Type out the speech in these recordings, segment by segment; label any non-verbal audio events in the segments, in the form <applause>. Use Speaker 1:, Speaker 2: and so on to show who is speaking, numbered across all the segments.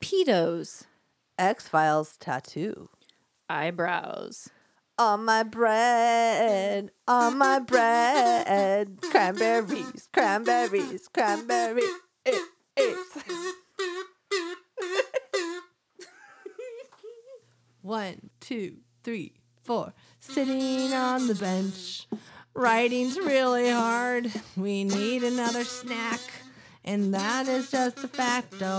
Speaker 1: pedos,
Speaker 2: X Files tattoo.
Speaker 1: eyebrows,
Speaker 2: On my bread, on my bread, cranberries, cranberries, cranberry. It, it.
Speaker 3: <laughs> One, two, three, four. Sitting on the bench. Writing's really hard. We need another snack. And that is just a oh. facto.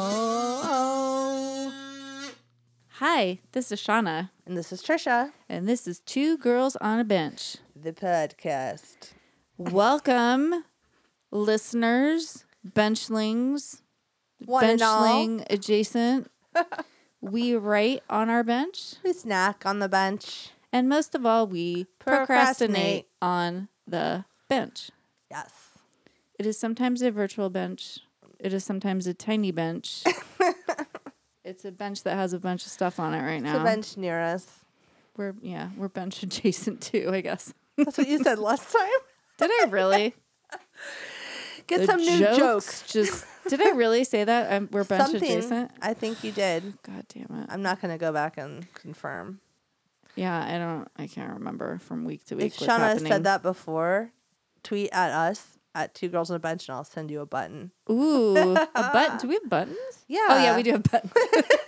Speaker 1: Hi, this is Shauna,
Speaker 2: And this is Trisha,
Speaker 1: and this is Two Girls on a Bench.
Speaker 2: the podcast.
Speaker 1: Welcome, listeners, benchlings,
Speaker 2: One and all,
Speaker 1: benchling
Speaker 2: <laughs>
Speaker 1: adjacent. we write on our bench,
Speaker 2: we snack on the bench.
Speaker 1: and most of all, we procrastinate,
Speaker 2: Procrastinate.
Speaker 1: on the bench.
Speaker 2: Yes.
Speaker 1: It is sometimes a virtual bench, it is sometimes a tiny
Speaker 2: <laughs>
Speaker 1: bench. it's a bench that has a bunch of stuff on it right
Speaker 2: It's a
Speaker 1: now.
Speaker 2: bench near us.
Speaker 1: We're yeah, we're bench adjacent <laughs> too, I guess.
Speaker 2: That's
Speaker 1: <laughs>
Speaker 2: what you said last time.
Speaker 1: Did I really? <laughs>
Speaker 2: Get
Speaker 1: The
Speaker 2: some new jokes.
Speaker 1: <laughs> Just did I really say that? Um, we're bench
Speaker 2: Something.
Speaker 1: adjacent.
Speaker 2: I think you did.
Speaker 1: God damn it!
Speaker 2: I'm not going to go back and confirm.
Speaker 1: Yeah, I don't. I can't remember from week to week.
Speaker 2: if
Speaker 1: what's
Speaker 2: Shauna
Speaker 1: happening.
Speaker 2: said that before, tweet at us at Two Girls on a Bench and I'll send you a button.
Speaker 1: Ooh,
Speaker 2: <laughs>
Speaker 1: a button. Do we have buttons?
Speaker 2: Yeah.
Speaker 1: Oh yeah, we do have buttons. <laughs>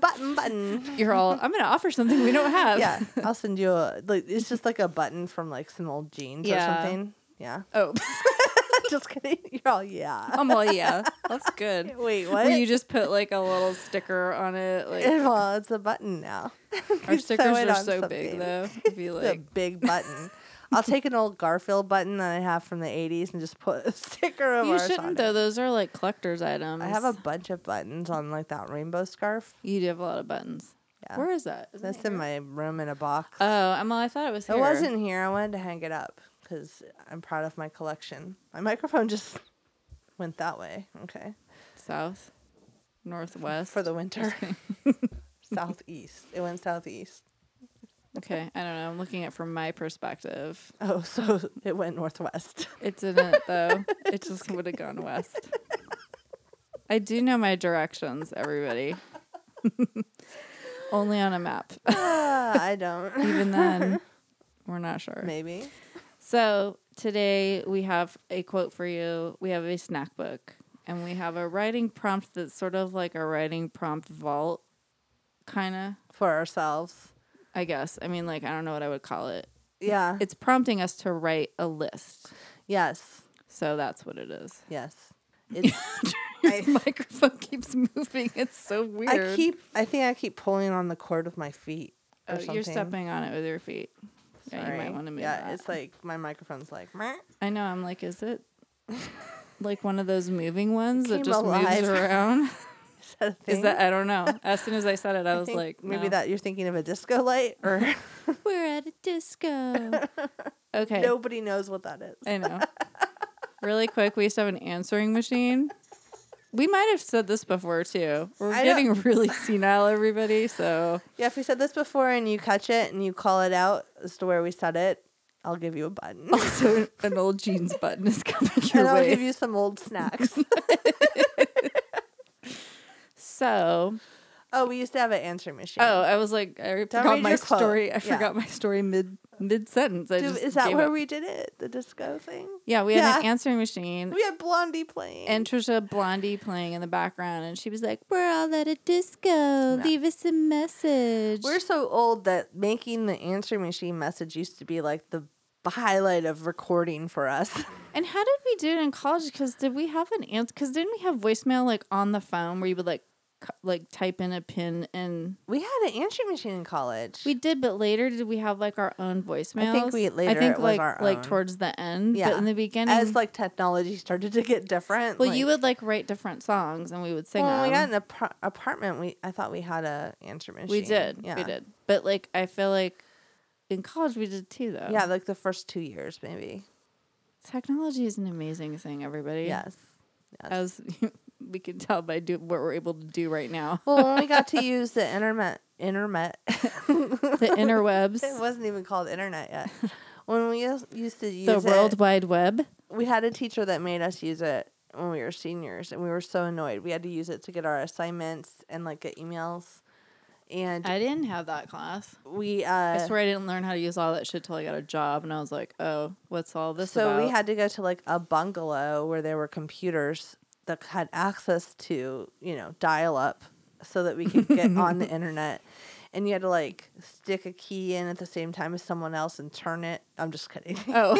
Speaker 2: Button, button.
Speaker 1: You're all. I'm gonna offer something we don't have.
Speaker 2: <laughs> yeah, I'll send you a. Like, it's just like a button from like some old jeans
Speaker 1: Yeah.
Speaker 2: or something. Yeah.
Speaker 1: <laughs>
Speaker 2: <laughs>
Speaker 1: Oh,
Speaker 2: just kidding. You're
Speaker 1: <laughs>
Speaker 2: all yeah.
Speaker 1: I'm all yeah. That's
Speaker 2: <laughs>
Speaker 1: good.
Speaker 2: Wait, what?
Speaker 1: Where you just put like a little sticker on
Speaker 2: <laughs>
Speaker 1: it. Like
Speaker 2: well, it's a
Speaker 1: <laughs>
Speaker 2: button now.
Speaker 1: our
Speaker 2: You sew
Speaker 1: stickers
Speaker 2: it
Speaker 1: are
Speaker 2: on
Speaker 1: so
Speaker 2: something.
Speaker 1: big though. If
Speaker 2: <laughs>
Speaker 1: you
Speaker 2: It's a
Speaker 1: like, <laughs>
Speaker 2: big button. I'll take an old Garfield button that I have from the 80s and just put a <laughs> sticker of
Speaker 1: you
Speaker 2: ours on
Speaker 1: shouldn't
Speaker 2: it.
Speaker 1: though. Those are like collectors items.
Speaker 2: I have a bunch of buttons on like that rainbow scarf.
Speaker 1: You do have a lot of buttons.
Speaker 2: Yeah.
Speaker 1: Where is that? Isn't
Speaker 2: That's
Speaker 1: it
Speaker 2: in
Speaker 1: here?
Speaker 2: my room in a box.
Speaker 1: Oh, I'm all. I thought it was. Here.
Speaker 2: It wasn't here. I wanted to hang it up because I'm proud of my collection. My microphone just <laughs> went that way. Okay.
Speaker 1: south, northwest.
Speaker 2: For the winter. <laughs>
Speaker 1: <laughs>
Speaker 2: southeast. It went southeast.
Speaker 1: okay, I don't know. I'm looking at it from my perspective.
Speaker 2: Oh, <laughs> so it
Speaker 1: <laughs>
Speaker 2: went northwest. <laughs>
Speaker 1: It didn't though. It just would have gone west. I do know my directions,
Speaker 2: <laughs>
Speaker 1: everybody. <laughs> Only on a map.
Speaker 2: Ah, I don't.
Speaker 1: Even then, we're not sure.
Speaker 2: Maybe.
Speaker 1: So today we have a quote for you. We have a snack book, and we have a writing prompt that's sort of like a writing prompt vault, kind of.
Speaker 2: For ourselves.
Speaker 1: I guess. I mean, like I don't know what I would call it.
Speaker 2: Yeah.
Speaker 1: It's prompting us to write a list.
Speaker 2: yes.
Speaker 1: So that's what it is. <laughs>
Speaker 2: Yes. It's,
Speaker 1: Your microphone <laughs> keeps moving. It's so weird.
Speaker 2: I keep, I think I keep pulling on the cord with my feet. Or
Speaker 1: Oh,
Speaker 2: something.
Speaker 1: you're stepping on it with your feet. Yeah, you
Speaker 2: Sorry.
Speaker 1: might want to move.
Speaker 2: Yeah,
Speaker 1: that.
Speaker 2: it's like my microphone's like, <laughs> "Meh."
Speaker 1: I know. I'm like, is
Speaker 2: <laughs>
Speaker 1: it like one of those moving ones that
Speaker 2: came
Speaker 1: just
Speaker 2: alive.
Speaker 1: moves
Speaker 2: <laughs>
Speaker 1: around?
Speaker 2: is that a thing?
Speaker 1: is that? I don't know. As soon as I said
Speaker 2: <laughs>
Speaker 1: it, I, was
Speaker 2: think
Speaker 1: like, <laughs>
Speaker 2: maybe
Speaker 1: no.
Speaker 2: that you're thinking of a disco light <laughs> or
Speaker 1: We're at a disco. <laughs> okay.
Speaker 2: nobody knows what that is.
Speaker 1: I know. really quick, we used to have an answering machine. We might have said this before too. We're
Speaker 2: I
Speaker 1: getting
Speaker 2: don't-
Speaker 1: really senile, everybody.
Speaker 2: <laughs>
Speaker 1: So
Speaker 2: Yeah, if we said this before and you catch it and you call it out as to where we said it, I'll give you
Speaker 1: <laughs>
Speaker 2: a button.
Speaker 1: Oh,
Speaker 2: <laughs>
Speaker 1: also an old jeans button is coming
Speaker 2: and
Speaker 1: your
Speaker 2: I'll
Speaker 1: way.
Speaker 2: give you some
Speaker 1: <laughs>
Speaker 2: old snacks. <laughs>
Speaker 1: so
Speaker 2: oh, we used to have an answering machine.
Speaker 1: oh, I was like, I
Speaker 2: read
Speaker 1: forgot
Speaker 2: your
Speaker 1: my
Speaker 2: quote.
Speaker 1: story. I
Speaker 2: Yeah.
Speaker 1: forgot my story mid mid sentence. I
Speaker 2: Do-
Speaker 1: just
Speaker 2: is that
Speaker 1: gave
Speaker 2: where
Speaker 1: up.
Speaker 2: we did it? The disco thing?
Speaker 1: Yeah, we had an
Speaker 2: Yeah.
Speaker 1: answering machine.
Speaker 2: We had Blondie playing.
Speaker 1: and Trisha Blondie playing in the background, and she was like, "We're all at a disco. Leave us a message."
Speaker 2: We're so old that making the answering machine message used to be like the highlight of recording for us. <laughs>
Speaker 1: And how did we do it in college? Because did we have an answer? Because didn't we have voicemail like on the phone where you would like c- like type in a pin and
Speaker 2: We had an answering machine in college.
Speaker 1: we did, but later did we have like our own voicemail?
Speaker 2: we- later
Speaker 1: I think
Speaker 2: it was
Speaker 1: like
Speaker 2: our
Speaker 1: like
Speaker 2: own.
Speaker 1: towards the end.
Speaker 2: Yeah.
Speaker 1: But in the beginning,
Speaker 2: as like technology started to get different.
Speaker 1: well,
Speaker 2: like-
Speaker 1: you would like write different songs and we would sing
Speaker 2: Well, when we got
Speaker 1: them.
Speaker 2: an apar- apartment, we I thought we had a answer machine.
Speaker 1: We did,
Speaker 2: Yeah.
Speaker 1: we did. But like I feel like in college we did too though.
Speaker 2: Yeah, like the first two years, maybe.
Speaker 1: technology is an amazing thing, everybody.
Speaker 2: Yes.
Speaker 1: as <laughs> we can tell by do- what we're able to do right now, <laughs>
Speaker 2: Well, when we got to use the internet, internet, <laughs> it
Speaker 1: the <laughs> interwebs,
Speaker 2: wasn't even called internet
Speaker 1: <laughs>
Speaker 2: yet. When we us- used to use
Speaker 1: the
Speaker 2: it,
Speaker 1: World Wide Web.
Speaker 2: we had a teacher that made us use it. when we were seniors, and we were so annoyed. We had to use it to get our assignments and like get emails, and
Speaker 1: I didn't have that class.
Speaker 2: we uh,
Speaker 1: I swear I didn't learn how to use all that shit till I got a job, and I was like, "Oh, what's all this
Speaker 2: so
Speaker 1: about?"
Speaker 2: we had to go to like a bungalow where there were computers that had access to you know dial up so that we could get on
Speaker 1: <laughs>
Speaker 2: the internet and you had to like stick a key in at the same time as someone else and turn it i'm
Speaker 1: <laughs>
Speaker 2: just kidding
Speaker 1: <laughs>
Speaker 2: <laughs>
Speaker 1: oh,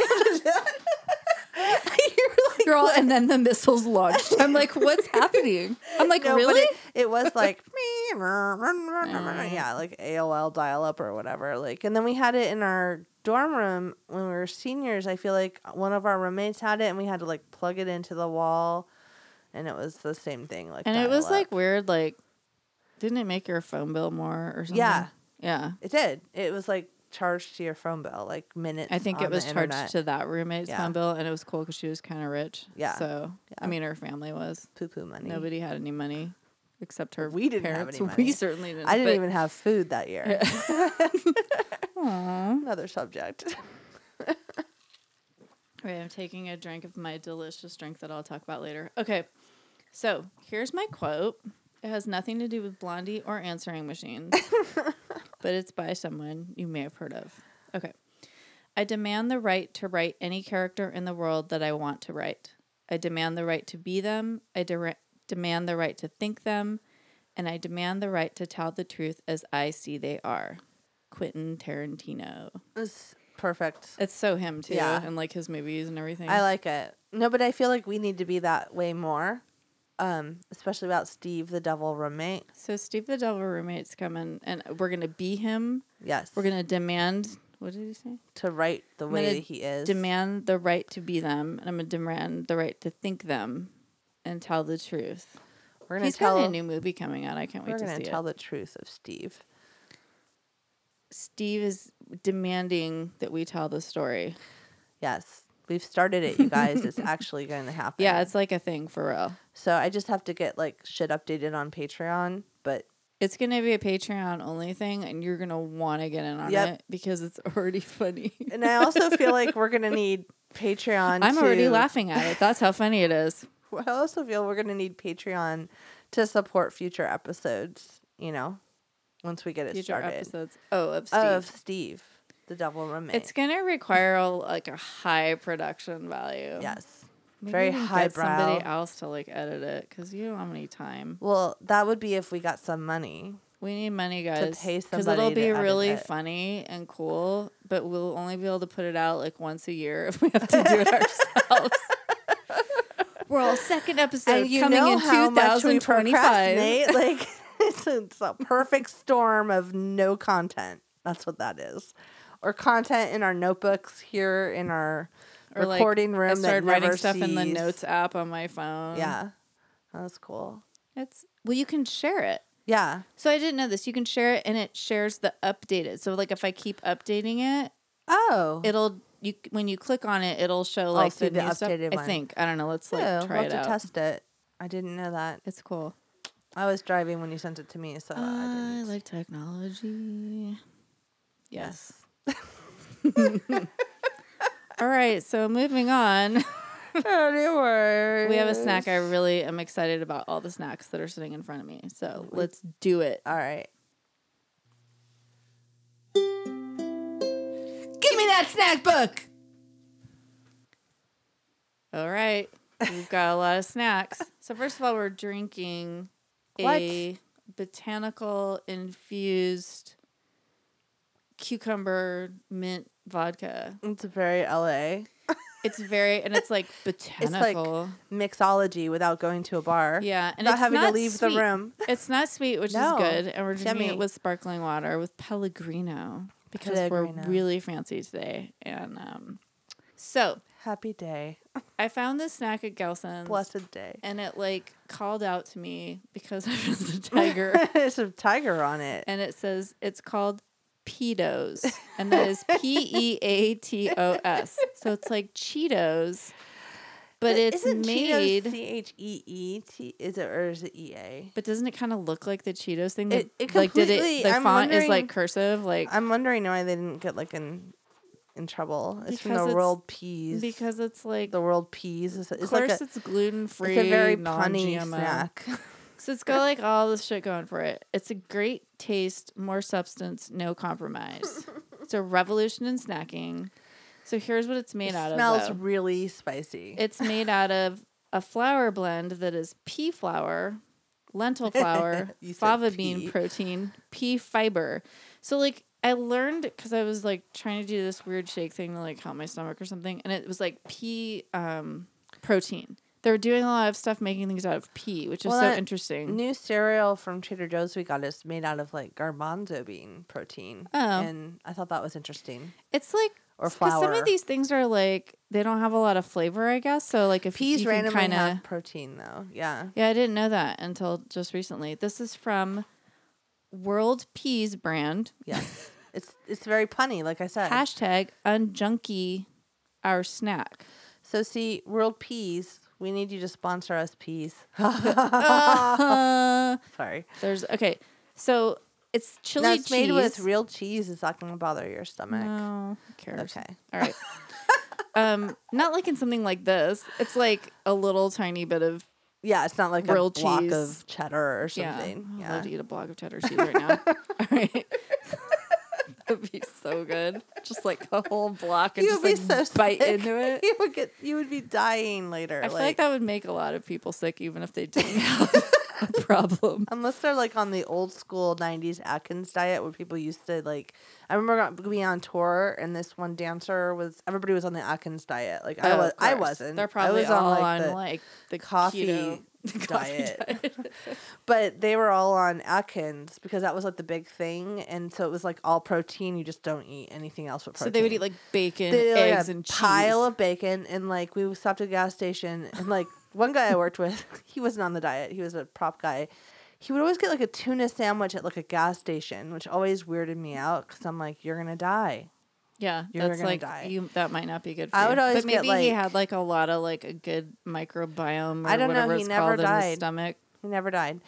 Speaker 2: You're like,
Speaker 1: girl, and then the missiles launched. I'm like,
Speaker 2: <laughs>
Speaker 1: "What's happening?" I'm like,
Speaker 2: no, but
Speaker 1: "Really?"
Speaker 2: it, it was
Speaker 1: <laughs>
Speaker 2: like yeah like aol dial up or whatever like and then we had it in our dorm room when we were seniors i feel like one of our roommates had it and we had to like plug it into the wall and it was the same thing like
Speaker 1: and it was
Speaker 2: dial-up.
Speaker 1: like weird. Like, didn't it make your phone bill more or something?
Speaker 2: Yeah.
Speaker 1: yeah.
Speaker 2: it did it was like charged to your phone bill like minutes
Speaker 1: I think it
Speaker 2: on the
Speaker 1: was charged
Speaker 2: internet.
Speaker 1: to that roommate's
Speaker 2: Yeah.
Speaker 1: phone bill, and it was cool because she was kind of rich.
Speaker 2: Yeah.
Speaker 1: So I
Speaker 2: Yeah.
Speaker 1: mean, her family was.
Speaker 2: poo-poo money
Speaker 1: Nobody had any money except her.
Speaker 2: We didn't have
Speaker 1: parents.
Speaker 2: any
Speaker 1: <laughs> We
Speaker 2: money.
Speaker 1: certainly didn't.
Speaker 2: i didn't
Speaker 1: but-
Speaker 2: even have food
Speaker 1: <laughs>
Speaker 2: that year <laughs> another subject
Speaker 1: Wait, I'm taking a drink of my delicious drink that I'll talk about later. Okay, so here's my quote. It has nothing to do with Blondie or answering
Speaker 2: <laughs>
Speaker 1: machines, but it's by someone you may have heard of. Okay. I demand the right to write any character in the world that I want to write. I demand the right to be them. I dere- demand the right to think them. And I demand the right to tell the truth as I see they are. Quentin Tarantino.
Speaker 2: it was perfect
Speaker 1: It's so him, too,
Speaker 2: Yeah.
Speaker 1: and like his movies and everything.
Speaker 2: I like it. No, but I feel like we need to be that way more, um, especially about Steve, the devil roommate.
Speaker 1: So Steve the Devil roommate's coming, and we're gonna be him.
Speaker 2: Yes,
Speaker 1: We're gonna demand. What did he say?
Speaker 2: to write the way
Speaker 1: gonna
Speaker 2: that he is.
Speaker 1: Demand the right to be them, and I'm gonna demand the right to think them, and tell the truth.
Speaker 2: we're gonna
Speaker 1: He's
Speaker 2: tell.
Speaker 1: got a new movie coming out. I can't
Speaker 2: we're
Speaker 1: wait to
Speaker 2: gonna
Speaker 1: see
Speaker 2: tell
Speaker 1: it.
Speaker 2: the truth of Steve.
Speaker 1: Steve is demanding that we tell the story.
Speaker 2: Yes, we've started it, you
Speaker 1: <laughs>
Speaker 2: guys. it's actually going to happen.
Speaker 1: Yeah, it's like a thing for real.
Speaker 2: So I just have to get like shit updated on Patreon, but
Speaker 1: It's gonna be a Patreon only thing, and you're gonna want to get in on
Speaker 2: Yep.
Speaker 1: it because it's already <laughs> funny.
Speaker 2: and I also feel like we're gonna need Patreon.
Speaker 1: I'm already
Speaker 2: to-
Speaker 1: laughing at it. That's how funny it is.
Speaker 2: <laughs> I also feel we're gonna need Patreon to support future episodes. You know, once we get it
Speaker 1: Future
Speaker 2: started.
Speaker 1: episodes. Oh, of Steve.
Speaker 2: of Steve, the devil roommate.
Speaker 1: It's gonna require a, like a high production value.
Speaker 2: yes,
Speaker 1: Maybe
Speaker 2: very
Speaker 1: we can get
Speaker 2: highbrow.
Speaker 1: Somebody else to like edit it because you don't have any time.
Speaker 2: Well, that would be if we got some money.
Speaker 1: We need money, guys.
Speaker 2: pay
Speaker 1: Because
Speaker 2: somebody
Speaker 1: it'll
Speaker 2: to
Speaker 1: be
Speaker 2: edit
Speaker 1: really
Speaker 2: it.
Speaker 1: funny and cool, but we'll only be able to put it out like once a year if we have to do it
Speaker 2: <laughs>
Speaker 1: ourselves. We're all second episode
Speaker 2: and you
Speaker 1: coming
Speaker 2: know
Speaker 1: in
Speaker 2: how much we
Speaker 1: 2025. <laughs>
Speaker 2: procrastinate. Like it's a, it's a perfect storm of no content. That's what that is, or content in our notebooks here in our
Speaker 1: Or, like,
Speaker 2: recording room.
Speaker 1: I started
Speaker 2: that
Speaker 1: writing
Speaker 2: never
Speaker 1: stuff in the
Speaker 2: sees-
Speaker 1: notes app on my phone.
Speaker 2: Yeah, that's cool.
Speaker 1: It's well, you can share it.
Speaker 2: Yeah,
Speaker 1: So I didn't know this. You can share it, and it shares the updated. So like if I keep updating it,
Speaker 2: Oh,
Speaker 1: it'll you when you click on it, it'll show like
Speaker 2: see
Speaker 1: the,
Speaker 2: the
Speaker 1: new stuff.
Speaker 2: updated
Speaker 1: I
Speaker 2: one.
Speaker 1: think I don't know. Let's like
Speaker 2: yeah,
Speaker 1: try
Speaker 2: we'll
Speaker 1: it
Speaker 2: have
Speaker 1: out.
Speaker 2: to test it. I didn't know that.
Speaker 1: It's cool.
Speaker 2: I was driving when you sent it to me, so Oh, I
Speaker 1: I,
Speaker 2: didn't.
Speaker 1: like technology.
Speaker 2: <laughs>
Speaker 1: Yes. All right. So moving on,
Speaker 2: <laughs>
Speaker 1: <laughs>
Speaker 2: Anyway,
Speaker 1: Uh, we have a snack. I really am excited about all the snacks that are sitting in front of me. So let's do it.
Speaker 2: All right.
Speaker 3: Give me that snack book.
Speaker 1: All right. We've got a lot of snacks. So first of all, we're drinking
Speaker 2: What?
Speaker 1: a botanical infused cucumber mint vodka.
Speaker 2: It's very LA
Speaker 1: It's very and it's
Speaker 2: <laughs>
Speaker 1: like botanical.
Speaker 2: mixology without going to a bar.
Speaker 1: yeah, and
Speaker 2: without
Speaker 1: it's
Speaker 2: having
Speaker 1: not
Speaker 2: to leave the
Speaker 1: sweet.
Speaker 2: room.
Speaker 1: It's not sweet, which
Speaker 2: No,
Speaker 1: is good. And we're
Speaker 2: it's
Speaker 1: drinking
Speaker 2: yummy.
Speaker 1: it with sparkling water with Pellegrino because we're
Speaker 2: Pellegrino.
Speaker 1: really fancy today. And um, so
Speaker 2: Happy day.
Speaker 1: I found this snack at Gelson's.
Speaker 2: Blessed day.
Speaker 1: and it like called out to me because <laughs> I was
Speaker 2: <laughs>
Speaker 1: a tiger.
Speaker 2: There's a tiger on it.
Speaker 1: and it says it's called Peetos, and that
Speaker 2: <laughs>
Speaker 1: is P E A T O S. So it's like Cheetos, but it's made.
Speaker 2: C H E E T. Is it or is it E A?
Speaker 1: but doesn't it kind of look like the Cheetos thing?
Speaker 2: It-
Speaker 1: that-
Speaker 2: it
Speaker 1: like did
Speaker 2: completely-
Speaker 1: it? The
Speaker 2: I'm
Speaker 1: font is
Speaker 2: wondering-
Speaker 1: like cursive. Like
Speaker 2: I'm wondering why they didn't get like an in trouble. It's from
Speaker 1: Because
Speaker 2: the
Speaker 1: it's-
Speaker 2: world peas.
Speaker 1: because it's like
Speaker 2: the world peas is
Speaker 1: of
Speaker 2: it's
Speaker 1: course
Speaker 2: like a,
Speaker 1: it's gluten free.
Speaker 2: it's a very punny
Speaker 1: non-GMO.
Speaker 2: snack. <laughs>
Speaker 1: So it's got like all this shit going for it. It's a great taste, more substance, no
Speaker 2: <laughs>
Speaker 1: compromise. it's a revolution in snacking. So here's what it's made out
Speaker 2: smells
Speaker 1: of. though.
Speaker 2: really spicy.
Speaker 1: It's made out of a flour blend that is pea flour, lentil flour,
Speaker 2: <laughs> You said
Speaker 1: fava
Speaker 2: pea.
Speaker 1: bean protein, pea fiber. So like I learned because I was like trying to do this weird shake thing to like help my stomach or something, and it was like pea um, protein. They were doing a lot of stuff making things out of pea, which is
Speaker 2: Well,
Speaker 1: so
Speaker 2: that
Speaker 1: interesting.
Speaker 2: New cereal from Trader Joe's we got is made out of like garbanzo bean protein.
Speaker 1: Oh.
Speaker 2: And I thought that was interesting.
Speaker 1: It's like
Speaker 2: Or
Speaker 1: 'cause Some
Speaker 2: flour.
Speaker 1: of these things are like they don't have a lot of flavor, I guess. So like if
Speaker 2: Peas
Speaker 1: you can
Speaker 2: randomly
Speaker 1: kind of
Speaker 2: have protein though. Yeah.
Speaker 1: yeah, I didn't know that until just recently. This is from World Peas brand <laughs>
Speaker 2: Yeah. it's it's very punny, like I said.
Speaker 1: hashtag unjunkie our snack.
Speaker 2: so see, world peas, we need you to sponsor us peas.
Speaker 1: Uh,
Speaker 2: <laughs> Sorry.
Speaker 1: there's okay, so it's chili
Speaker 2: No, it's
Speaker 1: cheese.
Speaker 2: made with real cheese. It's not going to bother your stomach.
Speaker 1: no, who cares?
Speaker 2: Okay.
Speaker 1: all
Speaker 2: <laughs>
Speaker 1: right. um, not like in something like this. It's like a little tiny bit of
Speaker 2: Yeah, it's not like
Speaker 1: Real
Speaker 2: a block
Speaker 1: cheese.
Speaker 2: of cheddar or something.
Speaker 1: Yeah. Oh, I'd
Speaker 2: Yeah.
Speaker 1: love to eat a block of cheddar cheese right
Speaker 2: <laughs>
Speaker 1: now. All right. <laughs> That'd be so good. Just like a whole block and
Speaker 2: You
Speaker 1: just
Speaker 2: would be
Speaker 1: like,
Speaker 2: so
Speaker 1: bite
Speaker 2: sick.
Speaker 1: into it.
Speaker 2: <laughs> You would get. You would be dying later.
Speaker 1: I feel like that would make a lot of people sick even if they didn't have
Speaker 2: <laughs>
Speaker 1: a problem.
Speaker 2: Unless they're like on the old school '90s Atkins diet, where people used to like, I remember being on tour and this one dancer was. Everybody was on the Atkins diet. Like I
Speaker 1: Oh,
Speaker 2: was,
Speaker 1: of
Speaker 2: I
Speaker 1: course.
Speaker 2: wasn't.
Speaker 1: They're probably
Speaker 2: I was
Speaker 1: all
Speaker 2: on like,
Speaker 1: on
Speaker 2: the,
Speaker 1: like the
Speaker 2: coffee
Speaker 1: keto- <laughs> the coffee
Speaker 2: diet. but they were all on Atkins because that was like the big thing, and so it was like all protein. You just don't eat anything else but
Speaker 1: So
Speaker 2: protein.
Speaker 1: they would eat like bacon,
Speaker 2: They had, like,
Speaker 1: eggs,
Speaker 2: a
Speaker 1: and cheese.
Speaker 2: pile of bacon, and like we stopped at a gas station, and like one guy I worked with, <laughs> he wasn't on the diet. He was a prop guy. He would always get like a tuna sandwich at like a gas station, which always weirded me out because I'm like, you're gonna die.
Speaker 1: yeah,
Speaker 2: You're
Speaker 1: that's
Speaker 2: gonna
Speaker 1: like
Speaker 2: die.
Speaker 1: you. That might not be good. for
Speaker 2: I
Speaker 1: you.
Speaker 2: would always
Speaker 1: but
Speaker 2: get,
Speaker 1: maybe he
Speaker 2: like-
Speaker 1: had like a lot of like a good microbiome. Or
Speaker 2: I don't know,
Speaker 1: whatever
Speaker 2: he
Speaker 1: It's
Speaker 2: never
Speaker 1: called in
Speaker 2: died.
Speaker 1: his stomach.
Speaker 2: He never died.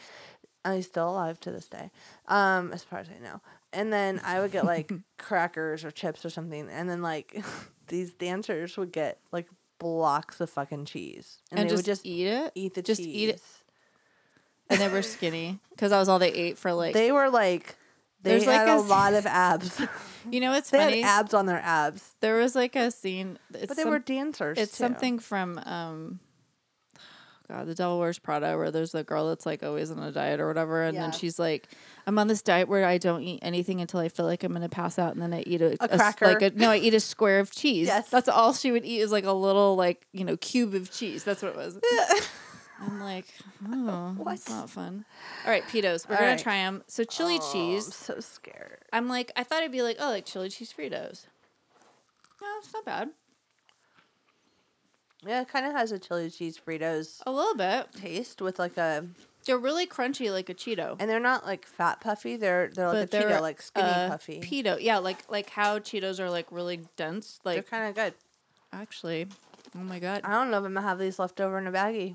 Speaker 2: And he's still alive to this day, um, as far as I know. And then I would
Speaker 1: <laughs>
Speaker 2: get like crackers or chips or something, and then like <laughs> these dancers would get like blocks of fucking cheese, and,
Speaker 1: and,
Speaker 2: they
Speaker 1: just,
Speaker 2: would just eat,
Speaker 1: eat it.
Speaker 2: the
Speaker 1: just
Speaker 2: cheese.
Speaker 1: eat it, and
Speaker 2: <laughs>
Speaker 1: they were skinny because that was all they ate for like.
Speaker 2: they were like they
Speaker 1: There's, like,
Speaker 2: had
Speaker 1: a
Speaker 2: a,
Speaker 1: s-
Speaker 2: lot of
Speaker 1: <laughs>
Speaker 2: abs. <laughs>
Speaker 1: you know, it's
Speaker 2: they
Speaker 1: funny.
Speaker 2: had abs on their abs,
Speaker 1: there was like a scene. It's
Speaker 2: but they
Speaker 1: some-
Speaker 2: were dancers.
Speaker 1: It's
Speaker 2: too.
Speaker 1: something from um, God, The Devil Wears Prada, where there's the girl that's like always on a diet or whatever, and
Speaker 2: Yeah.
Speaker 1: then she's like, "I'm on this diet where I don't eat anything until I feel like I'm gonna pass out, and then I eat a,
Speaker 2: A
Speaker 1: s-
Speaker 2: cracker.
Speaker 1: like a, no, I eat a square of cheese.
Speaker 2: Yes.
Speaker 1: that's all she would eat is like a little like you know cube of cheese. That's what it
Speaker 2: <laughs>
Speaker 1: was. I'm like, oh, that's not fun. All right, Pitos, we're
Speaker 2: All
Speaker 1: gonna
Speaker 2: right.
Speaker 1: try them. So chili
Speaker 2: Oh, I'm
Speaker 1: cheese.
Speaker 2: so scared.
Speaker 1: I'm like, I thought it'd be like, oh, like chili cheese Fritos. No, it's not bad.
Speaker 2: Yeah, it kind of has a chili cheese Fritos
Speaker 1: A little bit.
Speaker 2: taste with like a,
Speaker 1: They're really crunchy, like a Cheeto.
Speaker 2: and they're not like fat puffy. They're they're like a Cheeto, like skinny
Speaker 1: uh,
Speaker 2: puffy.
Speaker 1: Pito, yeah, like like how Cheetos are like really dense.
Speaker 2: they're
Speaker 1: Like
Speaker 2: kind of good.
Speaker 1: actually, oh my god,
Speaker 2: I don't know if I'm gonna have these left over in a baggie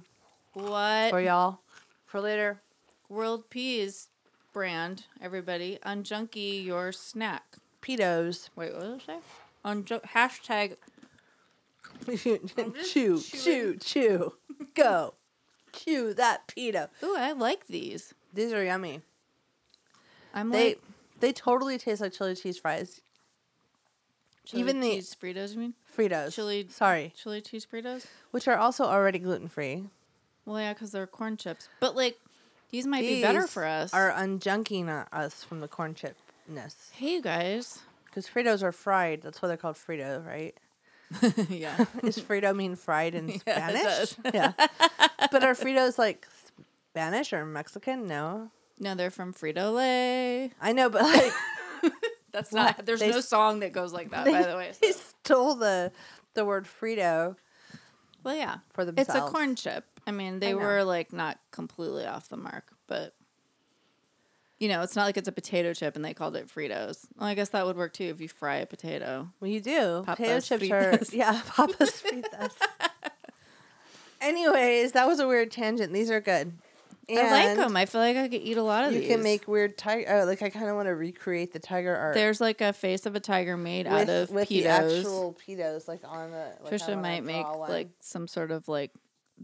Speaker 1: what
Speaker 2: for y'all for later.
Speaker 1: World Peas brand? Everybody, unjunkie your snack.
Speaker 2: <laughs> Pitos.
Speaker 1: Wait, what did I say? Unju- hashtag just
Speaker 2: chew, chew,
Speaker 1: chewing. <laughs>
Speaker 2: chew. Go. chew that pito.
Speaker 1: Ooh, I like these.
Speaker 2: These are yummy.
Speaker 1: I'm
Speaker 2: They
Speaker 1: like
Speaker 2: they totally taste like chili cheese fries.
Speaker 1: chili
Speaker 2: even the-
Speaker 1: cheese Fritos. You mean
Speaker 2: Fritos.
Speaker 1: Chili-
Speaker 2: Sorry.
Speaker 1: chili cheese Fritos?
Speaker 2: Which are also already gluten free.
Speaker 1: Well, yeah, because they're corn chips. But like, these might be better for us.
Speaker 2: Are unjunking uh, us from the corn chipness.
Speaker 1: hey, you
Speaker 2: <laughs>
Speaker 1: guys. <laughs>
Speaker 2: Because Fritos are fried. That's why they're called Frito, right?
Speaker 1: yeah.
Speaker 2: Is Frito mean fried in
Speaker 1: Yeah, it
Speaker 2: Spanish?
Speaker 1: <laughs>
Speaker 2: Yeah. but are Fritos like Spanish or Mexican? No.
Speaker 1: No, they're from Frito Lay.
Speaker 2: I know, but like
Speaker 1: That's
Speaker 2: What?
Speaker 1: not. There's
Speaker 2: They
Speaker 1: no
Speaker 2: s-
Speaker 1: song that goes like <laughs> that, <laughs> by the
Speaker 2: <laughs>
Speaker 1: way.
Speaker 2: they
Speaker 1: so-
Speaker 2: stole the the word Frito.
Speaker 1: Well, yeah,
Speaker 2: for
Speaker 1: It's a
Speaker 2: themselves.
Speaker 1: corn chip. I mean,
Speaker 2: I
Speaker 1: they
Speaker 2: know.
Speaker 1: were like not completely off the mark, but you know, it's not like it's a potato chip and they called it Fritos. Well, I guess that would work too if you fry a potato.
Speaker 2: Well, you do. Potato
Speaker 1: Papa's
Speaker 2: chips
Speaker 1: fritas.
Speaker 2: are <laughs> yeah, Papa's
Speaker 1: <laughs>
Speaker 2: fritas. Anyways, that was a weird tangent. These are good.
Speaker 1: I like
Speaker 2: And
Speaker 1: them. I feel like I could eat a lot of
Speaker 2: You
Speaker 1: these.
Speaker 2: can make weird tiger. Oh, like I kind of want to recreate the tiger art.
Speaker 1: There's like a face of a tiger made out of
Speaker 2: with the
Speaker 1: pedos.
Speaker 2: actual pedos, like on the. Like I
Speaker 1: Trisha
Speaker 2: wanna
Speaker 1: might make
Speaker 2: draw one.
Speaker 1: like some sort of like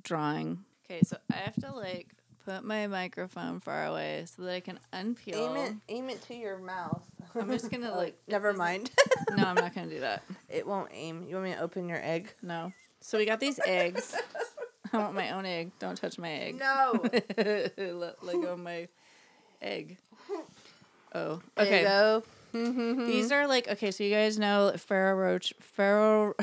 Speaker 1: drawing. Okay, so I have to like put my microphone far away so that I can
Speaker 2: aim it,
Speaker 1: unpeel.
Speaker 2: aim it to your mouth. <laughs>
Speaker 1: I'm just gonna
Speaker 2: Oh,
Speaker 1: like.
Speaker 2: Never <laughs> mind.
Speaker 1: No, I'm not gonna do that.
Speaker 2: it won't aim. You want me to open your egg?
Speaker 1: No. So we got these eggs. I want my own egg. Don't touch my egg.
Speaker 2: <laughs> No.
Speaker 1: <laughs> let, let go of my egg. Oh,
Speaker 2: There you
Speaker 1: okay.
Speaker 2: <laughs> go.
Speaker 1: These are like okay. So you guys know Ferrero Rocher, Ferrero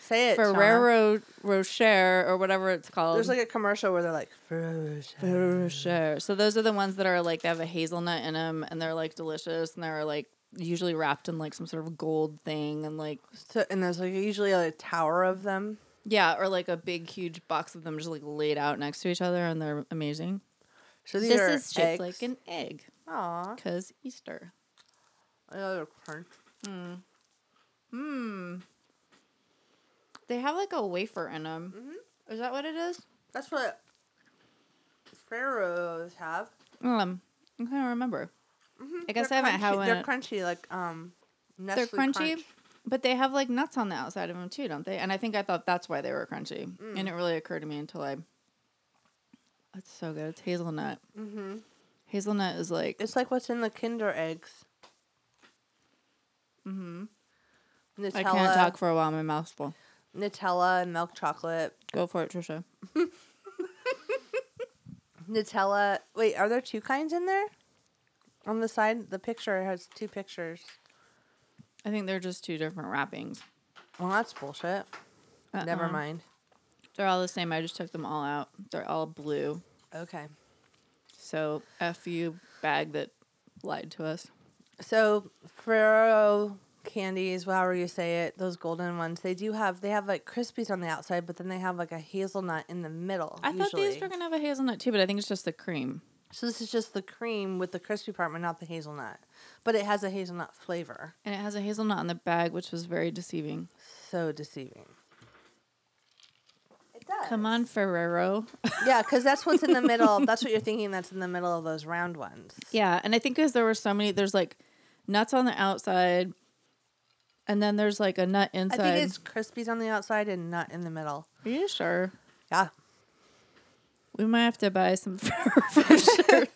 Speaker 2: Say it. Sean.
Speaker 1: Ferrero Rocher or whatever it's called.
Speaker 2: There's like a commercial where they're like Ferrero Rocher.
Speaker 1: Ferrero Rocher. So those are the ones that are like they have a hazelnut in them and they're like delicious and they're like usually wrapped in like some sort of gold thing and like
Speaker 2: So, and there's like usually a tower of them.
Speaker 1: yeah or like a big huge box of them just like laid out next to each other and they're amazing.
Speaker 2: So these
Speaker 1: this
Speaker 2: are
Speaker 1: is shaped like
Speaker 2: eggs.
Speaker 1: an egg
Speaker 2: Aw.
Speaker 1: because Easter.
Speaker 2: Oh, they're crunch.
Speaker 1: They have like a wafer in them.
Speaker 2: Mm-hmm.
Speaker 1: Is that what it is?
Speaker 2: That's what pharaohs have.
Speaker 1: Um, I can't remember. I guess
Speaker 2: Mm-hmm. They're
Speaker 1: I haven't
Speaker 2: crunchy.
Speaker 1: had one.
Speaker 2: They're crunchy, like um.
Speaker 1: They're
Speaker 2: Nestle
Speaker 1: crunchy,
Speaker 2: Crunch.
Speaker 1: but they have like nuts on the outside of them too, don't they? And I think I thought that's why they were crunchy.
Speaker 2: Mm.
Speaker 1: And it didn't really occurred to me until I. That's so good. It's hazelnut. Mm-hmm. Hazelnut is like
Speaker 2: It's like what's in the Kinder eggs. Mm-hmm. Nutella,
Speaker 1: I can't talk for a while. My mouth's full.
Speaker 2: Nutella and milk chocolate.
Speaker 1: Go for it, Trisha.
Speaker 2: Nutella. Wait, are there two kinds in there? On the side, the picture has two pictures.
Speaker 1: I think they're just two different wrappings.
Speaker 2: Well, that's bullshit. Never
Speaker 1: Uh-uh.
Speaker 2: mind.
Speaker 1: They're all the same. I just took them all out. They're all blue.
Speaker 2: Okay.
Speaker 1: So f you bag that lied to us.
Speaker 2: So Ferrero candies, however you say it, those golden ones, they do have they have like crispies on the outside, but then they have like a hazelnut in the middle.
Speaker 1: I thought
Speaker 2: usually.
Speaker 1: these were gonna have a hazelnut too, but I think it's just the cream.
Speaker 2: So this is just the cream with the crispy part, but not the hazelnut. But it has a hazelnut flavor.
Speaker 1: And it has a hazelnut on the bag, which was very deceiving.
Speaker 2: So deceiving. It does.
Speaker 1: Come on, Ferrero.
Speaker 2: Yeah, because that's what's in the middle. That's what you're thinking. That's in the middle of those round ones.
Speaker 1: <laughs> yeah, and I think because there were so many, there's like nuts on the outside, and then there's like a nut
Speaker 2: I
Speaker 1: inside.
Speaker 2: think it's crispies on the outside and nut in the middle.
Speaker 1: Are you sure? <laughs>
Speaker 2: Yeah,
Speaker 1: We might have to buy some <laughs> Ferrero.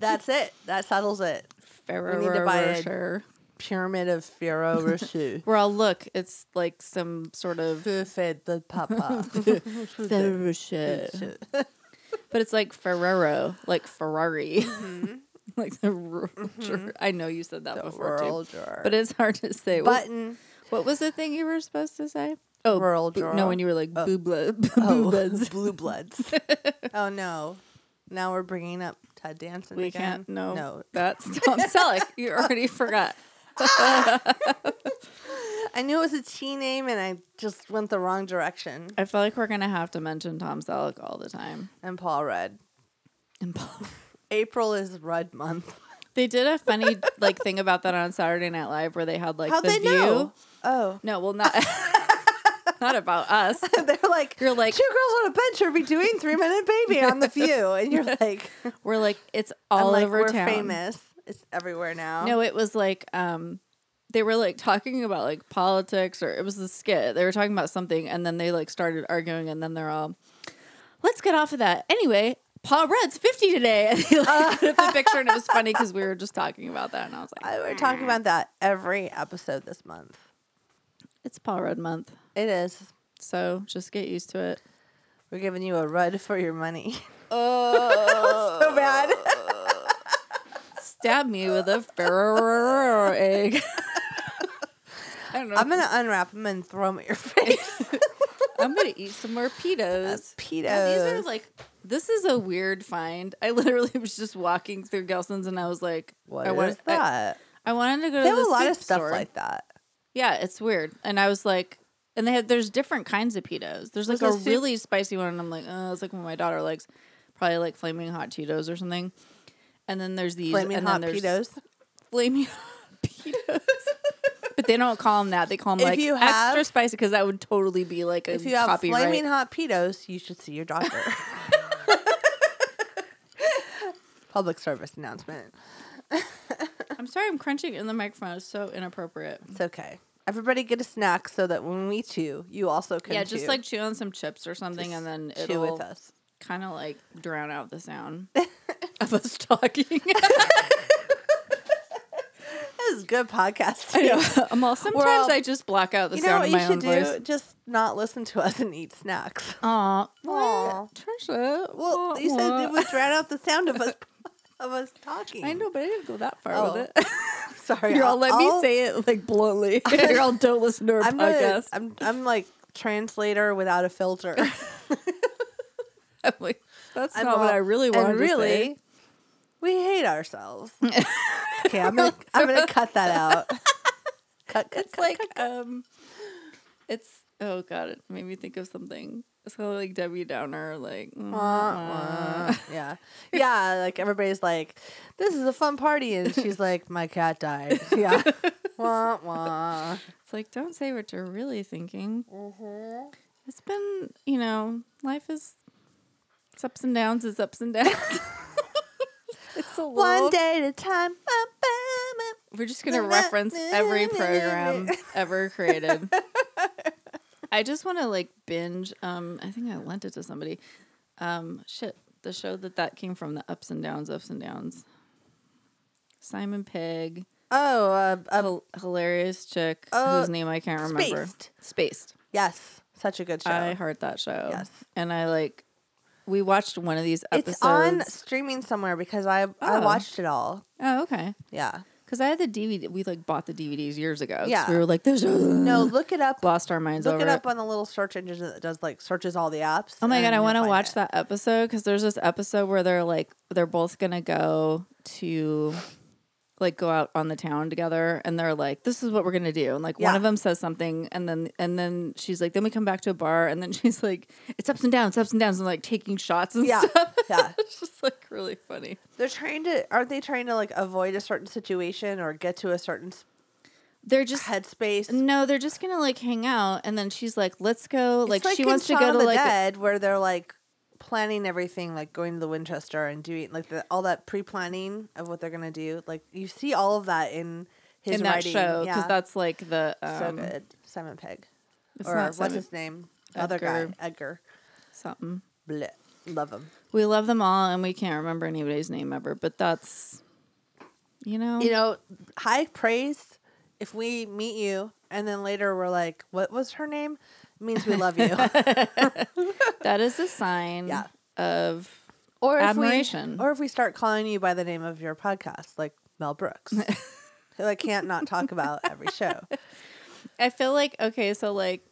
Speaker 2: that's it. That settles it.
Speaker 1: Ferrero
Speaker 2: need to buy a-
Speaker 1: Rocher.
Speaker 2: Pyramid of
Speaker 1: <laughs>
Speaker 2: Ferrero Rocher.
Speaker 1: We're all look. It's like some sort of
Speaker 2: Who fed the
Speaker 1: <laughs>
Speaker 2: papa?
Speaker 1: Ferrero Rocher. <laughs> but it's like Ferrero, like Ferrari,
Speaker 2: Mm-hmm.
Speaker 1: <laughs> like the Rocher. I know you said that before too.
Speaker 2: Rural drawer.
Speaker 1: But it's hard to say. What-
Speaker 2: button.
Speaker 1: What, was the thing you were supposed to say? Oh,
Speaker 2: Rural
Speaker 1: boo-
Speaker 2: drawer.
Speaker 1: no, when you were like boo blah, boo
Speaker 2: Oh, <laughs>
Speaker 1: bloods. <laughs>
Speaker 2: blue bloods. oh no! Now we're bringing up Ted
Speaker 1: <laughs>
Speaker 2: Danson
Speaker 1: We
Speaker 2: again.
Speaker 1: can't. No,
Speaker 2: no.
Speaker 1: that's Tom
Speaker 2: <laughs>
Speaker 1: Selleck. You already forgot.
Speaker 2: I knew it was a T name, and I just went the wrong direction.
Speaker 1: I feel like we're gonna have to mention Tom Selleck all the time.
Speaker 2: And Paul Rudd.
Speaker 1: And Paul-
Speaker 2: April is Rudd month.
Speaker 1: <laughs> they did a funny like thing about that on Saturday Night Live where they had like
Speaker 2: How'd
Speaker 1: the
Speaker 2: they
Speaker 1: view.
Speaker 2: know? Oh, <laughs>
Speaker 1: No, well not <laughs> not about us.
Speaker 2: they're like
Speaker 1: You're like
Speaker 2: two girls on a bench are be doing three minute baby on
Speaker 1: <laughs>
Speaker 2: the View, and you're like
Speaker 1: we're like it's
Speaker 2: I'm
Speaker 1: all
Speaker 2: like,
Speaker 1: over
Speaker 2: we're
Speaker 1: town.
Speaker 2: famous. It's everywhere now.
Speaker 1: No, it was like um they were like talking about like politics or it was the skit. They were talking about something and then they like started arguing and then they're all let's get off of that. Anyway, Paul Rudd's 50 today. <laughs> And they like put up the picture and it was funny because we were just talking about that and I was like,
Speaker 2: I, we're talking about that every episode this month.
Speaker 1: it's Paul Rudd month.
Speaker 2: It is.
Speaker 1: So just get used to it.
Speaker 2: We're giving you a Rudd for your money. <laughs>
Speaker 1: Oh,
Speaker 2: so
Speaker 1: <laughs>
Speaker 2: bad.
Speaker 1: stab me with a Ferrero egg. <laughs> I don't know.
Speaker 2: I'm gonna unwrap them and throw them at your <laughs> face.
Speaker 1: I'm gonna eat some more pitos.
Speaker 2: Pedos.
Speaker 1: Yeah, These
Speaker 2: Uh,
Speaker 1: are like this is a weird find. I literally <laughs> was just walking through Gelson's and I was like,
Speaker 2: what
Speaker 1: I
Speaker 2: is
Speaker 1: wanted- I-
Speaker 2: that?
Speaker 1: I, wanted to go
Speaker 2: they
Speaker 1: to
Speaker 2: have
Speaker 1: the
Speaker 2: a lot of
Speaker 1: soup
Speaker 2: stuff
Speaker 1: store.
Speaker 2: like that.
Speaker 1: Yeah, it's weird. And I was like, and they had there's different kinds of pitos. There's like a
Speaker 2: Was the soup-
Speaker 1: really spicy one, and I'm like, oh, it's like what my daughter likes, probably like flaming hot Cheetos or something. And then there's these
Speaker 2: Flaming
Speaker 1: and
Speaker 2: hot
Speaker 1: then there's
Speaker 2: Pedos.
Speaker 1: Flaming hot Pitos. <laughs> But they don't call them that. They call them
Speaker 2: If
Speaker 1: like
Speaker 2: you
Speaker 1: extra
Speaker 2: have-
Speaker 1: spicy because that would totally be like a
Speaker 2: If you have
Speaker 1: copyright. <laughs>
Speaker 2: flaming hot Pedos, you should see your doctor. Public service announcement.
Speaker 1: I'm sorry, I'm crunching in the microphone. It's so inappropriate.
Speaker 2: It's okay. Everybody get a snack so that when we chew, you also can
Speaker 1: yeah, just
Speaker 2: chew.
Speaker 1: like chew on some chips or something, and then
Speaker 2: chew
Speaker 1: it'll
Speaker 2: with us.
Speaker 1: kind of like drown out the
Speaker 2: <laughs>
Speaker 1: sound of us talking.
Speaker 2: This is good podcast.
Speaker 1: I know. I'm all, sometimes
Speaker 2: all-
Speaker 1: I just block out the
Speaker 2: <laughs> You know
Speaker 1: sound
Speaker 2: what
Speaker 1: of
Speaker 2: you
Speaker 1: my own
Speaker 2: should do?
Speaker 1: voice.
Speaker 2: Just not listen to us and eat snacks.
Speaker 1: Aw,
Speaker 2: Aw.
Speaker 1: what? Trisha.
Speaker 2: Well,
Speaker 1: what-
Speaker 2: you said it
Speaker 1: what?
Speaker 2: would
Speaker 1: <laughs>
Speaker 2: drown out the sound of us <laughs> of us talking.
Speaker 1: I know, but I didn't go that far
Speaker 2: Oh,
Speaker 1: with it. <laughs>
Speaker 2: Sorry,
Speaker 1: You're all
Speaker 2: I'll-
Speaker 1: let me
Speaker 2: I'll-
Speaker 1: say it like
Speaker 2: <laughs>
Speaker 1: bluntly. You're all don't listen to our
Speaker 2: I'm gonna-
Speaker 1: podcast. <laughs>
Speaker 2: I'm I'm like translator without a filter.
Speaker 1: I'm like, that's
Speaker 2: <laughs> I'm
Speaker 1: not what
Speaker 2: all-
Speaker 1: I really
Speaker 2: and
Speaker 1: wanted
Speaker 2: really,
Speaker 1: to say.
Speaker 2: We hate
Speaker 1: <laughs>
Speaker 2: ourselves. okay, I'm gonna I'm gonna cut that out. cut, cut,
Speaker 1: It's like <laughs> um, it's oh god, it made me think of something. It's kind of like Debbie Downer, like mm, uh-huh.
Speaker 2: Wah, wah. yeah. Yeah, like everybody's like, this is a fun party. And she's like, my cat
Speaker 1: <laughs>
Speaker 2: died. Yeah. wah, wah.
Speaker 1: it's like don't say what you're really thinking.
Speaker 2: Mm-hmm.
Speaker 1: It's been you know life is it's ups and downs. It's ups and downs. <laughs> it's a
Speaker 2: One
Speaker 1: long-
Speaker 2: day at a time. Bum, bum, bum.
Speaker 1: We're just gonna reference every program ever
Speaker 2: <laughs>
Speaker 1: created. I just want to like binge. Um, I think I lent it to somebody. Um, shit, the show that that came from, the ups and downs, ups and downs. Simon Pegg,
Speaker 2: Oh, uh,
Speaker 1: a
Speaker 2: uh,
Speaker 1: hilarious chick
Speaker 2: uh,
Speaker 1: whose name I can't remember.
Speaker 2: Spaced.
Speaker 1: Spaced.
Speaker 2: yes. Such a good show.
Speaker 1: I heard that show.
Speaker 2: Yes.
Speaker 1: and I like. We watched one of these episodes.
Speaker 2: it's on streaming somewhere because I, I
Speaker 1: Oh.
Speaker 2: watched it all.
Speaker 1: Oh, okay.
Speaker 2: Yeah.
Speaker 1: Because I had the DVD. We like bought the DVDs years ago. 'cause
Speaker 2: Yeah.
Speaker 1: we were like, "There's
Speaker 2: No, look it up.
Speaker 1: lost our minds
Speaker 2: Look
Speaker 1: Mm. over
Speaker 2: it up on the little search engine that does like searches all the apps.
Speaker 1: Oh my god,
Speaker 2: and
Speaker 1: I
Speaker 2: you'll
Speaker 1: want to
Speaker 2: find
Speaker 1: watch
Speaker 2: it.
Speaker 1: that episode because there's this episode where they're like they're both gonna go to like go out on the town together and they're like this is what we're gonna do and like one
Speaker 2: Yeah.
Speaker 1: of them says something and then and then she's like then we come back to a bar and then <laughs> she's like it's ups and downs ups and downs and like taking shots and
Speaker 2: Yeah.
Speaker 1: stuff <laughs>
Speaker 2: yeah.
Speaker 1: it's just like really funny
Speaker 2: They're trying to, aren't they trying to like avoid a certain situation or get to a certain s-
Speaker 1: they're just
Speaker 2: headspace?
Speaker 1: no they're just gonna like hang out and then she's like let's go
Speaker 2: It's
Speaker 1: like, she
Speaker 2: in
Speaker 1: wants to
Speaker 2: Shaun
Speaker 1: go
Speaker 2: of
Speaker 1: to
Speaker 2: the
Speaker 1: like a-
Speaker 2: Dead, where they're like planning everything, like going to the Winchester and doing like the, all that pre-planning of what they're gonna do. Like you see all of that in his
Speaker 1: in that
Speaker 2: writing.
Speaker 1: show because
Speaker 2: yeah.
Speaker 1: that's like the um,
Speaker 2: so good. Simon Pegg,
Speaker 1: It's
Speaker 2: or
Speaker 1: not
Speaker 2: what's
Speaker 1: Simon-
Speaker 2: his name? Other guy,
Speaker 1: Edgar.
Speaker 2: Edgar.
Speaker 1: something
Speaker 2: Bleh. Love him.
Speaker 1: We love them all, and we can't remember anybody's name ever. But that's, you know,
Speaker 2: You know, high praise. If we meet you and then later we're like, "What was her name?" means we love
Speaker 1: <laughs>
Speaker 2: you.
Speaker 1: that is a sign
Speaker 2: Yeah.
Speaker 1: of
Speaker 2: or if
Speaker 1: Admiration.
Speaker 2: We, or if we start calling you by the name of your podcast, like Mel Brooks, who I can't not talk about
Speaker 1: <laughs>
Speaker 2: every show.
Speaker 1: I feel like okay, so like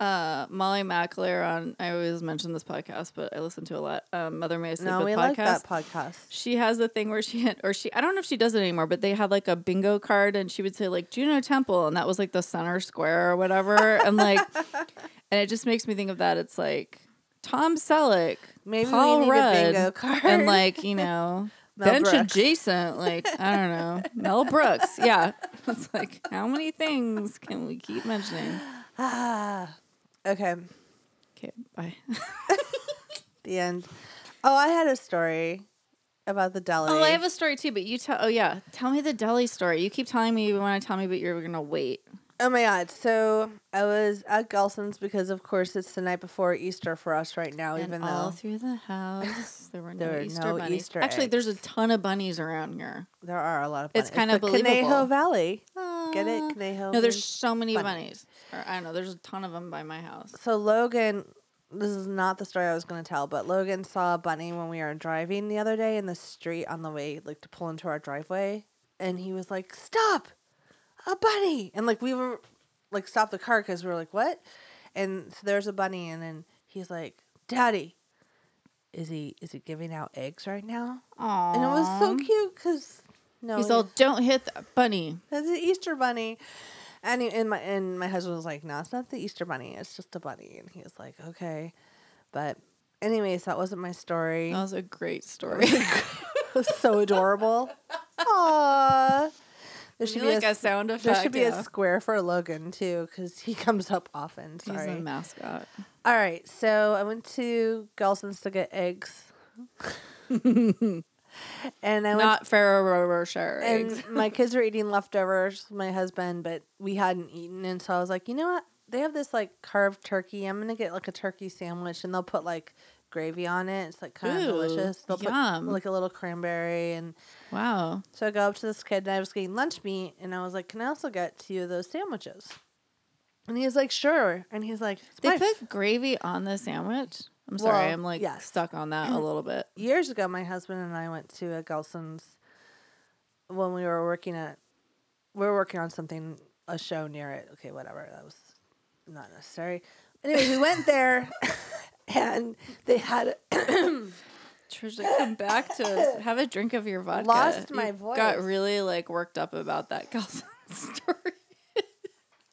Speaker 1: uh Molly Mackler on I always mention this podcast, but I listen to a lot. Um, Mother May I Sleep
Speaker 2: No,
Speaker 1: With
Speaker 2: we
Speaker 1: podcast.
Speaker 2: like that podcast.
Speaker 1: she has a thing where she had, or she I don't know if she does it anymore, but they had like a bingo card and she would say like Juno Temple and that was like the center square or whatever and
Speaker 2: <laughs>
Speaker 1: like and it just makes me think of that. It's like Tom Selleck,
Speaker 2: Maybe we
Speaker 1: Paul
Speaker 2: need a
Speaker 1: Rudd,
Speaker 2: bingo card.
Speaker 1: and like
Speaker 2: <laughs>
Speaker 1: you know
Speaker 2: Mel
Speaker 1: bench
Speaker 2: Brooks.
Speaker 1: adjacent. Like I don't know Mel
Speaker 2: <laughs>
Speaker 1: Brooks. Yeah, it's like how many things can we keep mentioning?
Speaker 2: Okay,
Speaker 1: Okay, bye.
Speaker 2: the end. Oh, I had a story about the deli.
Speaker 1: Oh, I have a story too, but you tell. Oh yeah, tell me the deli story. You keep telling me you want to tell me, but you're gonna wait.
Speaker 2: Oh my god! So I was at Gelson's because, of course, it's the night before Easter for us right now.
Speaker 1: And
Speaker 2: even
Speaker 1: all
Speaker 2: though
Speaker 1: through the house, there were no
Speaker 2: <laughs> There were
Speaker 1: Easter
Speaker 2: no
Speaker 1: bunnies.
Speaker 2: Easter
Speaker 1: Actually,
Speaker 2: eggs.
Speaker 1: there's a ton of bunnies around here.
Speaker 2: there are a lot of,
Speaker 1: It's
Speaker 2: bunnies.
Speaker 1: kinda
Speaker 2: the
Speaker 1: believable.
Speaker 2: Conejo Valley. Get it,
Speaker 1: Ah.
Speaker 2: Conejo.
Speaker 1: No, there's
Speaker 2: means-
Speaker 1: so many
Speaker 2: bunnies.
Speaker 1: bunnies. Or, I don't know. There's a ton of them by my house.
Speaker 2: So Logan, this is not the story I was going to tell, but Logan saw a bunny when we were driving the other day in the street on the way, like to pull into our driveway, and he was like, "Stop, a bunny!" And like we were, like stopped the car because we were like, "What?" And so there's a bunny, and then he's like, "Daddy, is he is he giving out eggs right now?"
Speaker 1: Aww.
Speaker 2: And it was so cute because no,
Speaker 1: He's
Speaker 2: he-
Speaker 1: all, don't hit the bunny.
Speaker 2: that's an Easter bunny. And, he, and my and my husband was like, "No, it's not the Easter bunny. It's just a bunny." And he was like, "Okay," but anyways, that wasn't my story.
Speaker 1: That was a great story.
Speaker 2: <laughs>
Speaker 1: <laughs>
Speaker 2: It was so adorable. Aww. There should
Speaker 1: Should
Speaker 2: be
Speaker 1: like
Speaker 2: a,
Speaker 1: a,
Speaker 2: s-
Speaker 1: sound effect.
Speaker 2: there should be
Speaker 1: yeah.
Speaker 2: a square for Logan too, because he <laughs> comes up often.
Speaker 1: He's
Speaker 2: Sorry.
Speaker 1: a mascot. <laughs>
Speaker 2: All right, so I went to Gelson's to get eggs. and I went
Speaker 1: Not Ferrero Rocher. eggs.
Speaker 2: and
Speaker 1: <laughs>
Speaker 2: my kids were eating leftovers, my husband, but we hadn't eaten. And so I was like, you know what? They have this like carved turkey. I'm going to get like a turkey sandwich and they'll put like gravy on it. It's like kind of
Speaker 1: Ooh,
Speaker 2: delicious. They'll
Speaker 1: yum.
Speaker 2: put like a little cranberry. And
Speaker 1: Wow.
Speaker 2: so I go up to this kid and I was getting lunch meat and I was like, can I also get two of those sandwiches? And he was like, sure. And he's like, it's
Speaker 1: They
Speaker 2: my
Speaker 1: put gravy on the sandwich. I'm sorry,
Speaker 2: Well,
Speaker 1: I'm like
Speaker 2: yes. Mm-hmm.
Speaker 1: stuck on that a little bit.
Speaker 2: years ago, my husband and I went to a Gelson's when we were working at. We were working on something, a show near it. Okay, whatever. That was not necessary. Anyway, we went there, <laughs> and they had
Speaker 1: Trisha, come back
Speaker 2: <laughs>
Speaker 1: to have a drink of your vodka.
Speaker 2: Lost my
Speaker 1: You
Speaker 2: voice.
Speaker 1: Got really like worked up about that Galson <laughs> story.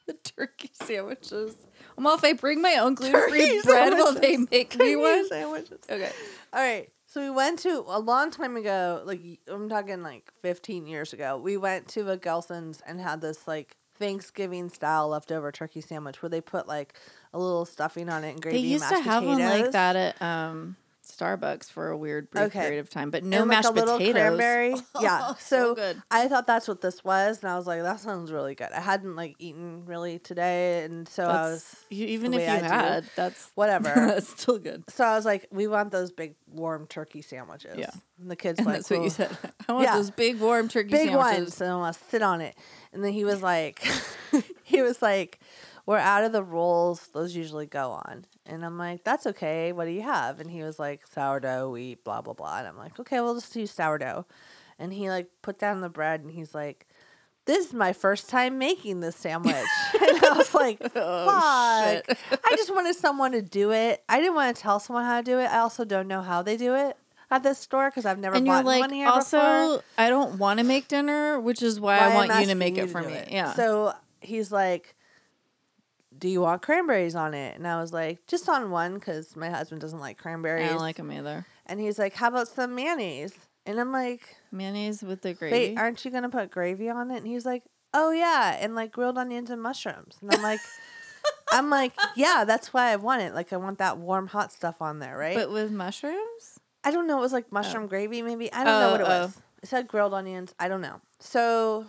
Speaker 1: the turkey sandwiches. Well, if I bring my own gluten-free bread, will they make
Speaker 2: <coughs>
Speaker 1: me one?
Speaker 2: sandwiches.
Speaker 1: Okay.
Speaker 2: All right. So we went to a long time ago, like I'm talking like 15 years ago. We went to a Gelson's and had this like Thanksgiving style leftover turkey sandwich where they put like a little stuffing on it and
Speaker 1: They
Speaker 2: gravy.
Speaker 1: used
Speaker 2: and
Speaker 1: to
Speaker 2: mashed
Speaker 1: have one like
Speaker 2: potatoes.
Speaker 1: that at um, Starbucks for a weird brief
Speaker 2: Okay.
Speaker 1: period of time, but no
Speaker 2: and,
Speaker 1: mashed
Speaker 2: like a little
Speaker 1: potatoes. Oh,
Speaker 2: cranberry.
Speaker 1: <laughs>
Speaker 2: yeah. So,
Speaker 1: good.
Speaker 2: I thought that's what this was, and I was like, that sounds really good. I hadn't like eaten really today, and so I was
Speaker 1: That's, you- even if
Speaker 2: way
Speaker 1: you
Speaker 2: I do.
Speaker 1: had, that's
Speaker 2: whatever.
Speaker 1: <laughs> that's still good.
Speaker 2: so I was like, we want those big warm turkey sandwiches.
Speaker 1: Yeah.
Speaker 2: And the kids
Speaker 1: And
Speaker 2: like
Speaker 1: that's what
Speaker 2: "Well,
Speaker 1: you said. <laughs> I want
Speaker 2: Yeah.
Speaker 1: those big warm turkey
Speaker 2: big
Speaker 1: sandwiches.
Speaker 2: ones, and I want to sit on it. And then he was like, <laughs> he was like, we're out of the rolls. Those usually go on. And I'm like, that's okay. What do you have? And he was like, sourdough, wheat, blah blah blah. And I'm like, okay, we'll just do sourdough. And he like put down the bread, and he's like. This is my first time making this
Speaker 1: <laughs>
Speaker 2: sandwich. <laughs> and I was like, fuck.
Speaker 1: Oh, shit.
Speaker 2: I just wanted someone to do it. I didn't want to tell someone how to do it. I also don't know how they do it at this store because I've never
Speaker 1: And you're
Speaker 2: bought
Speaker 1: like,
Speaker 2: one here
Speaker 1: also,
Speaker 2: before.
Speaker 1: I don't want to make dinner, which is why,
Speaker 2: Why
Speaker 1: I
Speaker 2: I'm
Speaker 1: want you to
Speaker 2: asking
Speaker 1: make it for
Speaker 2: do
Speaker 1: me. Yeah.
Speaker 2: So he's like, "Do you want cranberries on it?" And I was like, "Just on one, because my husband doesn't like
Speaker 1: I
Speaker 2: cranberries."
Speaker 1: don't like them either.
Speaker 2: and he's like, "How about some mayonnaise?" And I'm like,
Speaker 1: Mayonnaise with the gravy.
Speaker 2: "Wait, aren't you gonna put gravy on it?" And he's like, "Oh yeah, and like grilled onions and mushrooms." And
Speaker 1: <laughs>
Speaker 2: I'm like. I'm like, yeah, that's why I want it. Like, I want that warm, hot stuff on there, right?
Speaker 1: but with mushrooms?
Speaker 2: I don't know. It was like mushroom gravy, maybe. I don't know
Speaker 1: Oh,
Speaker 2: what it
Speaker 1: oh.
Speaker 2: was. It said grilled onions. I don't know. So,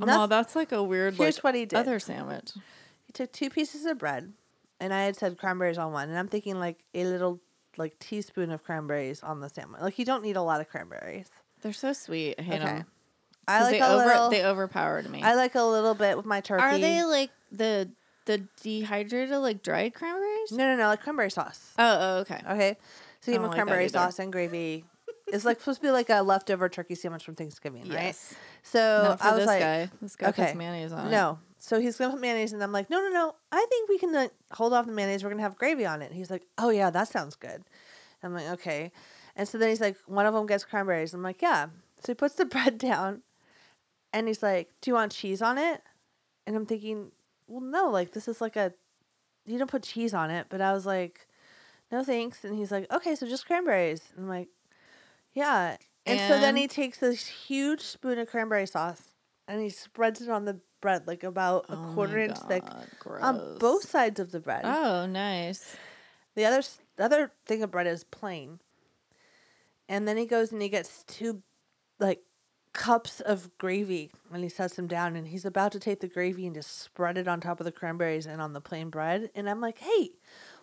Speaker 1: Oh,
Speaker 2: noth-
Speaker 1: no, that's like a weird
Speaker 2: Here's
Speaker 1: like,
Speaker 2: what he did.
Speaker 1: other sandwich.
Speaker 2: He took two pieces of bread, and I had said cranberries on one, and I'm thinking like a little like teaspoon of cranberries on the sandwich. Like you don't need a lot of cranberries.
Speaker 1: They're so sweet. I hate
Speaker 2: Okay.
Speaker 1: them.
Speaker 2: I like
Speaker 1: they,
Speaker 2: a
Speaker 1: over,
Speaker 2: little.
Speaker 1: they overpowered me.
Speaker 2: I like a little bit with my turkey.
Speaker 1: Are they like the the dehydrated, like dried cranberries?
Speaker 2: no, no, no, like cranberry sauce.
Speaker 1: Oh, oh, okay.
Speaker 2: Okay, so you
Speaker 1: I don't
Speaker 2: have
Speaker 1: like that
Speaker 2: cranberry
Speaker 1: either.
Speaker 2: sauce and gravy. It's like supposed to be like a leftover turkey sandwich from Thanksgiving,
Speaker 1: Yes.
Speaker 2: right? So
Speaker 1: Not for
Speaker 2: I was
Speaker 1: this
Speaker 2: like,
Speaker 1: guy. This guy
Speaker 2: okay,
Speaker 1: puts mayonnaise on it.
Speaker 2: no. So he's gonna put mayonnaise, and I'm like, no, no, no. I think we can like, hold off the mayonnaise. We're gonna have gravy on it. And he's like, oh yeah, that sounds good. I'm like, okay. And so then he's like, one of them gets cranberries. I'm like, yeah. So he puts the <laughs> bread down, and he's like, do you want cheese on it? And I'm thinking, well, no. Like this is like a, you don't put cheese on it. But I was like, no thanks. And he's like, okay, so just cranberries. And I'm like, yeah. And, so then
Speaker 1: And-
Speaker 2: he takes this huge spoon of cranberry sauce and he spreads it on the bread, like about a
Speaker 1: Oh my
Speaker 2: quarter inch thick,
Speaker 1: God,
Speaker 2: on
Speaker 1: gross.
Speaker 2: both sides of the bread.
Speaker 1: Oh, nice.
Speaker 2: The other s- the other thing of bread is plain. And then he goes and he gets two, like, cups of gravy and he sets them down and he's about to take the gravy and just spread it on top of the cranberries and on the plain bread. And I'm like, hey,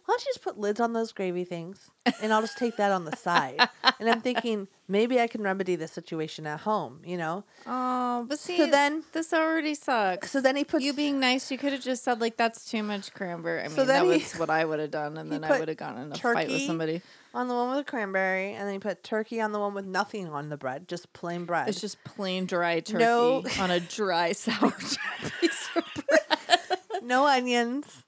Speaker 2: why don't you just put lids on those gravy things and I'll just take that on the side. and I'm thinking maybe I can remedy this situation at home, you know.
Speaker 1: Oh, but see,
Speaker 2: then-
Speaker 1: this already sucks.
Speaker 2: So then he puts
Speaker 1: you being nice, you could have just said like, "That's too much cranberry." I mean,
Speaker 2: So then
Speaker 1: that
Speaker 2: he-
Speaker 1: was what I would have done, and
Speaker 2: he
Speaker 1: then I
Speaker 2: put
Speaker 1: would have gotten in a fight with
Speaker 2: turkey-
Speaker 1: somebody.
Speaker 2: on the one with the cranberry and then you put turkey on the one with nothing on the bread, just plain bread.
Speaker 1: It's just plain dry turkey
Speaker 2: No.
Speaker 1: on a dry sour <laughs> piece of bread.
Speaker 2: <laughs> no onions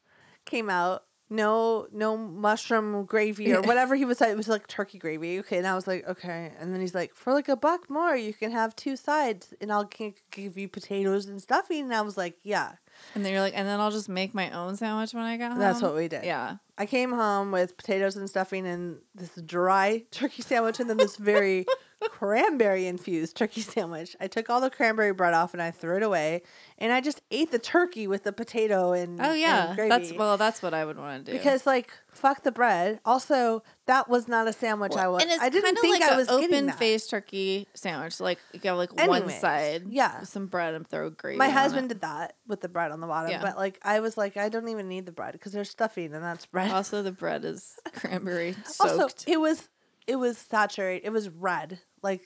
Speaker 2: came out. No, no mushroom
Speaker 1: <laughs>
Speaker 2: gravy or whatever he was. It was like turkey gravy. Okay, and I was like, okay. And then he's like, for like a buck more, you can have two sides, and I'll g- give you potatoes and stuffing. And I was like, yeah.
Speaker 1: And then you're like, and then I'll just make my own sandwich when I got home.
Speaker 2: That's what we did.
Speaker 1: Yeah. <laughs>
Speaker 2: I <laughs> came home with potatoes and stuffing and this dry turkey sandwich, and then this very cranberry infused turkey sandwich. I took all the cranberry bread off and I threw it away, and I just ate the turkey with the potato Mm-hmm. and
Speaker 1: Oh yeah,
Speaker 2: and gravy.
Speaker 1: that's well, that's what I would want to do
Speaker 2: because like fuck the bread. Also, that was not a sandwich I was.
Speaker 1: and it's
Speaker 2: I didn't
Speaker 1: kind of
Speaker 2: think
Speaker 1: like
Speaker 2: I was
Speaker 1: an
Speaker 2: getting
Speaker 1: open
Speaker 2: that.
Speaker 1: faced turkey sandwich. Like you have like one
Speaker 2: Anyways,
Speaker 1: side,
Speaker 2: yeah.
Speaker 1: with some bread and throw gravy.
Speaker 2: My
Speaker 1: on
Speaker 2: husband
Speaker 1: it.
Speaker 2: did that with the bread on the bottom,
Speaker 1: Yeah.
Speaker 2: but like I was like, I don't even need the bread because there's stuffing and that's bread.
Speaker 1: Also, the bread
Speaker 2: <laughs>
Speaker 1: is cranberry
Speaker 2: Also,
Speaker 1: soaked.
Speaker 2: it was it was saturated. It was red. Like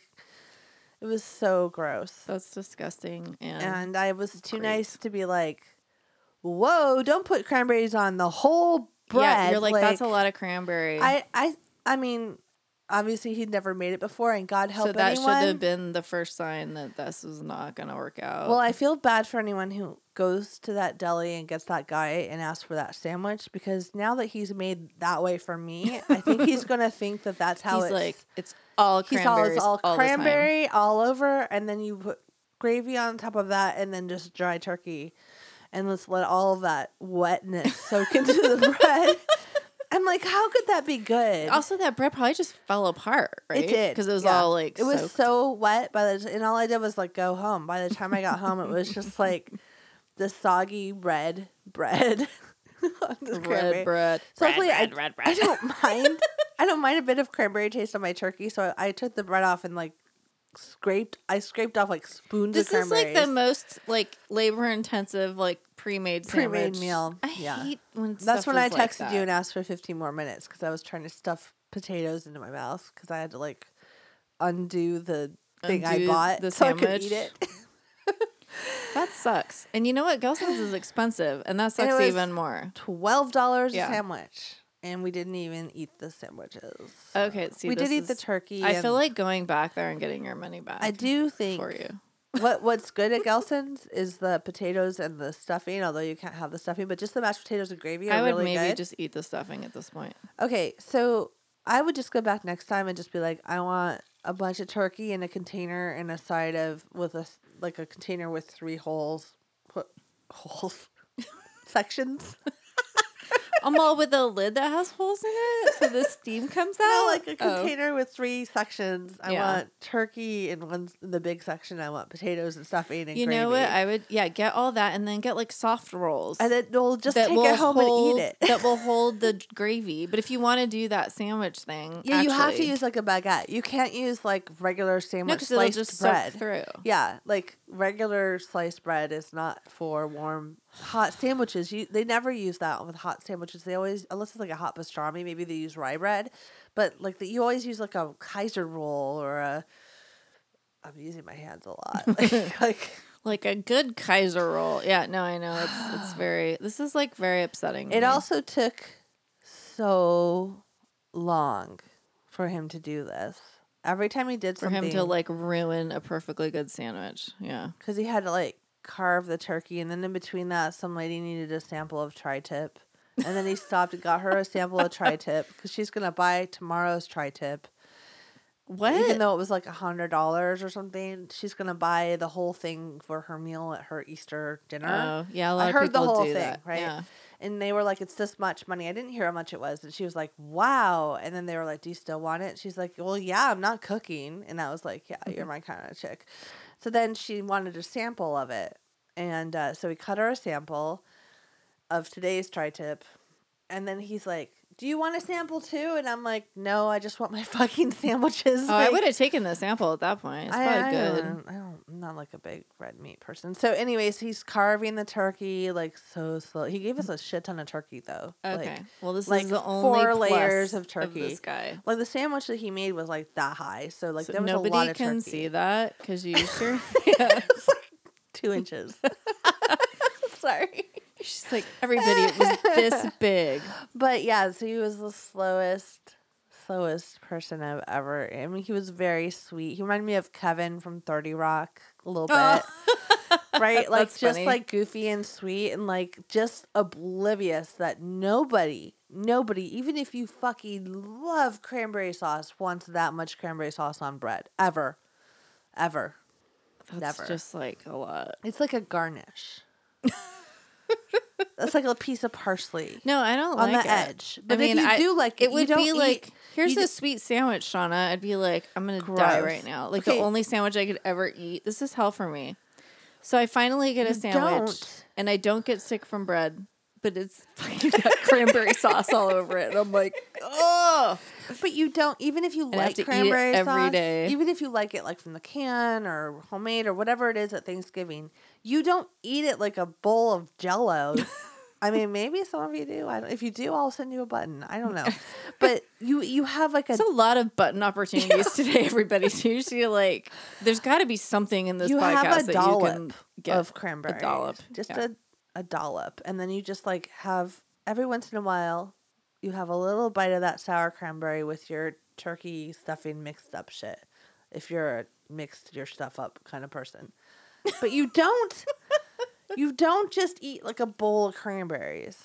Speaker 2: it was so gross.
Speaker 1: that's disgusting. And,
Speaker 2: And I was too
Speaker 1: Great.
Speaker 2: nice to be like, "Whoa, don't put cranberries on the whole bread."
Speaker 1: yeah, you're like, that's a lot of cranberry.
Speaker 2: I I I mean, obviously he'd never made it before, and God help
Speaker 1: so that
Speaker 2: anyone.
Speaker 1: should have been the first sign that this was not going to work out.
Speaker 2: Well, I feel bad for anyone who goes to that deli and gets that guy and asks for that sandwich because now that he's made that way for me, I think he's
Speaker 1: <laughs>
Speaker 2: gonna think that that's how
Speaker 1: he's
Speaker 2: it's
Speaker 1: like, it's all
Speaker 2: he saw
Speaker 1: cranberries
Speaker 2: it's all,
Speaker 1: all the time."
Speaker 2: cranberry all over, and then you put gravy on top of that, and then just dry turkey, and let's let all of that wetness soak into
Speaker 1: <laughs>
Speaker 2: the bread. I'm like, how could that be good?
Speaker 1: Also, that bread probably just fell apart, right?
Speaker 2: It did
Speaker 1: because it was
Speaker 2: yeah.
Speaker 1: all like
Speaker 2: it was
Speaker 1: soaked.
Speaker 2: so wet by the t- and all I did was like go home. By the time I got home, it was
Speaker 1: <laughs>
Speaker 2: just like the soggy red bread. <laughs> on this cranberry.
Speaker 1: red bread.
Speaker 2: So hopefully, I,
Speaker 1: <laughs>
Speaker 2: I don't mind. I don't mind a bit of cranberry taste on my turkey. So I, I took the bread off and like scraped. I scraped off like spoons
Speaker 1: This
Speaker 2: of
Speaker 1: is
Speaker 2: cranberries.
Speaker 1: like the most like labor intensive like pre-made
Speaker 2: Pre-made
Speaker 1: sandwich.
Speaker 2: meal,
Speaker 1: I
Speaker 2: yeah.
Speaker 1: hate when
Speaker 2: That's
Speaker 1: stuff
Speaker 2: when I
Speaker 1: is like
Speaker 2: texted you
Speaker 1: that.
Speaker 2: and asked for 15 more minutes because I was trying to stuff potatoes into my mouth because I had to like undo the thing I
Speaker 1: Undo
Speaker 2: bought
Speaker 1: the
Speaker 2: so I could eat
Speaker 1: sandwich.
Speaker 2: it.
Speaker 1: That sucks. And you know what? Gelson's is expensive, and
Speaker 2: <laughs>
Speaker 1: that sucks
Speaker 2: was-
Speaker 1: even more.
Speaker 2: Twelve dollars
Speaker 1: Yeah.
Speaker 2: a sandwich, and we didn't even eat the sandwiches.
Speaker 1: Okay, see,
Speaker 2: we did
Speaker 1: this
Speaker 2: eat the
Speaker 1: is-
Speaker 2: turkey.
Speaker 1: I
Speaker 2: and
Speaker 1: feel like going back there and getting your money back.
Speaker 2: I do think
Speaker 1: for you.
Speaker 2: what what's good at Gelson's is the potatoes and the stuffing. Although you can't have the stuffing, but just the mashed potatoes and gravy are
Speaker 1: I would
Speaker 2: really
Speaker 1: maybe
Speaker 2: good.
Speaker 1: just eat the stuffing at this point.
Speaker 2: Okay, so I would just go back next time and just be like, I want a bunch of turkey in a container and a side of with a s- like a container with three holes, put holes, <laughs>
Speaker 1: <laughs>
Speaker 2: sections. <laughs>
Speaker 1: I'm all with a lid that has holes in it, so the steam comes out.
Speaker 2: <laughs> No, like a
Speaker 1: Oh.
Speaker 2: container with three sections. I
Speaker 1: Yeah.
Speaker 2: want turkey in one in the big section. I want potatoes and stuffing and
Speaker 1: You
Speaker 2: gravy.
Speaker 1: know what? I would yeah get all that and then get like soft rolls.
Speaker 2: and then we'll just
Speaker 1: that
Speaker 2: take
Speaker 1: will
Speaker 2: it home
Speaker 1: hold,
Speaker 2: and eat it.
Speaker 1: that
Speaker 2: <laughs>
Speaker 1: will hold the d- gravy. But if you want to do that sandwich thing,
Speaker 2: Yeah, you have to
Speaker 1: actually-
Speaker 2: use like a baguette. You can't use like regular sandwich
Speaker 1: no, because it'll
Speaker 2: sliced
Speaker 1: just
Speaker 2: bread.
Speaker 1: soak through.
Speaker 2: Yeah, like regular sliced bread is not for warm hot sandwiches. You they never use that with hot sandwiches. They always unless it's like a hot pastrami, maybe they use rye bread, but like the, you always use like a Kaiser roll or a. I'm using my hands
Speaker 1: <laughs>
Speaker 2: a lot. <laughs> Like, like
Speaker 1: Like a good Kaiser roll. Yeah, no, I know it's
Speaker 2: <sighs>
Speaker 1: it's very. This is like very upsetting. to
Speaker 2: it
Speaker 1: me.
Speaker 2: also took so long for him to do this. Every time he did
Speaker 1: for
Speaker 2: something,
Speaker 1: him to like ruin a perfectly good sandwich. Yeah,
Speaker 2: because he had to like carve the turkey, and then in between that, some lady needed a sample of tri-tip, and then he stopped and got her a sample of tri-tip because she's gonna buy tomorrow's tri-tip,
Speaker 1: what?
Speaker 2: even though it was like a hundred dollars or something. She's gonna buy the whole thing for her meal at her Easter dinner.
Speaker 1: oh, yeah, a lot
Speaker 2: I
Speaker 1: of
Speaker 2: heard the
Speaker 1: people
Speaker 2: whole
Speaker 1: do
Speaker 2: thing,
Speaker 1: that.
Speaker 2: right?
Speaker 1: Yeah.
Speaker 2: And they were like, "It's this much money." I didn't hear how much it was, and she was like, "Wow!" And then they were like, "Do you still want it?" She's like, "Well, yeah, I'm not cooking," and I was like, "Yeah,
Speaker 1: Mm-hmm.
Speaker 2: you're my kind of chick." So then she wanted a sample of it, and uh, so we cut her a sample of today's tri-tip, and then he's like. Do you want a sample too? And I'm like, no, I just want my <laughs> fucking sandwiches.
Speaker 1: Oh, I
Speaker 2: Like,
Speaker 1: would have taken the sample at that point. It's
Speaker 2: I,
Speaker 1: probably
Speaker 2: I
Speaker 1: good.
Speaker 2: Don't, I don't, I'm not like a big red meat person. So, anyways, he's carving the turkey like so slow. He gave us a shit ton of turkey though.
Speaker 1: Okay.
Speaker 2: Like,
Speaker 1: well, this
Speaker 2: like
Speaker 1: is the only
Speaker 2: four layers
Speaker 1: plus
Speaker 2: of turkey.
Speaker 1: this guy.
Speaker 2: like the sandwich that he made was like that high. So, like
Speaker 1: So
Speaker 2: there was a
Speaker 1: nobody
Speaker 2: lot of
Speaker 1: can
Speaker 2: turkey.
Speaker 1: see that because you used
Speaker 2: <laughs>
Speaker 1: your <laughs> hands. <laughs>
Speaker 2: Two inches. <laughs> Sorry.
Speaker 1: She's like, everybody, it was
Speaker 2: <laughs>
Speaker 1: this big.
Speaker 2: But yeah, so he was the slowest, slowest person I've ever. I mean, he was very sweet. He reminded me of Kevin from Thirty Rock a little
Speaker 1: <laughs> Oh.
Speaker 2: bit, right? Like
Speaker 1: That's
Speaker 2: just
Speaker 1: funny.
Speaker 2: like goofy and sweet, and like just oblivious that nobody, nobody, even if you fucking love cranberry sauce, wants that much cranberry sauce on bread ever, ever.
Speaker 1: That's
Speaker 2: Never.
Speaker 1: just like a lot. <laughs>
Speaker 2: It's like a garnish. That's like a piece of parsley
Speaker 1: No, I don't
Speaker 2: on
Speaker 1: like
Speaker 2: the
Speaker 1: it.
Speaker 2: edge. But if you do like it,
Speaker 1: it would
Speaker 2: you don't
Speaker 1: be
Speaker 2: eat-
Speaker 1: like here's
Speaker 2: you
Speaker 1: a
Speaker 2: d-
Speaker 1: sweet sandwich, Shauna. I'd be like, I'm gonna die
Speaker 2: Gross.
Speaker 1: right now. Like
Speaker 2: Okay.
Speaker 1: the only sandwich I could ever eat. This is hell for me. So I finally get a sandwich,
Speaker 2: don't.
Speaker 1: and I don't get sick from bread, but it's <laughs> fucking got cranberry sauce all over it, and I'm like, oh.
Speaker 2: But you don't even if you
Speaker 1: I have
Speaker 2: like
Speaker 1: to eat it
Speaker 2: cranberry
Speaker 1: every
Speaker 2: sauce,
Speaker 1: day.
Speaker 2: even if you like it like from the can or homemade or whatever it is at Thanksgiving, you don't eat it like a bowl of
Speaker 1: <laughs>
Speaker 2: Jello. I mean, maybe some of you do. I don't, if you do, I'll send you a button. I
Speaker 1: <laughs>
Speaker 2: don't know, but you you have like a
Speaker 1: There's a lot of button opportunities
Speaker 2: <laughs>
Speaker 1: today, everybody. <laughs> So usually, like, there's got to be something in this
Speaker 2: you
Speaker 1: podcast
Speaker 2: have a
Speaker 1: that you can
Speaker 2: dollop
Speaker 1: get
Speaker 2: of cranberry,
Speaker 1: A dollop,
Speaker 2: just
Speaker 1: yeah.
Speaker 2: a a dollop, and then you just like have every once in a while, you have a little bite of that sour cranberry with your turkey stuffing mixed up shit. If you're a mixed your stuff up kind of person, but you
Speaker 1: <laughs>
Speaker 2: don't, you don't just eat like a bowl of cranberries.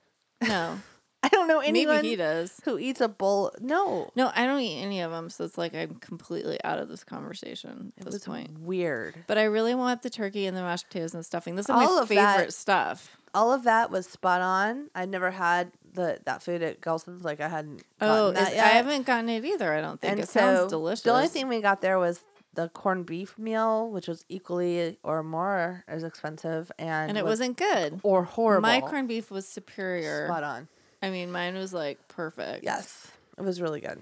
Speaker 2: <laughs>
Speaker 1: no.
Speaker 2: I don't know anyone
Speaker 1: Maybe he does.
Speaker 2: who eats a bowl. No,
Speaker 1: No, I don't eat any of them, so it's like I'm completely out of this conversation at
Speaker 2: it
Speaker 1: this
Speaker 2: was
Speaker 1: point.
Speaker 2: weird.
Speaker 1: But I really want the turkey and the mashed potatoes and the stuffing. This is
Speaker 2: All
Speaker 1: my
Speaker 2: of that-
Speaker 1: favorite stuff.
Speaker 2: all of that was spot on. I've never had the that food at Gelson's. Like I hadn't.
Speaker 1: Oh,
Speaker 2: gotten that
Speaker 1: is- I
Speaker 2: yet.
Speaker 1: haven't gotten it either. I don't think it sounds delicious.
Speaker 2: The only thing we got there was the corned beef meal, which was equally or more as expensive, and
Speaker 1: and it
Speaker 2: was
Speaker 1: wasn't good.
Speaker 2: or horrible.
Speaker 1: My corned beef was superior.
Speaker 2: spot on.
Speaker 1: I mean, mine was like perfect.
Speaker 2: Yes, it was really good.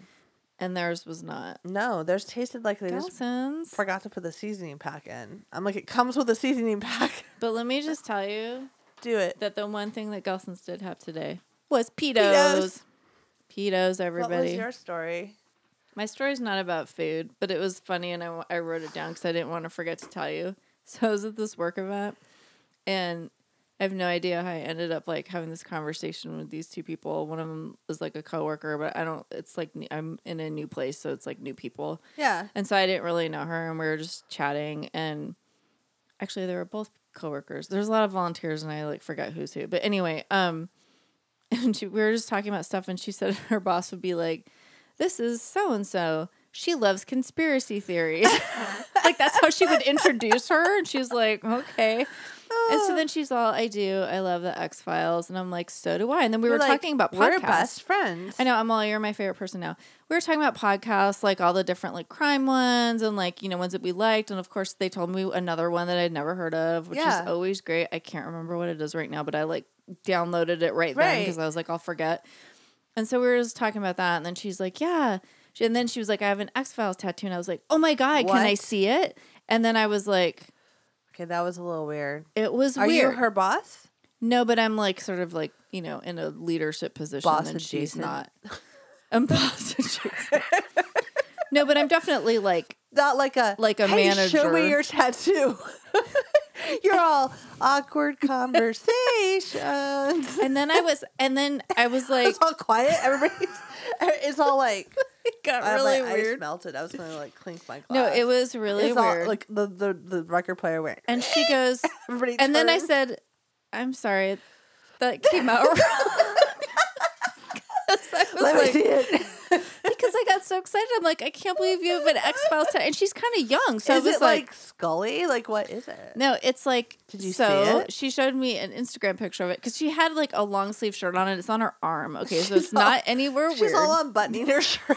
Speaker 1: and theirs was not.
Speaker 2: No, theirs tasted like they just
Speaker 1: Gelson's.
Speaker 2: forgot to put the seasoning pack in. I'm like, it comes with a seasoning <laughs> pack.
Speaker 1: But let me just tell you
Speaker 2: Do it.
Speaker 1: that the one thing that Gelson's did have today was pedos. Pedos, everybody.
Speaker 2: What was your story?
Speaker 1: My story's not about food, but it was funny, and I, w- I wrote it down because I didn't want to forget to tell you. <laughs> So I was at this work event, and I have no idea how I ended up like having this conversation with these two people. One of them is like a coworker, but I don't. It's like n- I'm in a new place, so it's like new people,
Speaker 2: Yeah.
Speaker 1: and so I didn't really know her, and we were just chatting, and actually they were both coworkers. There's a lot of volunteers, and I like forgot who's who. But anyway, um, <laughs> and she, we were just talking about stuff, and she said <laughs> her boss would be like, "This is so and so. She loves conspiracy theories." <laughs> like that's how she would introduce her, and she's like, "Okay." And
Speaker 2: Oh.
Speaker 1: so then she's all, "I do. I love the X Files," and I'm like, "So do I." And then we
Speaker 2: You're
Speaker 1: were
Speaker 2: like,
Speaker 1: talking about podcasts.
Speaker 2: we're best friends.
Speaker 1: I know I'm all you're my favorite person now. We were talking about podcasts, like all the different like crime ones and like you know ones that we liked, and of course they told me another one that I'd never heard of, which
Speaker 2: Yeah.
Speaker 1: is always great. I can't remember what it is right now, but I like downloaded it right, then
Speaker 2: Right.
Speaker 1: because I was like I'll forget. And so we were just talking about that, and then she's like, "Yeah," She- and then she was like, "I have an X Files tattoo," and I was like, "Oh my god, can I
Speaker 2: What?
Speaker 1: see it?" And then I was like,
Speaker 2: Okay, that was a little weird.
Speaker 1: "It was
Speaker 2: Are
Speaker 1: weird."
Speaker 2: you her boss?
Speaker 1: No, but I'm like sort of like you know in a leadership position,
Speaker 2: Boss
Speaker 1: and she's
Speaker 2: adjacent.
Speaker 1: not. I'm boss <laughs> adjacent. no, but I'm definitely like
Speaker 2: not like a
Speaker 1: Like a
Speaker 2: "Hey, Show
Speaker 1: manager."
Speaker 2: me your tattoo. <laughs> You're all
Speaker 1: <laughs>
Speaker 2: awkward conversations.
Speaker 1: and then I was, and then I was
Speaker 2: <laughs>
Speaker 1: like,
Speaker 2: It's all quiet. Everybody's. <laughs> It's
Speaker 1: <laughs>
Speaker 2: all like
Speaker 1: it got
Speaker 2: uh,
Speaker 1: really
Speaker 2: my Ice
Speaker 1: weird.
Speaker 2: melted. I was gonna like clink my glass.
Speaker 1: No, it was really
Speaker 2: It's all
Speaker 1: weird.
Speaker 2: like the the the record player went.
Speaker 1: and
Speaker 2: <laughs>
Speaker 1: she goes,
Speaker 2: Everybody.
Speaker 1: and then I
Speaker 2: turned.
Speaker 1: said, "I'm sorry, that came out <laughs> wrong." 'Cause I was
Speaker 2: "Let me
Speaker 1: like-
Speaker 2: see it."
Speaker 1: because I got so excited. I'm like, I can't believe you have an X Files tattoo, and she's kind of young, <laughs> so I
Speaker 2: Is
Speaker 1: was
Speaker 2: it like Scully? Like what is it?
Speaker 1: No, it's like
Speaker 2: Did you
Speaker 1: so
Speaker 2: see it?
Speaker 1: she showed me an Instagram picture of it because she had like a long sleeve shirt on and it's on her arm. Okay,
Speaker 2: <laughs>
Speaker 1: so it's
Speaker 2: all-
Speaker 1: not anywhere
Speaker 2: She's
Speaker 1: weird.
Speaker 2: all unbuttoning her shirt.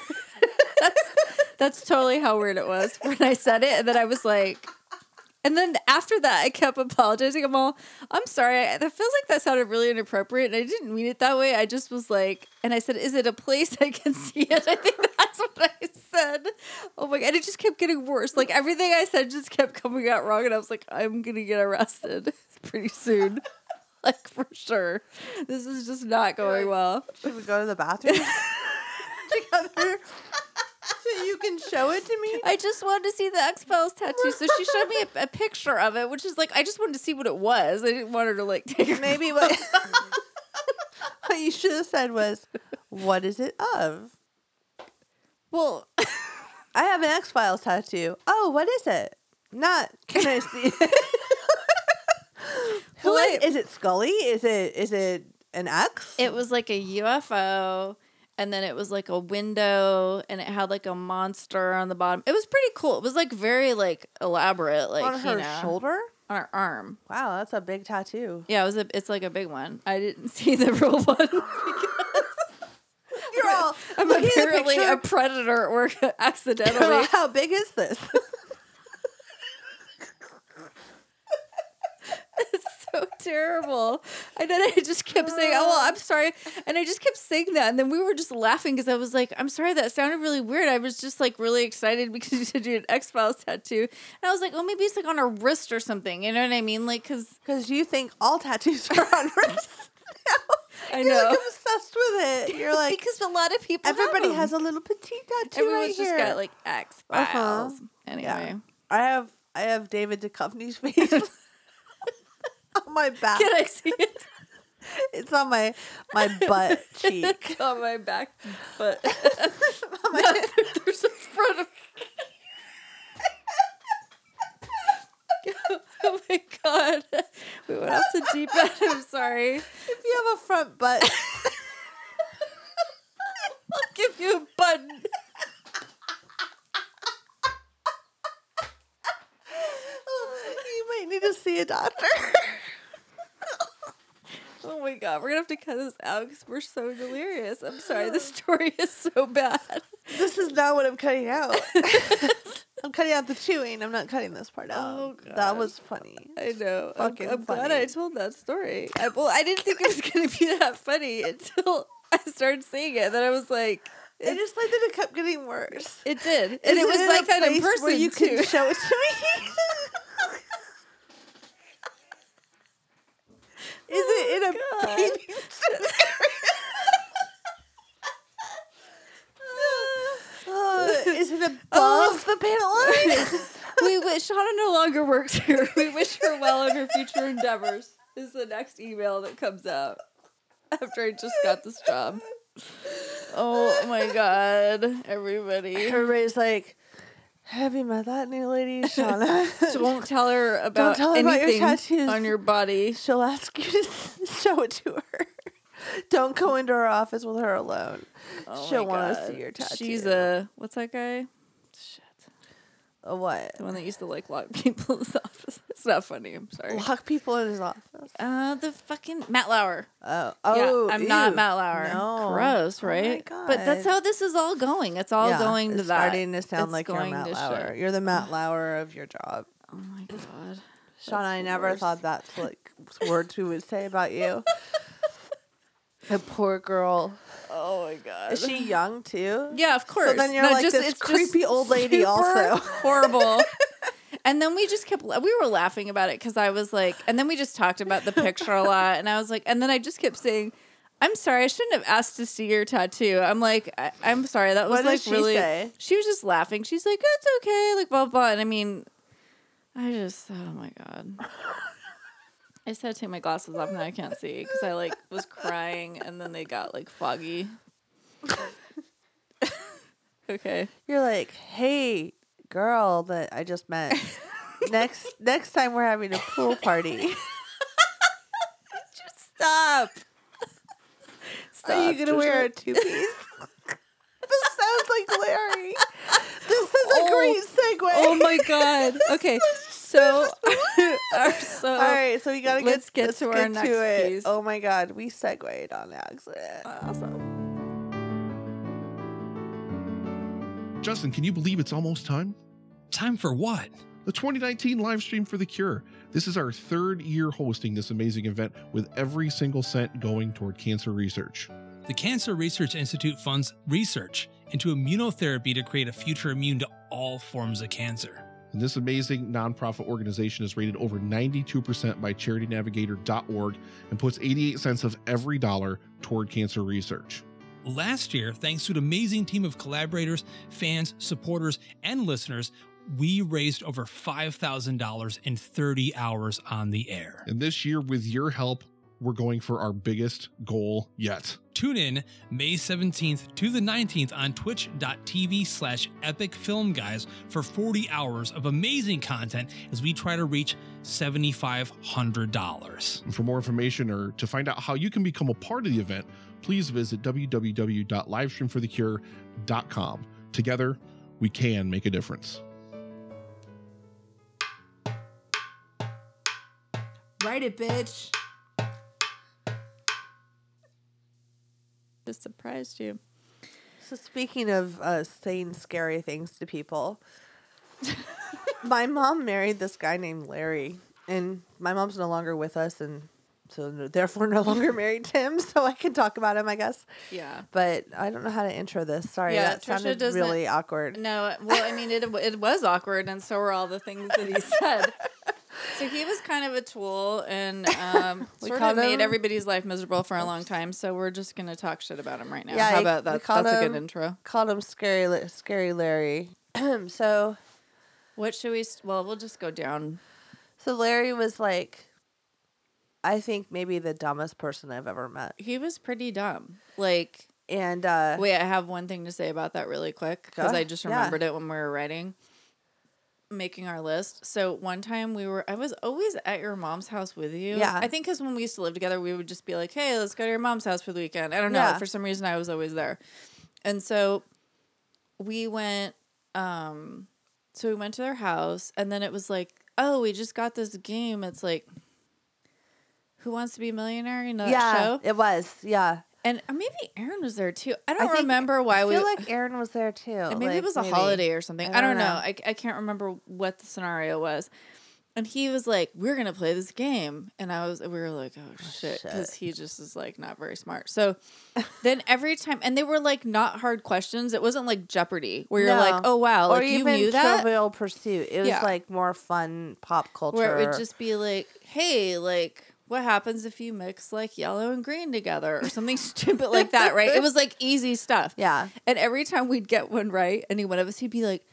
Speaker 2: <laughs>
Speaker 1: That's totally how weird it was when I said it, and then I was like, and then after that I kept apologizing. I'm all, I'm sorry. I, that feels like that sounded really inappropriate, and I didn't mean it that way. I just was like, and I said, "Is it a place I can <laughs> see it?" I think that's what I said. Oh my god! And it just kept getting worse. Like everything I said just kept coming out wrong, and I was like, I'm gonna get arrested <laughs> pretty soon. <laughs> Like for sure, this is just not going well.
Speaker 2: She would go to the
Speaker 1: <laughs>
Speaker 2: bathroom <laughs> together, so you can show it to me.
Speaker 1: I just wanted to see the X Files tattoo, so she showed me a, a picture of it, which is like I just wanted to see what it was. I didn't want her to like <laughs> take her
Speaker 2: Maybe what, <laughs> what you should have said was, "What is it of?"
Speaker 1: Well,
Speaker 2: I have an X Files tattoo. Oh, what is it? Not can I see? it? <laughs> Who is,
Speaker 1: Wait.
Speaker 2: is it? Scully? Is it? Is it an X?
Speaker 1: it was like a UFO, and then it was like a window, and it had like a monster on the bottom. It was pretty cool. It was like very like elaborate, like
Speaker 2: on
Speaker 1: you
Speaker 2: her
Speaker 1: know.
Speaker 2: shoulder.
Speaker 1: on her arm.
Speaker 2: Wow, that's a big tattoo.
Speaker 1: Yeah, it was a. It's like a big one. I didn't <laughs> see the real one.
Speaker 2: You're all <laughs>
Speaker 1: I'm
Speaker 2: looking at the
Speaker 1: apparently a
Speaker 2: picture.
Speaker 1: predator or <laughs> accidentally.
Speaker 2: How big is this? <laughs>
Speaker 1: <laughs> so terrible. And then I just kept saying, "Oh, well, I'm sorry," and I just kept saying that, and then we were just laughing because I was like, "I'm sorry, that sounded really weird." I was just like really excited because you did an X Files tattoo, and I was like, "Oh, maybe it's like on her wrist or something." You know what I mean? Like, because
Speaker 2: Because you think all tattoos are on
Speaker 1: <laughs>
Speaker 2: wrists.
Speaker 1: I
Speaker 2: You're
Speaker 1: know
Speaker 2: like obsessed with it. <laughs> You're like
Speaker 1: because a lot of people have
Speaker 2: everybody
Speaker 1: them.
Speaker 2: has a little petite tattoo
Speaker 1: everyone's
Speaker 2: right
Speaker 1: just
Speaker 2: here.
Speaker 1: got like X
Speaker 2: Uh-huh.
Speaker 1: Files. Anyway, <laughs>
Speaker 2: I have I have David Duchovny's <laughs> face on my back.
Speaker 1: can I see it
Speaker 2: It's on my my <laughs> butt
Speaker 1: <laughs>
Speaker 2: cheek.
Speaker 1: on my back?
Speaker 2: <laughs>
Speaker 1: But
Speaker 2: On my-
Speaker 1: <laughs> there's a front of. <laughs> oh my god, we went off the deep end. I'm sorry.
Speaker 2: if you have a front butt, <laughs>
Speaker 1: I'll give you a button.
Speaker 2: you might need to see a doctor.
Speaker 1: Oh my god, we're gonna have to cut this out because we're so delirious. I'm sorry, the story is so bad. <laughs>
Speaker 2: this is not what I'm cutting out. <laughs> I'm cutting out the chewing. I'm not cutting this part out.
Speaker 1: Oh,
Speaker 2: That
Speaker 1: God.
Speaker 2: was funny.
Speaker 1: I know. I'm-
Speaker 2: Fucking
Speaker 1: I'm, glad
Speaker 2: funny.
Speaker 1: I told that story. I, well, I didn't think it was gonna be that funny until I started seeing it. Then I was like,
Speaker 2: I
Speaker 1: it,
Speaker 2: just like that it kept getting worse.
Speaker 1: it did, and it
Speaker 2: Isn't
Speaker 1: was
Speaker 2: a
Speaker 1: like that in
Speaker 2: place
Speaker 1: person
Speaker 2: where you
Speaker 1: too.
Speaker 2: can show it to
Speaker 1: <laughs>
Speaker 2: me. Is it in a
Speaker 1: God.
Speaker 2: painting? Uh, <laughs>
Speaker 1: <laughs>
Speaker 2: is it above
Speaker 1: Oh.
Speaker 2: the panel line?
Speaker 1: we wish Shauna no longer works here. We wish her well in her future endeavors. Is the next email that comes out after I just got this job. Oh my god, everybody!
Speaker 2: Everybody's like, "Have you met that new
Speaker 1: <laughs>
Speaker 2: lady, Shauna?" <laughs>
Speaker 1: Don't tell her about
Speaker 2: tell her about your
Speaker 1: anything
Speaker 2: tattoos.
Speaker 1: on your body.
Speaker 2: She'll ask you to <laughs> show it to her. Don't go into her office with her alone.
Speaker 1: Oh my
Speaker 2: She'll want to see
Speaker 1: God.
Speaker 2: your tattoo.
Speaker 1: She's a what's that guy? Shit,
Speaker 2: A what?
Speaker 1: the one that used to like lock <laughs> people in his office. It's not funny. I'm sorry.
Speaker 2: Lock people in his office.
Speaker 1: Uh, the fucking Matt Lauer.
Speaker 2: Oh,
Speaker 1: Yeah,
Speaker 2: oh,
Speaker 1: I'm not
Speaker 2: ew.
Speaker 1: Matt Lauer.
Speaker 2: No.
Speaker 1: Gross,
Speaker 2: Oh my
Speaker 1: right? But that's
Speaker 2: God.
Speaker 1: how this is all going. It's all
Speaker 2: Yeah,
Speaker 1: going to
Speaker 2: it's
Speaker 1: that.
Speaker 2: Starting to sound
Speaker 1: It's
Speaker 2: like you're
Speaker 1: going
Speaker 2: Matt
Speaker 1: to
Speaker 2: Lauer.
Speaker 1: shit.
Speaker 2: You're the
Speaker 1: <laughs>
Speaker 2: Matt Lauer of your job.
Speaker 1: Oh
Speaker 2: <laughs>
Speaker 1: my god.
Speaker 2: Sean, I
Speaker 1: the
Speaker 2: never
Speaker 1: worst.
Speaker 2: thought that's like words we would say about
Speaker 1: <laughs>
Speaker 2: you. the poor girl.
Speaker 1: Oh my god.
Speaker 2: Is she young too?
Speaker 1: yeah, of course.
Speaker 2: So then you're
Speaker 1: No,
Speaker 2: like
Speaker 1: just-
Speaker 2: this
Speaker 1: it's just
Speaker 2: creepy old lady
Speaker 1: super
Speaker 2: also. <laughs>
Speaker 1: horrible. And then we just kept, la- we were laughing about it because I was like, and then we just talked about the picture a lot. And I was like, and then I just kept saying, I'm sorry, I shouldn't have asked to see your tattoo. I'm like, I, I'm sorry. That was
Speaker 2: What did
Speaker 1: like
Speaker 2: she
Speaker 1: really,
Speaker 2: say?
Speaker 1: she was just laughing. She's like, it's okay. Like, blah, blah. And I mean, I just, oh my God. I just had to take my glasses off now I can't see because I like was crying and then they got like foggy. <laughs> okay.
Speaker 2: You're like, hey, girl that I just
Speaker 1: <laughs>
Speaker 2: met. next next time we're having a pool party.
Speaker 1: Stop. <laughs> Stop.
Speaker 2: Are you gonna
Speaker 1: Just
Speaker 2: wear a
Speaker 1: like- <laughs>
Speaker 2: two piece? this sounds like Larry. This is a
Speaker 1: Oh.
Speaker 2: great segue.
Speaker 1: Oh my god.
Speaker 2: <laughs>
Speaker 1: Okay. So, <laughs> our- so
Speaker 2: All right, so we gotta get
Speaker 1: Let's get to our next
Speaker 2: it.
Speaker 1: piece. Uh,
Speaker 2: Oh my god, we segued on accident.
Speaker 1: awesome.
Speaker 4: Justin, can you believe it's almost time?
Speaker 5: Time for what?
Speaker 4: The 2019 live stream for The Cure. This is our third year hosting this amazing event with every single cent going toward cancer research.
Speaker 5: The Cancer Research Institute funds research into immunotherapy to create a future immune to all forms of cancer.
Speaker 4: And this amazing nonprofit organization is rated over 92% by charitynavigator.org and puts 88 cents of every dollar toward cancer research.
Speaker 5: Last year, thanks to an amazing team of collaborators, fans, supporters, and listeners, we raised over $5,000 in 30 hours on the air.
Speaker 4: And this year, with your help, we're going for our biggest goal yet.
Speaker 5: Tune in May 17th to the 19th on twitch.tv slash epic film guys for 40 hours of amazing content as we try to reach $7,500.
Speaker 4: And For more information or to find out how you can become a part of the event, please visit www.livestreamforthecure.com. Together, we can make a difference.
Speaker 3: Write it, bitch.
Speaker 1: Just surprised you.
Speaker 2: So speaking of uh, saying scary things
Speaker 1: <laughs>
Speaker 2: to people, my mom married this guy named Larry, and my mom's no longer with us, and so no- therefore no longer married to him. So I can talk about him, I guess.
Speaker 1: Yeah.
Speaker 2: But I don't know how to intro this. Sorry,
Speaker 1: Yeah,
Speaker 2: that
Speaker 1: Trisha
Speaker 2: sounded
Speaker 1: doesn't-
Speaker 2: really awkward.
Speaker 1: No, well, I mean, it it was awkward, and so were all the things that he
Speaker 2: <laughs>
Speaker 1: said. So he was kind of a tool, and um,
Speaker 2: We
Speaker 1: sort
Speaker 2: called
Speaker 1: of made
Speaker 2: him-
Speaker 1: everybody's life miserable for a long time. So we're just gonna talk shit about him right now.
Speaker 2: Yeah,
Speaker 1: How
Speaker 2: I-
Speaker 1: about
Speaker 2: we
Speaker 1: that?
Speaker 2: called
Speaker 1: That's a
Speaker 2: him-
Speaker 1: good intro.
Speaker 2: Called him scary, La- scary Larry. <clears throat> so
Speaker 1: What should we? s- Well, we'll just go down.
Speaker 2: so Larry was like, I think maybe the dumbest person I've ever met,
Speaker 1: He was pretty dumb. Like,
Speaker 2: and uh,
Speaker 1: wait, I have one thing to say about that really quick because
Speaker 2: Go.
Speaker 1: I just
Speaker 2: Yeah.
Speaker 1: remembered it when we were writing, making our list. So one time we were, I was always at your mom's house with you.
Speaker 2: Yeah.
Speaker 1: I think because when we used to live together, we would just be like, hey, let's go to your mom's house for the weekend. I don't know.
Speaker 2: Yeah.
Speaker 1: For some reason, I was always there. And so we went, um, so we went to their house, and then it was like, oh, we just got this game. It's like, who wants to be a millionaire? You know that
Speaker 2: yeah,
Speaker 1: show?
Speaker 2: it was yeah.
Speaker 1: And uh, maybe Aaron was there too. I don't
Speaker 2: think-
Speaker 1: remember why
Speaker 2: I
Speaker 1: we. uh,
Speaker 2: feel like Aaron was there too.
Speaker 1: maybe it
Speaker 2: like,
Speaker 1: was a holiday or something. I don't, know.
Speaker 2: know.
Speaker 1: I, I can't remember what the scenario was. And he was like, "We're gonna play this game," and I was, we were like, "Oh shit," because he just is like not very smart. So then every time, and they were like not hard questions. It wasn't like Jeopardy where you're like,
Speaker 2: No.
Speaker 1: "Oh wow," like
Speaker 2: or
Speaker 1: you
Speaker 2: even
Speaker 1: knew that.
Speaker 2: Trivial Pursuit. It was
Speaker 1: Yeah.
Speaker 2: like more fun pop culture.
Speaker 1: Where it would just be like, hey, like, what happens if you mix like yellow and green together or something <laughs> stupid like that, right? It was like easy stuff.
Speaker 2: Yeah.
Speaker 1: And every time we'd get one right, any one of us, he'd be like,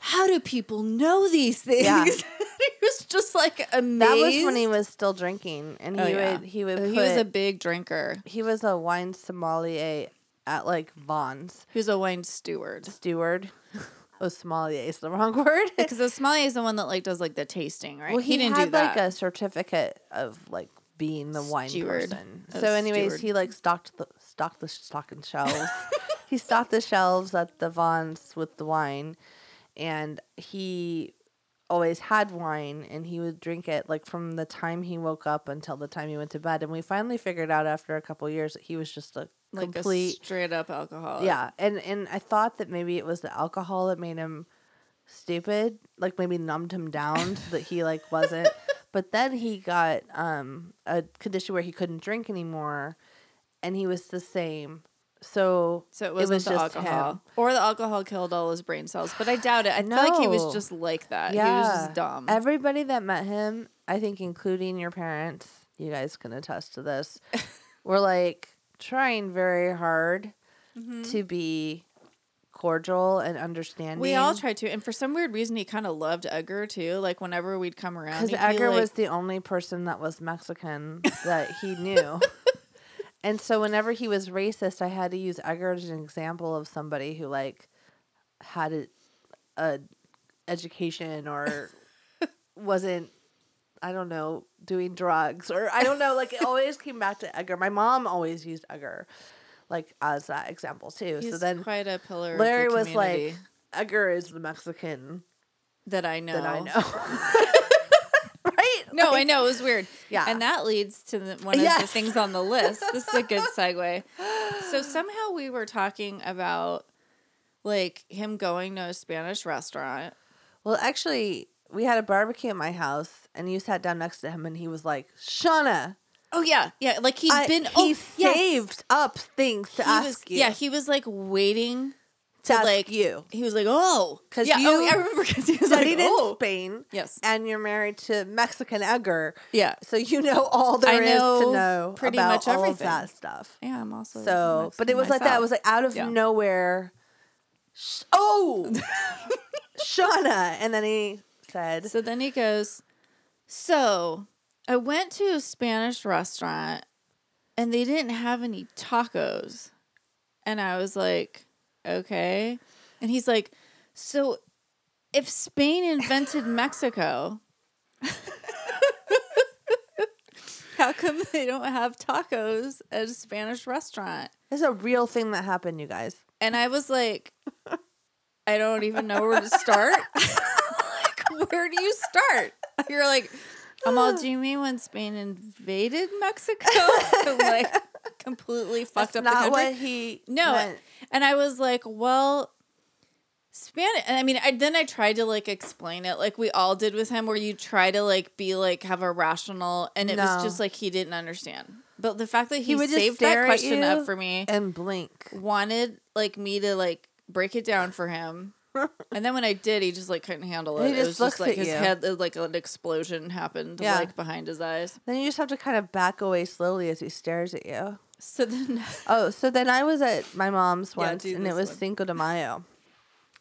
Speaker 1: how do people know these things? <laughs>
Speaker 2: Yeah.
Speaker 1: he was just like amazed.
Speaker 2: that was when he was still drinking, and
Speaker 1: Oh,
Speaker 2: he
Speaker 1: yeah.
Speaker 2: would he would put,
Speaker 1: He was a big drinker.
Speaker 2: he was a wine sommelier at like Vaughn's
Speaker 1: He was a wine steward. <laughs>
Speaker 2: steward. oh, sommelier is the wrong <laughs> word.
Speaker 1: Because the sommelier is the one that like does like the tasting, right?
Speaker 2: well, he,
Speaker 1: didn't
Speaker 2: had
Speaker 1: do that.
Speaker 2: like a certificate of like being the wine
Speaker 1: Steward.
Speaker 2: person.
Speaker 1: A
Speaker 2: So, anyways,
Speaker 1: steward.
Speaker 2: he like stocked the stocked the stocking shelves. he stocked the shelves at the Vons with the wine, and he always had wine and he would drink it like from the time he woke up until the time he went to bed and we finally figured out after a couple years that he was just a
Speaker 1: like a
Speaker 2: complete
Speaker 1: straight up alcoholic.
Speaker 2: yeah, and and I thought that maybe it was the alcohol that made him stupid, like maybe numbed him down so that he
Speaker 1: <laughs>
Speaker 2: like wasn't. But then he got um a condition where he couldn't drink anymore, and he was the same. So
Speaker 1: So it wasn't
Speaker 2: was
Speaker 1: the
Speaker 2: just
Speaker 1: alcohol,
Speaker 2: him.
Speaker 1: or the alcohol killed all his brain cells. But I doubt it. I feel like he
Speaker 2: No.
Speaker 1: was just like that.
Speaker 2: Yeah,
Speaker 1: He was just dumb.
Speaker 2: Everybody that met him, I think, including your parents, you guys can attest
Speaker 1: <laughs>
Speaker 2: to this. were like trying very hard
Speaker 1: Mm-hmm.
Speaker 2: to be cordial and understanding.
Speaker 1: we all tried to, and for some weird reason, he kind of loved Edgar too. Like whenever we'd come around,
Speaker 2: Because
Speaker 1: he'd be
Speaker 2: Edgar
Speaker 1: like-
Speaker 2: was the only person that was Mexican that
Speaker 1: <laughs>
Speaker 2: he knew. and so whenever he was racist, I had to use Edgar as an example of somebody who like had a, a
Speaker 1: <laughs>
Speaker 2: education or wasn't I don't know, doing drugs or I don't know, like
Speaker 1: <laughs>
Speaker 2: it always came back to Edgar. My mom always used Edgar like as that example too.
Speaker 1: he's
Speaker 2: so then
Speaker 1: quite a pillar. of the
Speaker 2: Larry was like
Speaker 1: community
Speaker 2: Edgar is the Mexican <laughs>
Speaker 1: that I know. <laughs>
Speaker 2: that I know. right?
Speaker 1: No, I know it was weird.
Speaker 2: <laughs> Yeah.
Speaker 1: and that leads to the, one of the
Speaker 2: Yes.
Speaker 1: things on the list. This is a
Speaker 2: <laughs>
Speaker 1: good segue. So somehow we were talking about like him going to a Spanish restaurant.
Speaker 2: Well, actually, we had a barbecue at my house, and you sat down next to him, and he was like, "Shauna,
Speaker 1: Oh yeah, yeah. Like he'd
Speaker 2: I,
Speaker 1: been.
Speaker 2: he
Speaker 1: oh, yes.
Speaker 2: saved up things to
Speaker 1: he
Speaker 2: ask
Speaker 1: was,
Speaker 2: you.
Speaker 1: Yeah, he was like waiting
Speaker 2: to
Speaker 1: to
Speaker 2: ask
Speaker 1: like
Speaker 2: you
Speaker 1: He was like, oh,
Speaker 2: 'Cause
Speaker 1: yeah,
Speaker 2: you
Speaker 1: oh, I remember because he was like,
Speaker 2: studied in
Speaker 1: oh,
Speaker 2: Spain,
Speaker 1: yes,
Speaker 2: and you're married to Mexican Edgar,
Speaker 1: yeah,
Speaker 2: so you know all
Speaker 1: I
Speaker 2: there is
Speaker 1: know
Speaker 2: to know
Speaker 1: pretty
Speaker 2: about
Speaker 1: much
Speaker 2: all of
Speaker 1: everything.
Speaker 2: that stuff.
Speaker 1: yeah. I'm also
Speaker 2: So, but
Speaker 1: Mexican
Speaker 2: it was like that. It
Speaker 1: myself.
Speaker 2: was like out of
Speaker 1: Yeah.
Speaker 2: nowhere. Sh-
Speaker 1: <laughs>
Speaker 2: oh, Shauna, and then he said,
Speaker 1: so then he goes, so I went to a Spanish restaurant and they didn't have any tacos, and I was like, okay, and he's like, so if Spain invented Mexico. How come they don't have tacos at a Spanish restaurant?
Speaker 2: "This is a real thing that happened, you guys."
Speaker 1: And I was
Speaker 2: <laughs>
Speaker 1: like, I <laughs> don't even know where to start. like, where do you start? You're like, I'm all, do you mean when Spain invaded Mexico? <laughs> like, completely fucked up
Speaker 2: That's
Speaker 1: the
Speaker 2: not
Speaker 1: country?
Speaker 2: what he
Speaker 1: No,
Speaker 2: meant.
Speaker 1: and I was like, well, Spanish. And I mean, I then I tried to like explain it, like we all did with him, where you try to like be like have a rational, and it
Speaker 2: No.
Speaker 1: was just like he didn't understand. But the fact that he,
Speaker 2: would just
Speaker 1: saved
Speaker 2: stare
Speaker 1: that
Speaker 2: at
Speaker 1: question
Speaker 2: you
Speaker 1: up for me
Speaker 2: and blink.
Speaker 1: wanted like me to like break it down for
Speaker 2: <laughs>
Speaker 1: him. and then when I did, he just like couldn't handle it.
Speaker 2: He
Speaker 1: it
Speaker 2: just
Speaker 1: was
Speaker 2: looks
Speaker 1: just like
Speaker 2: at
Speaker 1: his
Speaker 2: you.
Speaker 1: head, uh, like an explosion happened,
Speaker 2: Yeah.
Speaker 1: like behind his eyes.
Speaker 2: Then you just have to kind of back away slowly as he stares at you.
Speaker 1: So then,
Speaker 2: Oh, so then I was at my mom's
Speaker 1: Yeah,
Speaker 2: once,
Speaker 1: do
Speaker 2: and it
Speaker 1: this
Speaker 2: was
Speaker 1: one.
Speaker 2: Cinco de Mayo,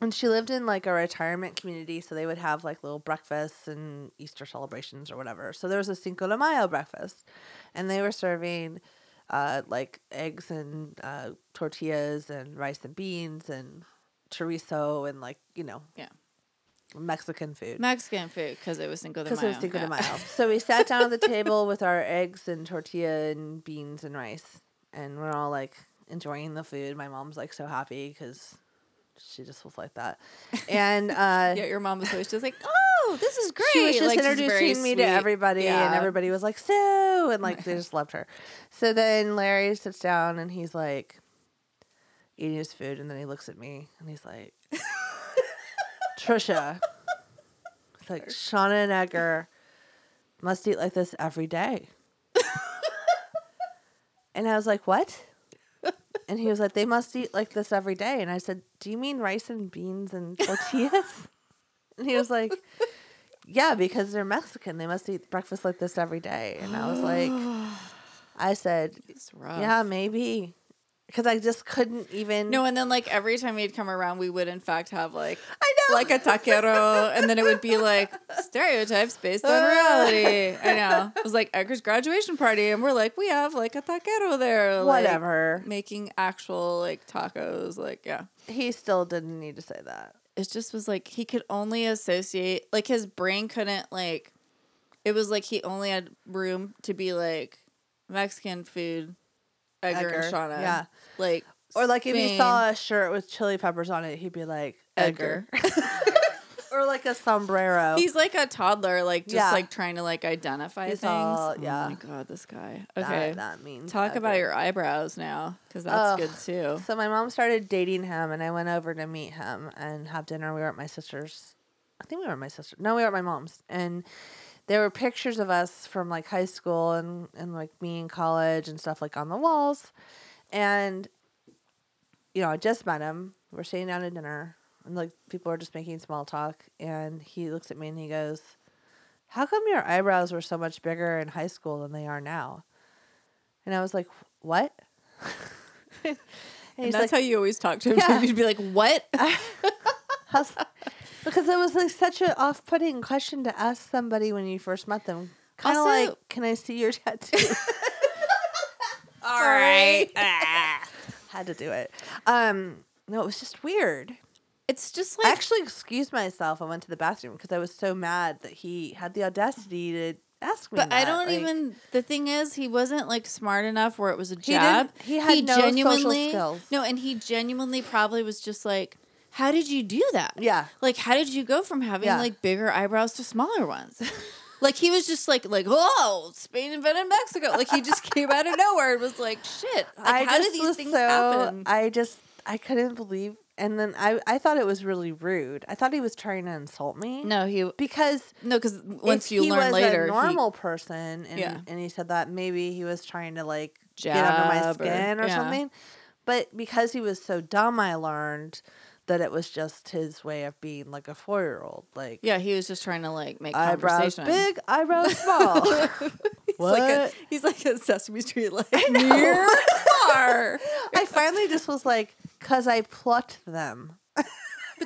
Speaker 2: and she lived in like a retirement community, so they would have like little breakfasts and Easter celebrations or whatever. So there was a Cinco de Mayo breakfast, and they were serving uh, like eggs and uh, tortillas and rice and beans and chorizo and like you know
Speaker 1: <laughs> yeah,
Speaker 2: Mexican food.
Speaker 1: Mexican food because it was Cinco de Mayo.
Speaker 2: Because it was Cinco
Speaker 1: Yeah.
Speaker 2: de Mayo. so we sat down at the table with our eggs and tortilla and beans and rice, and we're all like enjoying the food. My mom's like so happy because she just was like that, and uh,
Speaker 1: Yeah, your mom was always
Speaker 2: <laughs>
Speaker 1: just like, "Oh, this is great."
Speaker 2: she was just
Speaker 1: like, she's very
Speaker 2: introducing me
Speaker 1: sweet.
Speaker 2: to everybody, and
Speaker 1: Yeah.
Speaker 2: everybody was like so, and
Speaker 1: <laughs>
Speaker 2: like they just loved her. So then Larry sits down and he's like eating his food, and then he looks at me and he's
Speaker 1: <laughs>
Speaker 2: like, Trisha. It's like Shauna and Edgar must eat like this every day. and I was like, What? And he was like, They must eat like this every day. And I said, Do you mean rice and beans and tortillas? and he was like, Yeah, because they're Mexican. They must eat breakfast like this every day. And I
Speaker 1: <sighs>
Speaker 2: was like, I said,
Speaker 1: It's rough.
Speaker 2: Yeah, maybe. Because I just couldn't even.
Speaker 1: No, and then like every time he'd come around, we would in fact have like
Speaker 2: I know.
Speaker 1: like a taquero, and then it would be like stereotypes based on
Speaker 2: Oh,
Speaker 1: reality. I know. It was like Edgar's graduation party, and we're like, we have like a taquero there, like,
Speaker 2: Whatever.
Speaker 1: making actual like tacos, like yeah.
Speaker 2: he still didn't need to say that.
Speaker 1: it just was like he could only associate like his brain couldn't like it was like he only had room to be like Mexican food, Edgar, and
Speaker 2: Edgar,
Speaker 1: Shauna.
Speaker 2: yeah.
Speaker 1: Like
Speaker 2: Or like if he
Speaker 1: Spain,
Speaker 2: saw a shirt with chili peppers on it, he'd be like
Speaker 1: Edgar.
Speaker 2: or like a sombrero.
Speaker 1: He's like a toddler, like just
Speaker 2: Yeah.
Speaker 1: like trying to like identify
Speaker 2: He's
Speaker 1: things.
Speaker 2: all-
Speaker 1: Oh
Speaker 2: yeah.
Speaker 1: my god, this guy.
Speaker 2: That-
Speaker 1: Okay.
Speaker 2: that means
Speaker 1: Talk about
Speaker 2: Edgar.
Speaker 1: your eyebrows now, because that's
Speaker 2: Ugh.
Speaker 1: good too.
Speaker 2: So my mom started dating him, and I went over to meet him and have dinner. We were at my sister's. I think we were at my sister. No, we were at my mom's, and there were pictures of us from like high school and and like me in college and stuff like on the walls, and you know I just met him. We're sitting down to dinner, and like people are just making small talk, and he looks at me and he goes, "How come your eyebrows were so much bigger in high school than they are now?" And I was like, "What?" <laughs> and
Speaker 1: And
Speaker 2: he's
Speaker 1: that's
Speaker 2: like,
Speaker 1: how you always talk to him.
Speaker 2: Yeah.
Speaker 1: You'd be like,
Speaker 2: <laughs>
Speaker 1: What?
Speaker 2: How's- <laughs> because it was like such an off-putting question to ask somebody when you first met them. Kind of
Speaker 1: Also-
Speaker 2: like, "Can I see
Speaker 1: <laughs>
Speaker 2: your <laughs> tattoo?"
Speaker 1: All right.
Speaker 2: Had to do it. Um, no, it was just weird.
Speaker 1: <laughs> It's just
Speaker 2: I
Speaker 1: like
Speaker 2: actually excused myself. I went to the bathroom because I was so mad that he had the audacity to ask me.
Speaker 1: But I
Speaker 2: that,
Speaker 1: don't
Speaker 2: like-
Speaker 1: even. The thing is, he wasn't like smart enough where it was a
Speaker 2: didn't-
Speaker 1: jab.
Speaker 2: he had no social skills.
Speaker 1: No, and he genuinely probably was just like, "How did you do that?
Speaker 2: Yeah.
Speaker 1: like how did you go from having
Speaker 2: Yeah.
Speaker 1: like bigger eyebrows to smaller ones?" <laughs> like he was just like, like, oh, Spain invented Mexico. Like he just came
Speaker 2: <laughs>
Speaker 1: out of nowhere and was like, shit. Like,
Speaker 2: I
Speaker 1: how
Speaker 2: just
Speaker 1: did these
Speaker 2: was
Speaker 1: things
Speaker 2: so.
Speaker 1: happen?
Speaker 2: I just I couldn't believe. And then I I thought it was really rude. I thought he was trying to insult me.
Speaker 1: no, he
Speaker 2: because
Speaker 1: no, because once
Speaker 2: if
Speaker 1: you
Speaker 2: he
Speaker 1: learn
Speaker 2: was
Speaker 1: later,
Speaker 2: a
Speaker 1: he-
Speaker 2: normal person, and,
Speaker 1: Yeah.
Speaker 2: and he said that maybe he was trying to like get under my
Speaker 1: Jab or-
Speaker 2: skin or,
Speaker 1: yeah.
Speaker 2: something. But because he was so dumb, I learned that it was just his way of being like a four year old. Like
Speaker 1: yeah, he was just trying to like make
Speaker 2: eyebrows
Speaker 1: conversation.
Speaker 2: big, eyebrows small.
Speaker 1: <laughs> He's like a,
Speaker 2: What?
Speaker 1: he's like a Sesame Street like
Speaker 2: <laughs>
Speaker 1: near far.
Speaker 2: I finally just was like, because I plucked them.
Speaker 1: But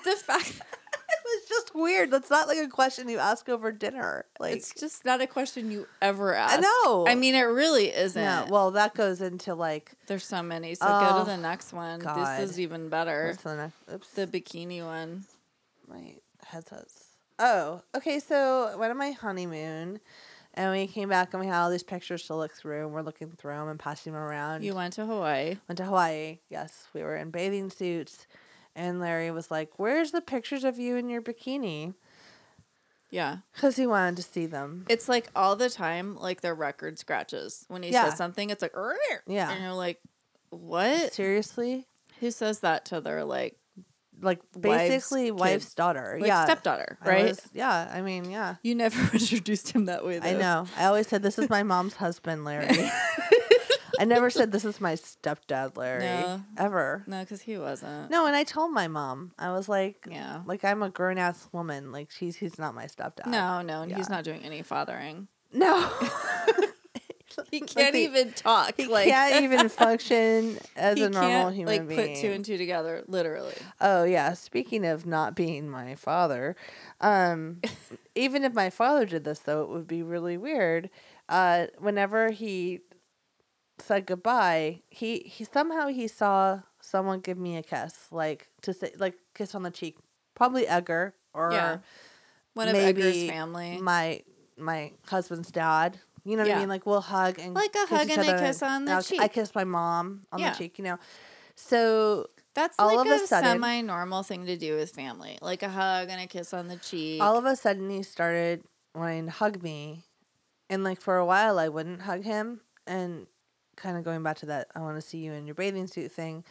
Speaker 1: the fact that
Speaker 2: It was just weird. That's not like a question you ask over dinner. Like,
Speaker 1: it's just not a question you ever ask.
Speaker 2: know.
Speaker 1: I mean, it really isn't.
Speaker 2: yeah. Well, that goes into like
Speaker 1: There's so many. So go
Speaker 2: Oh,
Speaker 1: to the next one.
Speaker 2: God.
Speaker 1: This is even better.
Speaker 2: what's the next? Oops.
Speaker 1: The bikini one.
Speaker 2: my headsets. Oh, okay. So went on my honeymoon, and we came back and we had all these pictures to look through, and we're looking through them and passing them around.
Speaker 1: You went to Hawaii.
Speaker 2: went to Hawaii. Yes, we were in bathing suits, and Larry was like, "Where's the pictures of you in your bikini?"
Speaker 1: Yeah.
Speaker 2: because he wanted to see them.
Speaker 1: It's like all the time, like their record scratches. When he
Speaker 2: Yeah.
Speaker 1: says something, it's like, "Arr!"
Speaker 2: Yeah.
Speaker 1: And you're like, what?
Speaker 2: Seriously,
Speaker 1: Who says that to their, like,
Speaker 2: like
Speaker 1: Wife's
Speaker 2: basically
Speaker 1: kid.
Speaker 2: wife's daughter.
Speaker 1: like
Speaker 2: yeah,
Speaker 1: stepdaughter,
Speaker 2: I
Speaker 1: right?
Speaker 2: was- yeah, I mean, yeah.
Speaker 1: you never <laughs> introduced him that way, though.
Speaker 2: I know. I always said this is my mom's
Speaker 1: <laughs>
Speaker 2: husband, Larry. I never said this is my stepdad, Larry.
Speaker 1: No.
Speaker 2: Ever.
Speaker 1: No, because he wasn't.
Speaker 2: No, and I told my mom. I was like,
Speaker 1: Yeah.
Speaker 2: like I'm a grown ass woman. Like she's he's not my stepdad.
Speaker 1: No, no, and
Speaker 2: Yeah.
Speaker 1: he's not doing any fathering.
Speaker 2: <laughs>
Speaker 1: <laughs>
Speaker 2: No.
Speaker 1: He
Speaker 2: Like,
Speaker 1: can't
Speaker 2: he-
Speaker 1: even talk.
Speaker 2: He
Speaker 1: like <laughs>
Speaker 2: can't even function as
Speaker 1: he
Speaker 2: a normal
Speaker 1: can't,
Speaker 2: human
Speaker 1: like
Speaker 2: being.
Speaker 1: put two and two together, literally.
Speaker 2: Oh yeah, speaking of not being my father, um,
Speaker 1: <laughs>
Speaker 2: even if my father did this though, it would be really weird. Uh, whenever he said goodbye, he, he somehow he saw someone give me a kiss, like to say like kiss on the cheek, probably Edgar or
Speaker 1: Yeah. One of
Speaker 2: maybe
Speaker 1: Edgar's family.
Speaker 2: my my husband's dad. You know what
Speaker 1: Yeah.
Speaker 2: I mean? Like we'll hug and
Speaker 1: Like a
Speaker 2: kiss
Speaker 1: hug
Speaker 2: each
Speaker 1: and a
Speaker 2: other.
Speaker 1: kiss on the
Speaker 2: I was- I
Speaker 1: cheek.
Speaker 2: kissed my mom on
Speaker 1: Yeah.
Speaker 2: the cheek. You know, so
Speaker 1: That's
Speaker 2: all
Speaker 1: like
Speaker 2: of
Speaker 1: a,
Speaker 2: a sudden-
Speaker 1: semi normal thing to do with family. Like a hug and a kiss on the cheek.
Speaker 2: all of a sudden he started wanting to hug me and like for a while i wouldn't hug him and kind of going back to that i want to see you in your bathing suit thing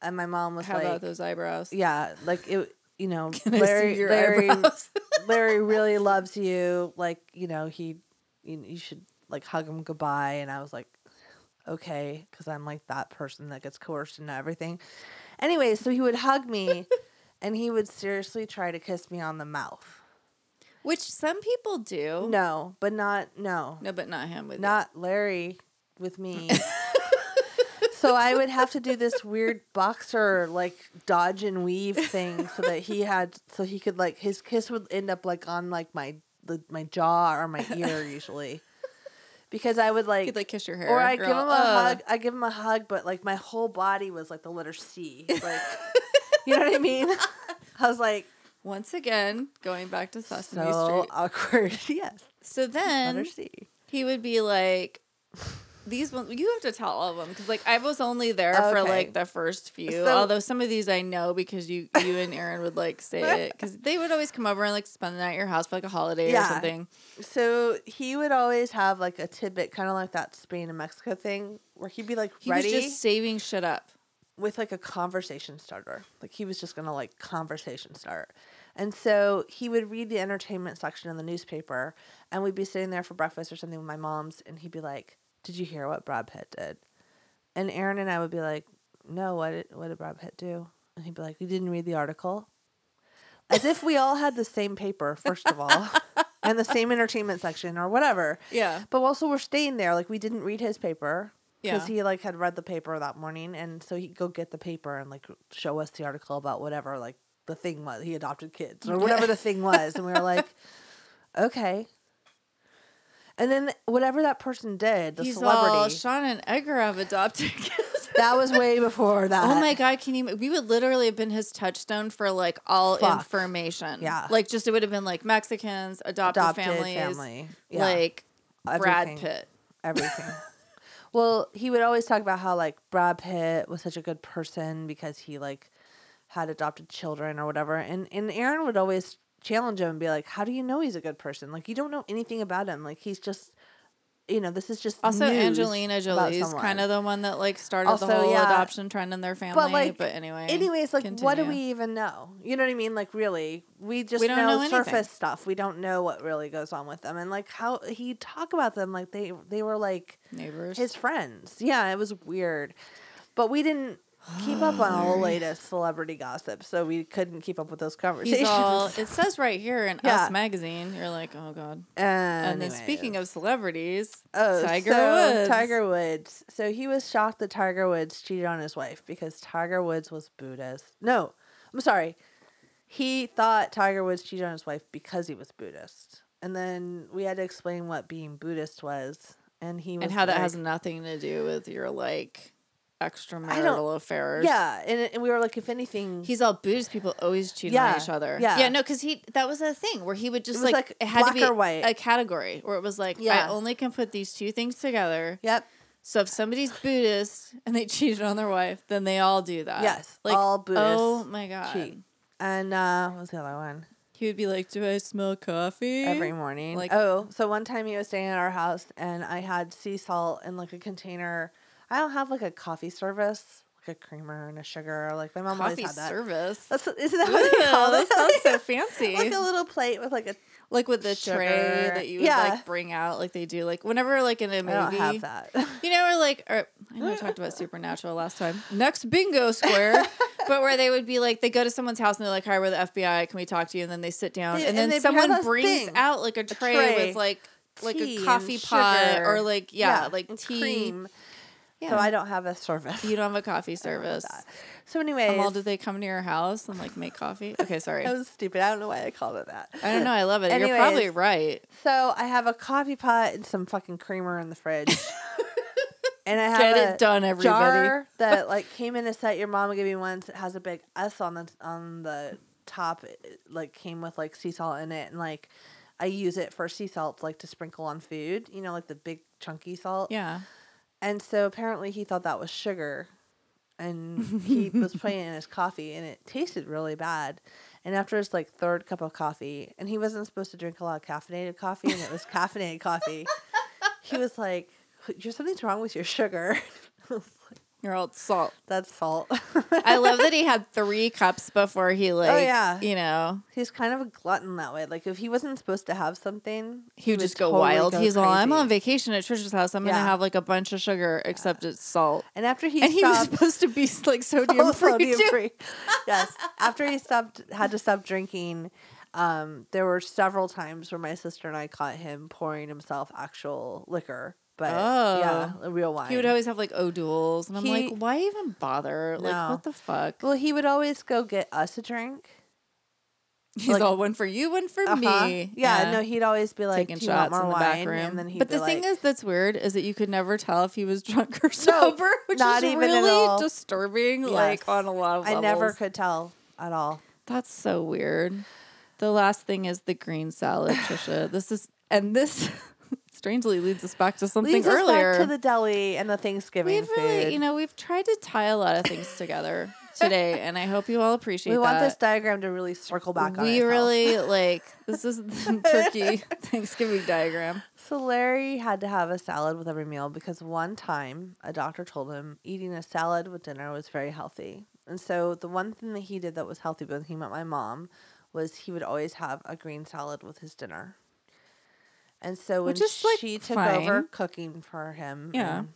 Speaker 2: and my mom was
Speaker 1: How
Speaker 2: like
Speaker 1: about those eyebrows? <laughs>
Speaker 2: yeah like it you know
Speaker 1: I see
Speaker 2: larry
Speaker 1: your
Speaker 2: larry
Speaker 1: eyebrows?
Speaker 2: larry really loves you like you know he you, you should like hug him goodbye and i was like okay because i'm like that person that gets coerced into everything anyway so he would hug me and he would seriously try to kiss me on the mouth
Speaker 1: <laughs> Which some people do.
Speaker 2: no, but not no.
Speaker 1: No, but not him with you.
Speaker 2: Not Larry with
Speaker 1: <laughs>
Speaker 2: me. so I would have to do this weird boxer like dodge and weave thing so that he had so he could like his kiss would end up like on like my the, my jaw or my ear usually. Because I would like
Speaker 1: He'd like kiss your hair.
Speaker 2: or I
Speaker 1: You're
Speaker 2: give him
Speaker 1: all,
Speaker 2: a
Speaker 1: "Ugh."
Speaker 2: hug. I give him a hug, but like my whole body was like the letter C.
Speaker 1: <laughs>
Speaker 2: Like, you know what I mean? I was like,
Speaker 1: Once again, going back to Sesame
Speaker 2: so
Speaker 1: Street.
Speaker 2: awkward. <laughs> yes,
Speaker 1: So then
Speaker 2: letter C.
Speaker 1: he would be like, "These ones, you have to tell all of them because like I was only there for
Speaker 2: Okay.
Speaker 1: like the first few.
Speaker 2: So-
Speaker 1: Although some of these I know because you you and Aaron would like
Speaker 2: <laughs>
Speaker 1: say it because they would always come over and like spend the night at your house for like a holiday or
Speaker 2: Yeah.
Speaker 1: something.
Speaker 2: So he would always have like a tidbit, kind of like that Spain and Mexico thing, where he'd be like
Speaker 1: He
Speaker 2: ready
Speaker 1: was just saving shit up.
Speaker 2: with like a conversation starter. Like he was just gonna like conversation start. And so he would read the entertainment section in the newspaper, and we'd be sitting there for breakfast or something with my mom's, and he'd be like, "Did you hear what Brad Pitt did?" And Aaron and I would be like, "No, what did what did Brad Pitt do?" And he'd be like, "You didn't read the article." As if we all had the same paper, first of all, and the same entertainment section or whatever.
Speaker 1: Yeah.
Speaker 2: But also, we're staying there. Like, we didn't read his paper because
Speaker 1: Yeah.
Speaker 2: he like had read the paper that morning, and so he'd go get the paper and like show us the article about whatever like the thing was. He adopted kids or whatever the thing was, and we were
Speaker 1: <laughs>
Speaker 2: like, okay. And then whatever that person did, the
Speaker 1: He's all
Speaker 2: celebrity,
Speaker 1: Sean and Edgar have adopted <laughs> kids.
Speaker 2: that was way before that.
Speaker 1: Oh my god! Can you? We would literally have been his touchstone for like all
Speaker 2: Fuck.
Speaker 1: information.
Speaker 2: Yeah.
Speaker 1: like just it would have been like Mexicans, adopted,
Speaker 2: adopted
Speaker 1: families,
Speaker 2: family, Yeah.
Speaker 1: like Brad
Speaker 2: Everything.
Speaker 1: Pitt. <laughs>
Speaker 2: everything. well, he would always talk about how like Brad Pitt was such a good person because he like had adopted children or whatever. And and Aaron would always challenge him and be like, "How do you know he's a good person? Like you don't know anything about him. Like he's just you know, this is just
Speaker 1: Also,
Speaker 2: news
Speaker 1: Angelina
Speaker 2: about
Speaker 1: Jolie's
Speaker 2: someone."
Speaker 1: kind of the one that like started
Speaker 2: Also,
Speaker 1: the whole
Speaker 2: yeah.
Speaker 1: adoption trend in their family. But,
Speaker 2: like,
Speaker 1: anyway,
Speaker 2: Anyways, like, what do we
Speaker 1: continue.
Speaker 2: even know? You know what I mean? Like, really, we just
Speaker 1: We don't
Speaker 2: know,
Speaker 1: know anything.
Speaker 2: surface stuff. We don't know what really goes on with them, and like how he talk about them, like they they were like
Speaker 1: neighbors?
Speaker 2: his friends. Yeah, it was weird. But we didn't keep up
Speaker 1: <sighs>
Speaker 2: on all the latest celebrity gossip, so we couldn't keep up with those conversations.
Speaker 1: He's
Speaker 2: <laughs>
Speaker 1: all. It says right here in
Speaker 2: Yeah.
Speaker 1: Us magazine. You're like, oh god. And then speaking of celebrities,
Speaker 2: oh,
Speaker 1: Tiger
Speaker 2: so
Speaker 1: Woods.
Speaker 2: Tiger Woods. So he was shocked that Tiger Woods cheated on his wife because Tiger Woods was Buddhist. No, I'm sorry. He thought Tiger Woods cheated on his wife because he was Buddhist. And then we had to explain what being Buddhist was. And he was
Speaker 1: and how that
Speaker 2: like-
Speaker 1: has nothing to do with your like
Speaker 2: don't-
Speaker 1: extramarital affairs.
Speaker 2: Yeah. And, and we were like, if anything,
Speaker 1: He's all Buddhist people always cheat
Speaker 2: Yeah,
Speaker 1: on each other.
Speaker 2: yeah.
Speaker 1: yeah, no, because he that was a thing where he would just
Speaker 2: It was
Speaker 1: like,
Speaker 2: like
Speaker 1: it had to
Speaker 2: black
Speaker 1: be
Speaker 2: or white.
Speaker 1: a category where it was like
Speaker 2: Yeah.
Speaker 1: I only can put these two things together.
Speaker 2: yep.
Speaker 1: So if somebody's Buddhist and they <laughs> cheated on their wife, then they all do that.
Speaker 2: Yes, all Buddhists
Speaker 1: Oh uh, my god,
Speaker 2: cheat. And uh, what was the other one?
Speaker 1: He would be like, "Do I smell coffee?"
Speaker 2: every morning.
Speaker 1: Like-
Speaker 2: oh, so one time he was staying at our house and I had sea salt in like a container. I don't have like a coffee service, like a creamer and a sugar. Like my
Speaker 1: <laughs>
Speaker 2: mom
Speaker 1: coffee
Speaker 2: always had that.
Speaker 1: service.
Speaker 2: That's, isn't that
Speaker 1: Ew,
Speaker 2: <laughs> what they call
Speaker 1: that
Speaker 2: it?
Speaker 1: sounds so fancy.
Speaker 2: <laughs> like a little plate with like a.
Speaker 1: like with the tray
Speaker 2: Sugar.
Speaker 1: that you would
Speaker 2: Yeah.
Speaker 1: like bring out, like they do, like whenever like in a movie.
Speaker 2: I don't have that. <laughs>
Speaker 1: You know, we're like, or, I know I talked about Supernatural last time. Next bingo
Speaker 2: <laughs>
Speaker 1: square, but where they would be like, they go to someone's house and they're like, "Hi, we're the FBI. Can we talk to you?" And then they sit down,
Speaker 2: Yeah,
Speaker 1: and,
Speaker 2: and
Speaker 1: then
Speaker 2: they pair
Speaker 1: someone
Speaker 2: those
Speaker 1: brings
Speaker 2: things.
Speaker 1: out like a tray,
Speaker 2: tray,
Speaker 1: with like like
Speaker 2: tea
Speaker 1: a
Speaker 2: and
Speaker 1: coffee pot
Speaker 2: sugar.
Speaker 1: or like yeah, like
Speaker 2: and
Speaker 1: tea.
Speaker 2: cream.
Speaker 1: Yeah,
Speaker 2: So I don't have a service.
Speaker 1: you don't have a coffee service.
Speaker 2: <laughs> so anyway,
Speaker 1: I'm all, did they come to your house and like make coffee? Okay, sorry.
Speaker 2: <laughs> that was stupid. I don't know why I called it that.
Speaker 1: I don't know. I love it. You're probably
Speaker 2: Anyways.
Speaker 1: right.
Speaker 2: So I have a coffee pot and some fucking creamer in
Speaker 1: <laughs>
Speaker 2: the fridge. and I have
Speaker 1: Get
Speaker 2: a
Speaker 1: it done, everybody.
Speaker 2: jar that like came in a set your mom gave me once. It has a big S on the on the top. It, it, like came with like sea salt in it, and like I use it for sea salt like to sprinkle on food. You know, like the big chunky salt.
Speaker 1: Yeah.
Speaker 2: And so apparently he thought that was sugar. And he
Speaker 1: <laughs>
Speaker 2: was putting it in his coffee and it tasted really bad. And after his like third cup of coffee, and he wasn't supposed to drink a lot of caffeinated coffee and it was caffeinated coffee, he was like, "You're something's wrong with your sugar. <laughs> I was like,
Speaker 1: Your old salt.
Speaker 2: That's salt.
Speaker 1: I love that he had three cups before
Speaker 2: <laughs>
Speaker 1: he like,
Speaker 2: Oh, yeah.
Speaker 1: you know,
Speaker 2: <laughs> He's kind of a glutton that way. Like if he wasn't supposed to have something,
Speaker 1: he would just go
Speaker 2: totally
Speaker 1: wild.
Speaker 2: go
Speaker 1: He's all, I'm
Speaker 2: crazy."
Speaker 1: on vacation at Trisha's house. I'm gonna
Speaker 2: Yeah.
Speaker 1: have like a bunch of sugar, except it's salt.
Speaker 2: And after he
Speaker 1: and he was
Speaker 2: stopped,
Speaker 1: supposed to be <laughs> like
Speaker 2: <laughs>
Speaker 1: sodium
Speaker 2: All
Speaker 1: free.
Speaker 2: sodium
Speaker 1: too.
Speaker 2: free. yes. After he stopped, had to stop drinking, um, there were several times where my sister and I caught him pouring himself actual liquor, but yeah, real wine.
Speaker 1: Oh. He would always have like O'Douls, and I'm
Speaker 2: He-
Speaker 1: like, why even bother? Like,
Speaker 2: No.
Speaker 1: what the fuck?
Speaker 2: well, he would always go get us a drink.
Speaker 1: He's
Speaker 2: like-
Speaker 1: all one for you, one for
Speaker 2: Uh-huh.
Speaker 1: me.
Speaker 2: Yeah, no, he'd always be like,
Speaker 1: taking
Speaker 2: "Do you
Speaker 1: shots
Speaker 2: want more
Speaker 1: in the
Speaker 2: wine?"
Speaker 1: back room.
Speaker 2: And then he'd
Speaker 1: but
Speaker 2: be
Speaker 1: the thing
Speaker 2: like-
Speaker 1: is, that's weird, is that you could never tell if he was <laughs> drunk or sober, which
Speaker 2: not
Speaker 1: is
Speaker 2: even at
Speaker 1: really
Speaker 2: all.
Speaker 1: disturbing. Like
Speaker 2: Yes.
Speaker 1: on a lot of
Speaker 2: I
Speaker 1: levels.
Speaker 2: never could tell at all.
Speaker 1: That's so weird. The last thing is the green salad, Trisha. This is and this <laughs> strangely leads us back to something
Speaker 2: Leads us
Speaker 1: earlier.
Speaker 2: back to the deli and the Thanksgiving
Speaker 1: we've
Speaker 2: food.
Speaker 1: really, you know, we've tried to tie a lot of things together today, and I hope you all appreciate.
Speaker 2: we want
Speaker 1: that.
Speaker 2: this diagram to really circle back on.
Speaker 1: We
Speaker 2: itself.
Speaker 1: really like this is
Speaker 2: <laughs>
Speaker 1: the turkey Thanksgiving diagram.
Speaker 2: So Larry had to have a salad with every meal because one time a doctor told him eating a salad with dinner was very healthy. And so the one thing that he did that was healthy when he met my mom was he would always have a green salad with his dinner. And so when
Speaker 1: Which is, like,
Speaker 2: she took over
Speaker 1: fine.
Speaker 2: cooking for him
Speaker 1: Yeah.
Speaker 2: and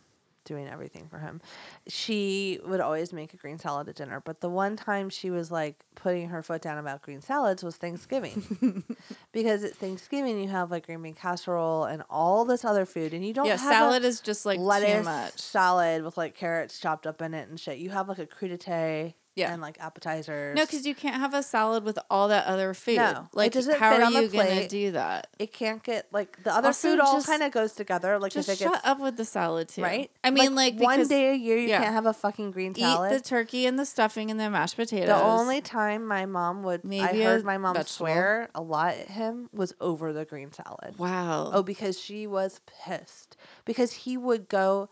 Speaker 2: doing everything for him, she would always make a green salad at dinner. But the one time she was like putting her foot down about green salads was
Speaker 1: <laughs>
Speaker 2: Thanksgiving because at Thanksgiving you have like green bean casserole and all this other food, and you don't
Speaker 1: Yeah,
Speaker 2: have
Speaker 1: salad
Speaker 2: a
Speaker 1: is just like too
Speaker 2: lettuce
Speaker 1: much.
Speaker 2: salad with like carrots chopped up in it and shit. You have like a crudité,
Speaker 1: Yeah.
Speaker 2: and like appetizers.
Speaker 1: No, because you can't have a salad with all that other food.
Speaker 2: No, it
Speaker 1: like
Speaker 2: doesn't
Speaker 1: how
Speaker 2: fit
Speaker 1: are
Speaker 2: on the
Speaker 1: you gonna
Speaker 2: plate.
Speaker 1: do that?
Speaker 2: it can't get like the other
Speaker 1: Also,
Speaker 2: food all
Speaker 1: just-
Speaker 2: kind of goes together. Like
Speaker 1: Just
Speaker 2: if it
Speaker 1: shut
Speaker 2: gets
Speaker 1: up with the salad too.
Speaker 2: right,
Speaker 1: I mean, like,
Speaker 2: one
Speaker 1: because
Speaker 2: day a year you
Speaker 1: yeah.
Speaker 2: can't have a fucking green
Speaker 1: eat
Speaker 2: salad.
Speaker 1: the turkey and the stuffing and the mashed potatoes.
Speaker 2: the only time my mom would,
Speaker 1: Maybe
Speaker 2: I heard
Speaker 1: a
Speaker 2: my mom
Speaker 1: vegetable.
Speaker 2: swear a lot at him was over the green salad.
Speaker 1: wow.
Speaker 2: Oh, because she was pissed. Because he would go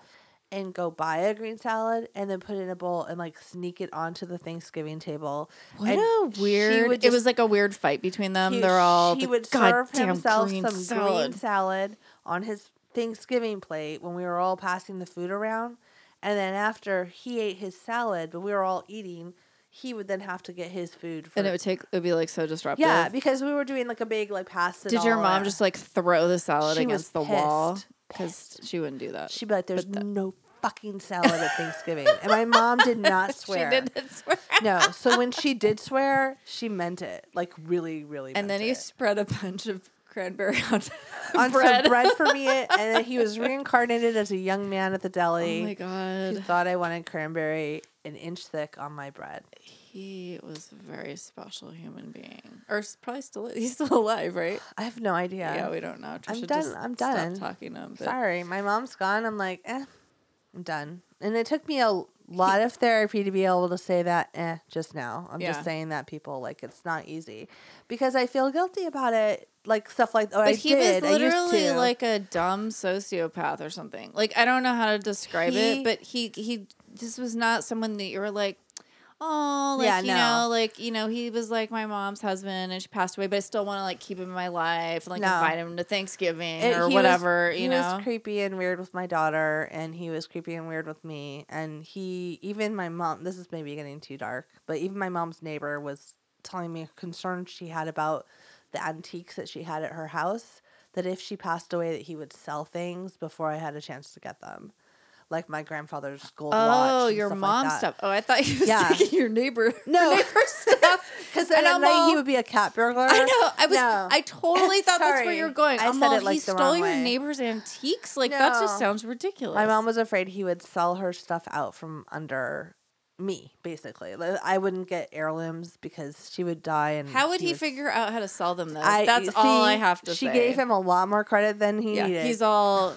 Speaker 2: and go buy a green salad and then put it in a bowl and like sneak it onto the Thanksgiving table.
Speaker 1: what
Speaker 2: And
Speaker 1: a
Speaker 2: she
Speaker 1: weird!
Speaker 2: would
Speaker 1: it was
Speaker 2: just-
Speaker 1: like a weird fight between them.
Speaker 2: he-
Speaker 1: They're all.
Speaker 2: He
Speaker 1: the
Speaker 2: would serve
Speaker 1: goddamn
Speaker 2: himself
Speaker 1: green
Speaker 2: some
Speaker 1: salad.
Speaker 2: green salad on his Thanksgiving plate when we were all passing the food around. And then after he ate his salad, but we were all eating, he would then have to get his food. For,
Speaker 1: and it would take. It would be like so disruptive.
Speaker 2: yeah, because we were doing like a big like pass. it
Speaker 1: Did your
Speaker 2: all
Speaker 1: mom
Speaker 2: around.
Speaker 1: just like throw the salad
Speaker 2: She was
Speaker 1: against the wall?
Speaker 2: pissed.
Speaker 1: Because she wouldn't do that.
Speaker 2: She'd be like, "There's no fucking salad at Thanksgiving," and my mom
Speaker 1: <laughs>
Speaker 2: did not swear.
Speaker 1: She didn't <laughs> swear.
Speaker 2: No, so when she did swear, she meant it like really, really.
Speaker 1: And
Speaker 2: meant
Speaker 1: then he
Speaker 2: it.
Speaker 1: spread a bunch of cranberry <laughs> on,
Speaker 2: on
Speaker 1: bread.
Speaker 2: some bread for
Speaker 1: <laughs>
Speaker 2: me, and then he was reincarnated as a young man at the
Speaker 1: Oh
Speaker 2: deli.
Speaker 1: my
Speaker 2: He
Speaker 1: god,
Speaker 2: thought I wanted cranberry an inch thick on my bread.
Speaker 1: he was a very special human being, or s- probably still is. he's still alive, right?
Speaker 2: I have no idea.
Speaker 1: Yeah, we don't know. Trisha
Speaker 2: done-
Speaker 1: Just
Speaker 2: I'm
Speaker 1: stop
Speaker 2: done.
Speaker 1: talking to him. But
Speaker 2: Sorry, my mom's gone. I'm like, eh, I'm done. And it took me a lot of therapy to be able to say that, eh, just now. I'm
Speaker 1: Yeah.
Speaker 2: just saying that, people. Like, it's not easy because I feel guilty about it. Like, stuff like, oh, I
Speaker 1: But he
Speaker 2: did.
Speaker 1: was
Speaker 2: I used
Speaker 1: literally
Speaker 2: to.
Speaker 1: like a dumb sociopath or something. Like I don't know how to describe
Speaker 2: He-
Speaker 1: it, but he he this was not someone that you were like, oh, like
Speaker 2: Yeah,
Speaker 1: you
Speaker 2: no.
Speaker 1: know, like you know, he was like my mom's husband, and she passed away, but I still want to like keep him in my life, and like
Speaker 2: No.
Speaker 1: invite him to Thanksgiving
Speaker 2: It- he
Speaker 1: or
Speaker 2: was-
Speaker 1: whatever,
Speaker 2: he
Speaker 1: you
Speaker 2: was
Speaker 1: know.
Speaker 2: creepy and weird with my daughter, and he was creepy and weird with me. And he, even my mom, this is maybe getting too dark, but even my mom's neighbor was telling me concerns she had about the antiques that she had at her house. That if she passed away, that he would sell things before I had a chance to get them, like my grandfather's gold watch.
Speaker 1: Oh,
Speaker 2: and
Speaker 1: your
Speaker 2: stuff like
Speaker 1: mom's
Speaker 2: that.
Speaker 1: stuff. Oh, I thought you was
Speaker 2: Yeah.
Speaker 1: thinking your neighbor. <laughs> your
Speaker 2: No. <laughs>
Speaker 1: neighbor's stuff.
Speaker 2: Because then
Speaker 1: <laughs> And
Speaker 2: at
Speaker 1: I'm
Speaker 2: night he
Speaker 1: all-
Speaker 2: would be a cat burglar.
Speaker 1: I know. I was.
Speaker 2: No.
Speaker 1: I
Speaker 2: <laughs>
Speaker 1: totally thought that's where
Speaker 2: Sorry.
Speaker 1: you were going.
Speaker 2: I
Speaker 1: I'm
Speaker 2: said
Speaker 1: all,
Speaker 2: it, like,
Speaker 1: he
Speaker 2: the
Speaker 1: stole
Speaker 2: wrong
Speaker 1: your
Speaker 2: way."
Speaker 1: neighbor's antiques. Like that just
Speaker 2: No.
Speaker 1: sounds ridiculous.
Speaker 2: My mom was afraid he would sell her stuff out from under me, basically. Like, I wouldn't get heirlooms because she would die. And
Speaker 1: How would he,
Speaker 2: would-
Speaker 1: figure out how to sell them though?
Speaker 2: I-
Speaker 1: That's all
Speaker 2: see,
Speaker 1: I have to
Speaker 2: she
Speaker 1: say.
Speaker 2: gave him a lot more credit than he
Speaker 1: Yeah,
Speaker 2: needed.
Speaker 1: he's all.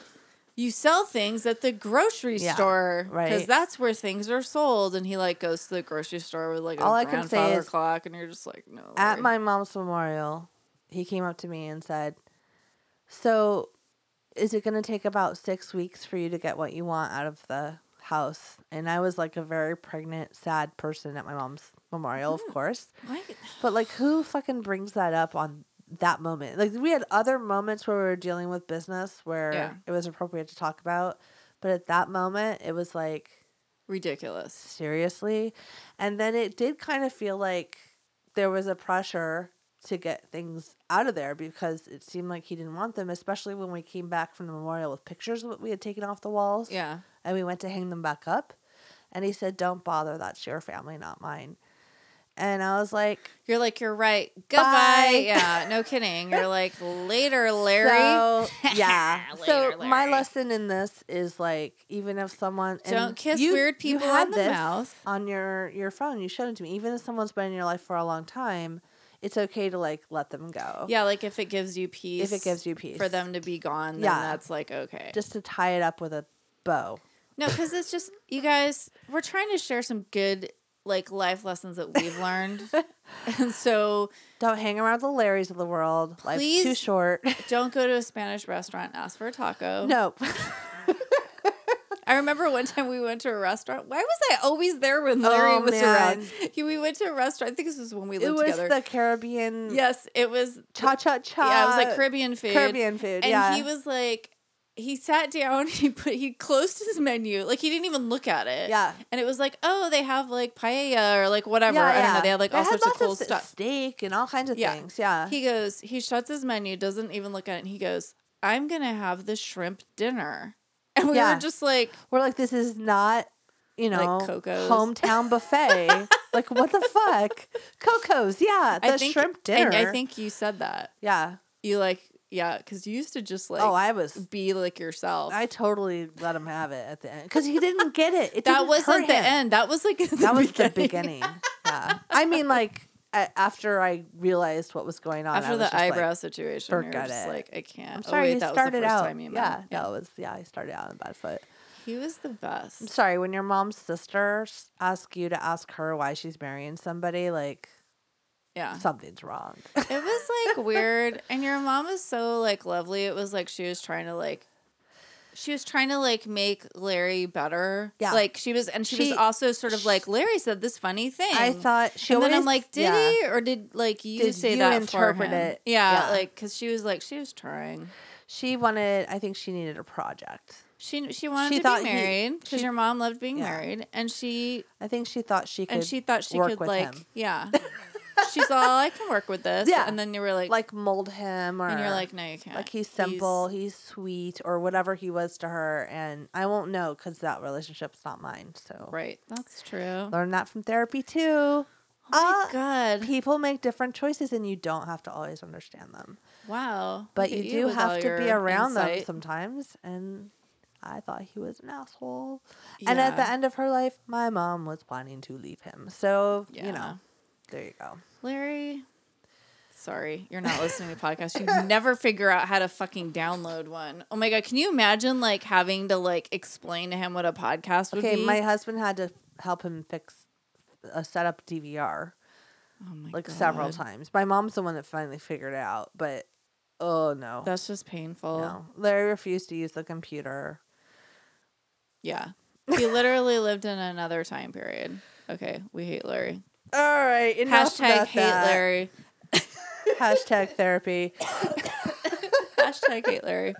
Speaker 1: You sell things at the grocery
Speaker 2: Yeah,
Speaker 1: store
Speaker 2: right.
Speaker 1: that's where things are sold. And he like goes to the grocery store with like
Speaker 2: All
Speaker 1: a
Speaker 2: I can say
Speaker 1: grandfather
Speaker 2: is-
Speaker 1: clock, and you're just like, no.
Speaker 2: At
Speaker 1: Lori.
Speaker 2: my mom's memorial, he came up to me and said, So, is it going to take about six weeks for you to get what you want out of the house? And I was like a very pregnant, sad person at my mom's memorial,
Speaker 1: Mm-hmm.
Speaker 2: of course.
Speaker 1: Why-
Speaker 2: But like, who fucking brings that up on that moment? Like, we had other moments where we were dealing with business where
Speaker 1: Yeah.
Speaker 2: it was appropriate to talk about, but at that moment, it was like
Speaker 1: ridiculous.
Speaker 2: seriously, and then it did kind of feel like there was a pressure to get things out of there because it seemed like he didn't want them, especially when we came back from the memorial with pictures of what we had taken off the walls
Speaker 1: Yeah.
Speaker 2: and we went to hang them back up. And he said, Don't bother, that's your family, not mine. And I was like,
Speaker 1: You're like, you're right. Goodbye. Yeah, no kidding. You're like, later, Larry.
Speaker 2: <laughs>
Speaker 1: <laughs>
Speaker 2: So, yeah. so
Speaker 1: Later,
Speaker 2: my
Speaker 1: Larry.
Speaker 2: lesson in this is like even if someone and
Speaker 1: Don't kiss
Speaker 2: you-
Speaker 1: weird
Speaker 2: you
Speaker 1: people
Speaker 2: had
Speaker 1: on the
Speaker 2: this
Speaker 1: mouth.
Speaker 2: on your your phone, you showed it to me. Even if someone's been in your life for a long time, it's okay to like let them go.
Speaker 1: Yeah, like if it gives you peace.
Speaker 2: If it gives you peace.
Speaker 1: For them to be gone, then
Speaker 2: Yeah.
Speaker 1: that's like okay.
Speaker 2: Just to tie it up with a bow.
Speaker 1: No, because it's just you guys. We're trying to share some good like life lessons that we've
Speaker 2: <laughs>
Speaker 1: learned, and so
Speaker 2: Don't hang around the Larrys of the world. Life's too
Speaker 1: Please.
Speaker 2: short.
Speaker 1: don't go to a Spanish restaurant and ask for a taco.
Speaker 2: <laughs> no.
Speaker 1: I remember one time we went to a restaurant. Why was I always there when Larry
Speaker 2: Oh,
Speaker 1: was
Speaker 2: man.
Speaker 1: around? He- We went to a restaurant. I think this was when we
Speaker 2: it
Speaker 1: lived
Speaker 2: was
Speaker 1: together.
Speaker 2: the Caribbean
Speaker 1: yes, it was.
Speaker 2: cha cha cha.
Speaker 1: yeah, it was like Caribbean food.
Speaker 2: Caribbean food,
Speaker 1: and
Speaker 2: yeah.
Speaker 1: he was like. He sat down. <laughs> He put. He closed his menu. Like he didn't even look at it.
Speaker 2: Yeah.
Speaker 1: And it was like, oh, they have like paella or like whatever. I don't know. They had like all
Speaker 2: had
Speaker 1: sorts of
Speaker 2: lots
Speaker 1: cool
Speaker 2: s-
Speaker 1: stuff.
Speaker 2: Steak and all kinds of
Speaker 1: Yeah.
Speaker 2: things. Yeah.
Speaker 1: He goes, he shuts his menu, doesn't even look at it, and he goes, I'm gonna have the shrimp dinner. <laughs> And we
Speaker 2: Yeah.
Speaker 1: were just like,
Speaker 2: We're like, this is not, you know,
Speaker 1: Coco's. <laughs>
Speaker 2: hometown buffet. like, what the fuck? Coco's, yeah. The
Speaker 1: I think
Speaker 2: shrimp
Speaker 1: I-
Speaker 2: dinner.
Speaker 1: I, think you said that.
Speaker 2: Yeah.
Speaker 1: You like, yeah, because you used to just like
Speaker 2: oh, I was.
Speaker 1: be like yourself.
Speaker 2: I totally let him have it at the end because he didn't get it.
Speaker 1: that
Speaker 2: It didn't hurt
Speaker 1: wasn't the
Speaker 2: him.
Speaker 1: end. <laughs> That was like the
Speaker 2: That was the beginning. Yeah. I mean, like a- after I realized what was going on, I
Speaker 1: After
Speaker 2: was
Speaker 1: the
Speaker 2: just like,
Speaker 1: eyebrow situation, you're
Speaker 2: forget
Speaker 1: just
Speaker 2: it.
Speaker 1: like, I can't.
Speaker 2: I'm sorry,
Speaker 1: oh, wait,
Speaker 2: you
Speaker 1: that was the
Speaker 2: started
Speaker 1: first
Speaker 2: out.
Speaker 1: time you met.
Speaker 2: yeah,
Speaker 1: him.
Speaker 2: that was yeah. I started out on a bad foot.
Speaker 1: He was the best.
Speaker 2: I'm sorry, when your mom's sisters ask you to ask her why she's marrying somebody, like
Speaker 1: Yeah.
Speaker 2: something's wrong. <laughs>
Speaker 1: It was like weird, and your mom was so like lovely. It was like she was trying to like, she was trying to like make Larry better.
Speaker 2: Yeah.
Speaker 1: like she was, and she,
Speaker 2: She-
Speaker 1: was also sort of like Larry said this funny thing.
Speaker 2: I thought she
Speaker 1: and
Speaker 2: always.
Speaker 1: then I'm like, did
Speaker 2: yeah.
Speaker 1: he or did like you
Speaker 2: Did
Speaker 1: say
Speaker 2: you
Speaker 1: that
Speaker 2: interpret
Speaker 1: for him?
Speaker 2: it?
Speaker 1: Yeah,
Speaker 2: Yeah.
Speaker 1: like because she was like she was trying.
Speaker 2: She wanted. I think she needed a project.
Speaker 1: She she wanted
Speaker 2: She
Speaker 1: to
Speaker 2: thought
Speaker 1: be
Speaker 2: he-
Speaker 1: married because
Speaker 2: she-
Speaker 1: your mom loved being
Speaker 2: yeah.
Speaker 1: married, and she
Speaker 2: I think she thought she could.
Speaker 1: and she thought she
Speaker 2: work
Speaker 1: could
Speaker 2: with
Speaker 1: like
Speaker 2: him. <laughs>
Speaker 1: yeah. She's all I can work with this.
Speaker 2: Yeah.
Speaker 1: and then you were like,
Speaker 2: like mold him, or
Speaker 1: and you're like, no, you can't.
Speaker 2: like he's simple, he's, sweet, or whatever he was to her. And I won't know because that relationship's not mine. So
Speaker 1: Right, that's true.
Speaker 2: learn that from therapy
Speaker 1: Oh
Speaker 2: too. Uh,
Speaker 1: my God!
Speaker 2: people make different choices, and you don't have to always understand them.
Speaker 1: Wow.
Speaker 2: but
Speaker 1: Look
Speaker 2: you
Speaker 1: at
Speaker 2: do
Speaker 1: with all
Speaker 2: have to be
Speaker 1: your
Speaker 2: around them
Speaker 1: insight.
Speaker 2: sometimes and i thought he was an asshole and at the
Speaker 1: Yeah.
Speaker 2: end of her life my mom was planning to leave him so you
Speaker 1: Yeah.
Speaker 2: know there you go
Speaker 1: Larry. Sorry, you're not listening to podcasts. You never figure out how to fucking download one. Oh my god, can you imagine like having to like explain to him what a podcast would
Speaker 2: okay
Speaker 1: be?
Speaker 2: my husband had to help him fix a set up dvr
Speaker 1: oh my
Speaker 2: like several
Speaker 1: God.
Speaker 2: times my mom's the one that finally figured it out but oh no
Speaker 1: That's just painful.
Speaker 2: no larry refused to use the computer
Speaker 1: Yeah. He literally lived in another time period. Okay, we hate Larry.
Speaker 2: All right. Enough
Speaker 1: Hashtag
Speaker 2: about
Speaker 1: hate
Speaker 2: that.
Speaker 1: Larry.
Speaker 2: Hashtag therapy.
Speaker 1: <laughs> Hashtag hate Larry.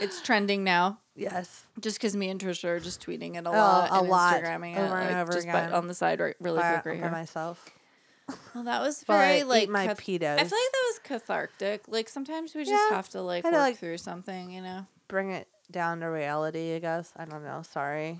Speaker 1: It's trending now.
Speaker 2: Yes.
Speaker 1: Just because me and Trisha are just tweeting it a
Speaker 2: Oh,
Speaker 1: lot
Speaker 2: a
Speaker 1: and
Speaker 2: lot.
Speaker 1: Instagramming it,
Speaker 2: Over and
Speaker 1: like,
Speaker 2: over
Speaker 1: just
Speaker 2: again.
Speaker 1: by, on the side, right, really
Speaker 2: by,
Speaker 1: quick right
Speaker 2: by
Speaker 1: here.
Speaker 2: myself.
Speaker 1: Well, that was
Speaker 2: But
Speaker 1: very
Speaker 2: eat
Speaker 1: like
Speaker 2: my
Speaker 1: cath-
Speaker 2: Pito's.
Speaker 1: I feel like that was cathartic. Like sometimes we just
Speaker 2: Yeah.
Speaker 1: have to like
Speaker 2: I
Speaker 1: work
Speaker 2: know, like-
Speaker 1: through something, you know.
Speaker 2: Bring it down to reality, I guess. I don't know. Sorry.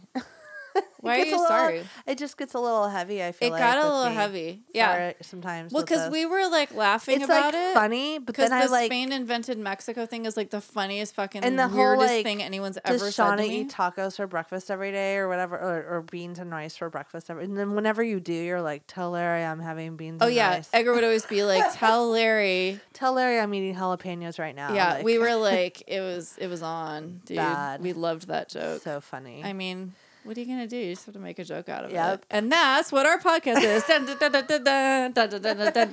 Speaker 2: It
Speaker 1: Why are
Speaker 2: gets
Speaker 1: you
Speaker 2: a little-
Speaker 1: sorry?
Speaker 2: It just gets a little heavy, I feel
Speaker 1: It
Speaker 2: like.
Speaker 1: got a
Speaker 2: with
Speaker 1: little
Speaker 2: me.
Speaker 1: heavy. Yeah.
Speaker 2: Sorry, sometimes.
Speaker 1: Well,
Speaker 2: with
Speaker 1: 'cause well, because
Speaker 2: this.
Speaker 1: we were like laughing
Speaker 2: It's
Speaker 1: about
Speaker 2: like
Speaker 1: it.
Speaker 2: funny, but
Speaker 1: Because
Speaker 2: then I
Speaker 1: the
Speaker 2: like.
Speaker 1: Spain invented Mexico thing is like the funniest fucking
Speaker 2: And the whole,
Speaker 1: weirdest
Speaker 2: like,
Speaker 1: thing anyone's
Speaker 2: Does
Speaker 1: ever said
Speaker 2: Shauna
Speaker 1: to me.
Speaker 2: eat tacos for breakfast every day or whatever, or, or beans and rice for breakfast? Every, and then whenever you do, you're like, tell Larry I'm having beans
Speaker 1: oh
Speaker 2: and
Speaker 1: yeah,
Speaker 2: rice.
Speaker 1: Edgar would always be
Speaker 2: <laughs>
Speaker 1: like, "Tell Larry."
Speaker 2: Tell Larry I'm eating jalapenos right now.
Speaker 1: yeah,
Speaker 2: like,
Speaker 1: we
Speaker 2: <laughs>
Speaker 1: were like, it was it was on, dude.
Speaker 2: Bad.
Speaker 1: We loved that joke.
Speaker 2: so funny.
Speaker 1: I mean, what are you gonna do? You just have to make a joke out of it.
Speaker 2: Yep.
Speaker 1: And that's what our podcast
Speaker 2: <laughs>
Speaker 1: is. Dun, dun, dun, dun, dun, dun, dun, dun, dun, dun,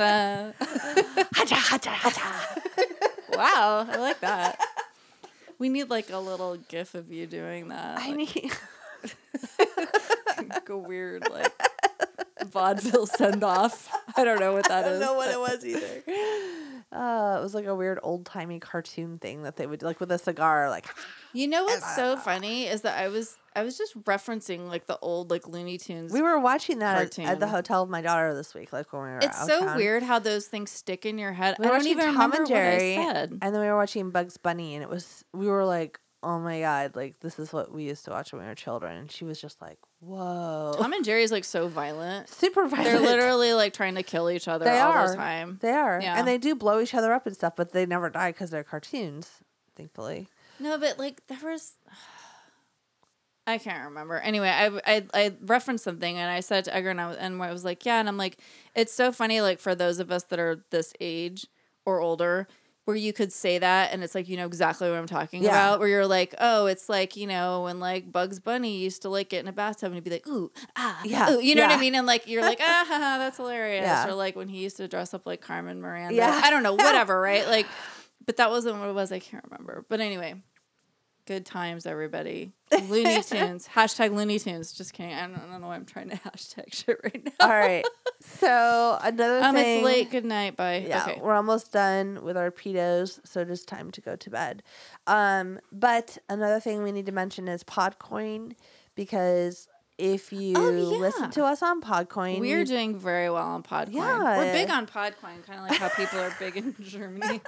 Speaker 1: dun, dun. wow, I like that. We need like a little gif of you doing that.
Speaker 2: <laughs> I
Speaker 1: like,
Speaker 2: need.
Speaker 1: like a weird
Speaker 2: <laughs>
Speaker 1: like vaudeville send off. I don't know what that is.
Speaker 2: it was either. Uh, it was like a weird old timey cartoon thing that they would like with a cigar, like <laughs>
Speaker 1: You know what's so funny is that I was I was just referencing like the old like Looney Tunes.
Speaker 2: we were watching that at, at the
Speaker 1: Cartoon.
Speaker 2: hotel with my daughter this week, like when we were.
Speaker 1: it's
Speaker 2: out
Speaker 1: so
Speaker 2: town.
Speaker 1: weird how those things stick in your head.
Speaker 2: We
Speaker 1: I
Speaker 2: were
Speaker 1: don't
Speaker 2: watching
Speaker 1: even
Speaker 2: Tom
Speaker 1: remember
Speaker 2: and
Speaker 1: what I
Speaker 2: Jerry,
Speaker 1: said.
Speaker 2: And then we were watching Bugs Bunny, and it was we were like, oh my god, like this is what we used to watch when we were children. And she was just like, whoa, <laughs>
Speaker 1: Tom and Jerry's like so violent.
Speaker 2: super violent.
Speaker 1: They're literally like trying to kill each other
Speaker 2: They
Speaker 1: all
Speaker 2: are.
Speaker 1: the time.
Speaker 2: They are,
Speaker 1: Yeah.
Speaker 2: and they do blow each other up and stuff, but they never die because they're cartoons, thankfully.
Speaker 1: No, but like there was. <sighs> I can't remember. Anyway, I, I I referenced something and I said to Edgar and I was, and I was like, yeah, and I'm like, it's so funny like for those of us that are this age or older, where you could say that and it's like you know exactly what I'm talking
Speaker 2: Yeah.
Speaker 1: about. Where you're like, oh, it's like you know when like Bugs Bunny used to like get in a bathtub and he'd be like, ooh ah,
Speaker 2: Yeah,
Speaker 1: yeah, ooh, you know what
Speaker 2: yeah.
Speaker 1: I mean, and like you're like, ah, ha, ha, that's hilarious.
Speaker 2: Yeah.
Speaker 1: Or like when he used to dress up like Carmen Miranda.
Speaker 2: Yeah.
Speaker 1: I
Speaker 2: <laughs>
Speaker 1: don't know, whatever, right? Like, but that wasn't what it was. I can't remember. But anyway. Good times, everybody. Looney
Speaker 2: <laughs>
Speaker 1: Tunes. hashtag Looney Tunes. Just kidding. I don't, I don't know why I'm trying to <laughs> hashtag shit right now.
Speaker 2: All right, so another
Speaker 1: <laughs> Um,
Speaker 2: thing.
Speaker 1: it's late. Good night. Bye.
Speaker 2: Yeah,
Speaker 1: Okay.
Speaker 2: we're almost done with our pedos, so it is time to go to bed. Um, but another thing we need to mention is Podcoin because if you
Speaker 1: Oh, yeah.
Speaker 2: listen to us on Podcoin,
Speaker 1: We're
Speaker 2: you-
Speaker 1: doing very well on Podcoin.
Speaker 2: Yeah.
Speaker 1: We're big on Podcoin, kind of like how people are big in <laughs>
Speaker 2: <laughs>
Speaker 1: Germany.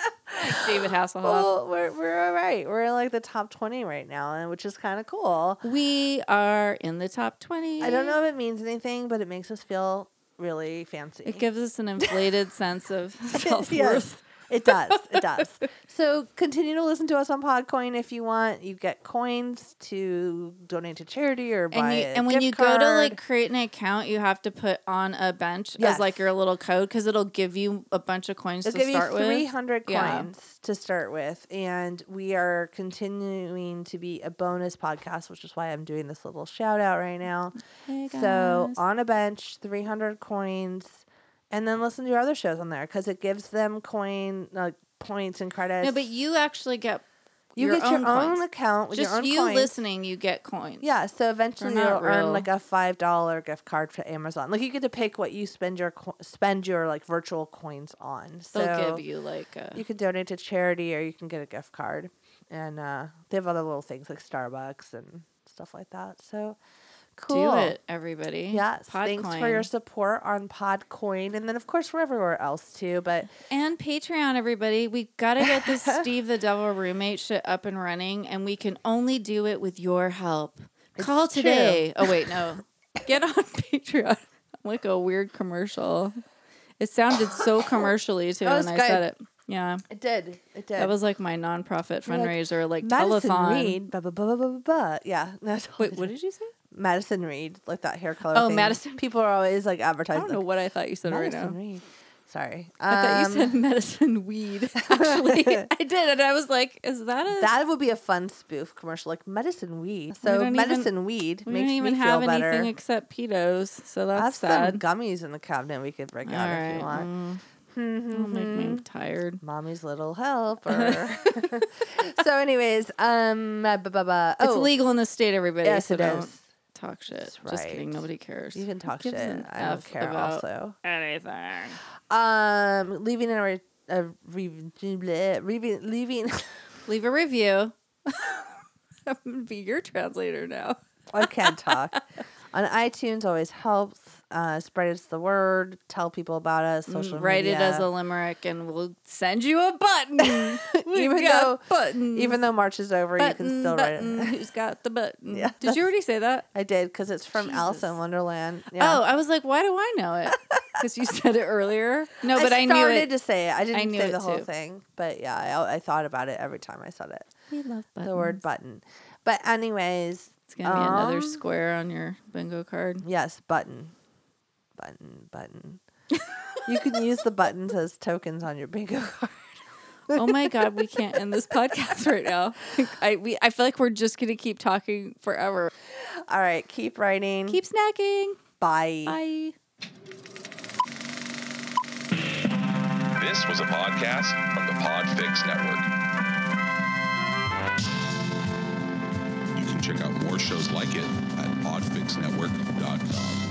Speaker 1: David Hasselhoff.
Speaker 2: <laughs> well, we're we're all right. We're in like the top twenty right now, and which is kind of cool.
Speaker 1: We are in the top 20.
Speaker 2: I don't know if it means anything, but it makes us feel really fancy.
Speaker 1: It gives us an inflated sense of self worth.
Speaker 2: <laughs> yes, it does. It does.
Speaker 1: <laughs>
Speaker 2: so continue to listen to us on Podcoin if you want. You get coins to donate to charity or buy.
Speaker 1: And, you,
Speaker 2: a
Speaker 1: and when
Speaker 2: gift
Speaker 1: you go to like
Speaker 2: card.
Speaker 1: create an account, you have to put on a bench
Speaker 2: Yes.
Speaker 1: as like your little code because it'll give you a bunch of coins
Speaker 2: It'll
Speaker 1: to
Speaker 2: give
Speaker 1: start
Speaker 2: you
Speaker 1: with.
Speaker 2: 300
Speaker 1: Yeah.
Speaker 2: coins to start with. And we are continuing to be a bonus podcast, which is why I'm doing this little shout out right now.
Speaker 1: Mm-hmm. Hey,
Speaker 2: So,
Speaker 1: guys.
Speaker 2: on a bench, 300 coins. And then listen to our other shows on there because it gives them coin like points and credits.
Speaker 1: No, but you actually get
Speaker 2: you
Speaker 1: your
Speaker 2: get your
Speaker 1: own
Speaker 2: own
Speaker 1: coins.
Speaker 2: account with
Speaker 1: just
Speaker 2: your own
Speaker 1: you
Speaker 2: coins.
Speaker 1: listening, you get coins.
Speaker 2: Yeah, so eventually you'll
Speaker 1: They're not
Speaker 2: earn
Speaker 1: real.
Speaker 2: like a five dollar gift card to Amazon. Like you get to pick what you spend your co- spend your like virtual coins on. So
Speaker 1: they'll give you like a,
Speaker 2: you can donate to charity or you can get a gift card and uh, they have other little things like starbucks and stuff like that so cool
Speaker 1: do it, everybody.
Speaker 2: yes thanks for your
Speaker 1: Podcoin.
Speaker 2: support on podcoin and then of course we're everywhere else too but
Speaker 1: and Patreon, everybody. We gotta get
Speaker 2: <laughs>
Speaker 1: this Steve the Devil roommate shit up and running, and we can only do it with your help. Call
Speaker 2: true.
Speaker 1: today. Oh wait,
Speaker 2: <laughs>
Speaker 1: no. get on Patreon. Like a weird commercial. It sounded
Speaker 2: <laughs>
Speaker 1: so commercially too,
Speaker 2: That was
Speaker 1: and I said it.
Speaker 2: good.
Speaker 1: Yeah,
Speaker 2: it did it did
Speaker 1: that was like my nonprofit
Speaker 2: You're like,
Speaker 1: fundraiser, like,
Speaker 2: Madison
Speaker 1: telethon.
Speaker 2: Reed, blah, blah, blah, blah, blah, blah. yeah. <laughs> No,
Speaker 1: Wait, what did you say?
Speaker 2: Madison Reed, like that hair color.
Speaker 1: Oh,
Speaker 2: thing.
Speaker 1: Madison-
Speaker 2: People are always like
Speaker 1: I
Speaker 2: advertising.
Speaker 1: don't know what I thought you said right now.
Speaker 2: Madison Reed. Sorry,
Speaker 1: I thought you
Speaker 2: Um,
Speaker 1: said <laughs> medicine
Speaker 2: <laughs>
Speaker 1: weed. Actually, I did, and I was like, "Is that a?"
Speaker 2: That would be a fun spoof commercial, like medicine weed.
Speaker 1: We
Speaker 2: So
Speaker 1: don't even-
Speaker 2: medicine weed
Speaker 1: we
Speaker 2: makes
Speaker 1: don't even
Speaker 2: me
Speaker 1: have
Speaker 2: feel better.
Speaker 1: anything except pedos, so
Speaker 2: I have
Speaker 1: that's
Speaker 2: some
Speaker 1: sad.
Speaker 2: gummies in the cabinet we could break out if you
Speaker 1: All right,
Speaker 2: want. Mm-hmm.
Speaker 1: It'll make me tired.
Speaker 2: Mommy's little helper. <laughs>
Speaker 1: <laughs>
Speaker 2: so, anyways, um, uh, bu- bu- bu- oh,
Speaker 1: Mm. It's legal in the state, everybody.
Speaker 2: Yes,
Speaker 1: so
Speaker 2: it
Speaker 1: don't
Speaker 2: is.
Speaker 1: Talk shit.
Speaker 2: That's
Speaker 1: Just kidding.
Speaker 2: right.
Speaker 1: Nobody cares.
Speaker 2: You can talk
Speaker 1: Who
Speaker 2: shit.
Speaker 1: gives an
Speaker 2: I don't
Speaker 1: F
Speaker 2: care.
Speaker 1: about
Speaker 2: Also,
Speaker 1: anything.
Speaker 2: um, leaving a, re- a re- bleh, leaving leaving.
Speaker 1: Leave a review. <laughs> I'm gonna be your translator now.
Speaker 2: I can talk. <laughs> On iTunes always helps. Uh, spread us the word. Tell people about us. Social
Speaker 1: Mm, Write
Speaker 2: media.
Speaker 1: it
Speaker 2: <laughs>
Speaker 1: as a limerick, and we'll send you a button. We've <laughs>
Speaker 2: Even
Speaker 1: got
Speaker 2: though-
Speaker 1: buttons.
Speaker 2: Even though March is over, you can
Speaker 1: button,
Speaker 2: still
Speaker 1: button.
Speaker 2: write it.
Speaker 1: Who's got the button?
Speaker 2: <laughs> Yeah,
Speaker 1: Did you already say that?
Speaker 2: <laughs> I did because it's from Alice in
Speaker 1: Jesus.
Speaker 2: Wonderland.
Speaker 1: Oh, I was like, why do I know
Speaker 2: <laughs>
Speaker 1: it? Because you said it earlier. No, but I, knew
Speaker 2: started
Speaker 1: it.
Speaker 2: to say it. I didn't
Speaker 1: knew
Speaker 2: say
Speaker 1: it
Speaker 2: the whole
Speaker 1: too.
Speaker 2: thing, but yeah, I, I thought about it every time I said it.
Speaker 1: we love buttons.
Speaker 2: The word button. But anyways,
Speaker 1: It's gonna be another
Speaker 2: Um,
Speaker 1: square on your bingo card.
Speaker 2: yes, button, button,
Speaker 1: <laughs>
Speaker 2: button. you can use the buttons as tokens on your bingo card. <laughs>
Speaker 1: oh my god, we can't end this podcast right now. <laughs> I we I feel like we're just gonna keep talking forever.
Speaker 2: All right, keep writing.
Speaker 1: Keep snacking. Bye.
Speaker 6: This was a podcast from the Podfix Network. You can check out more shows like it at podfixnetwork.com.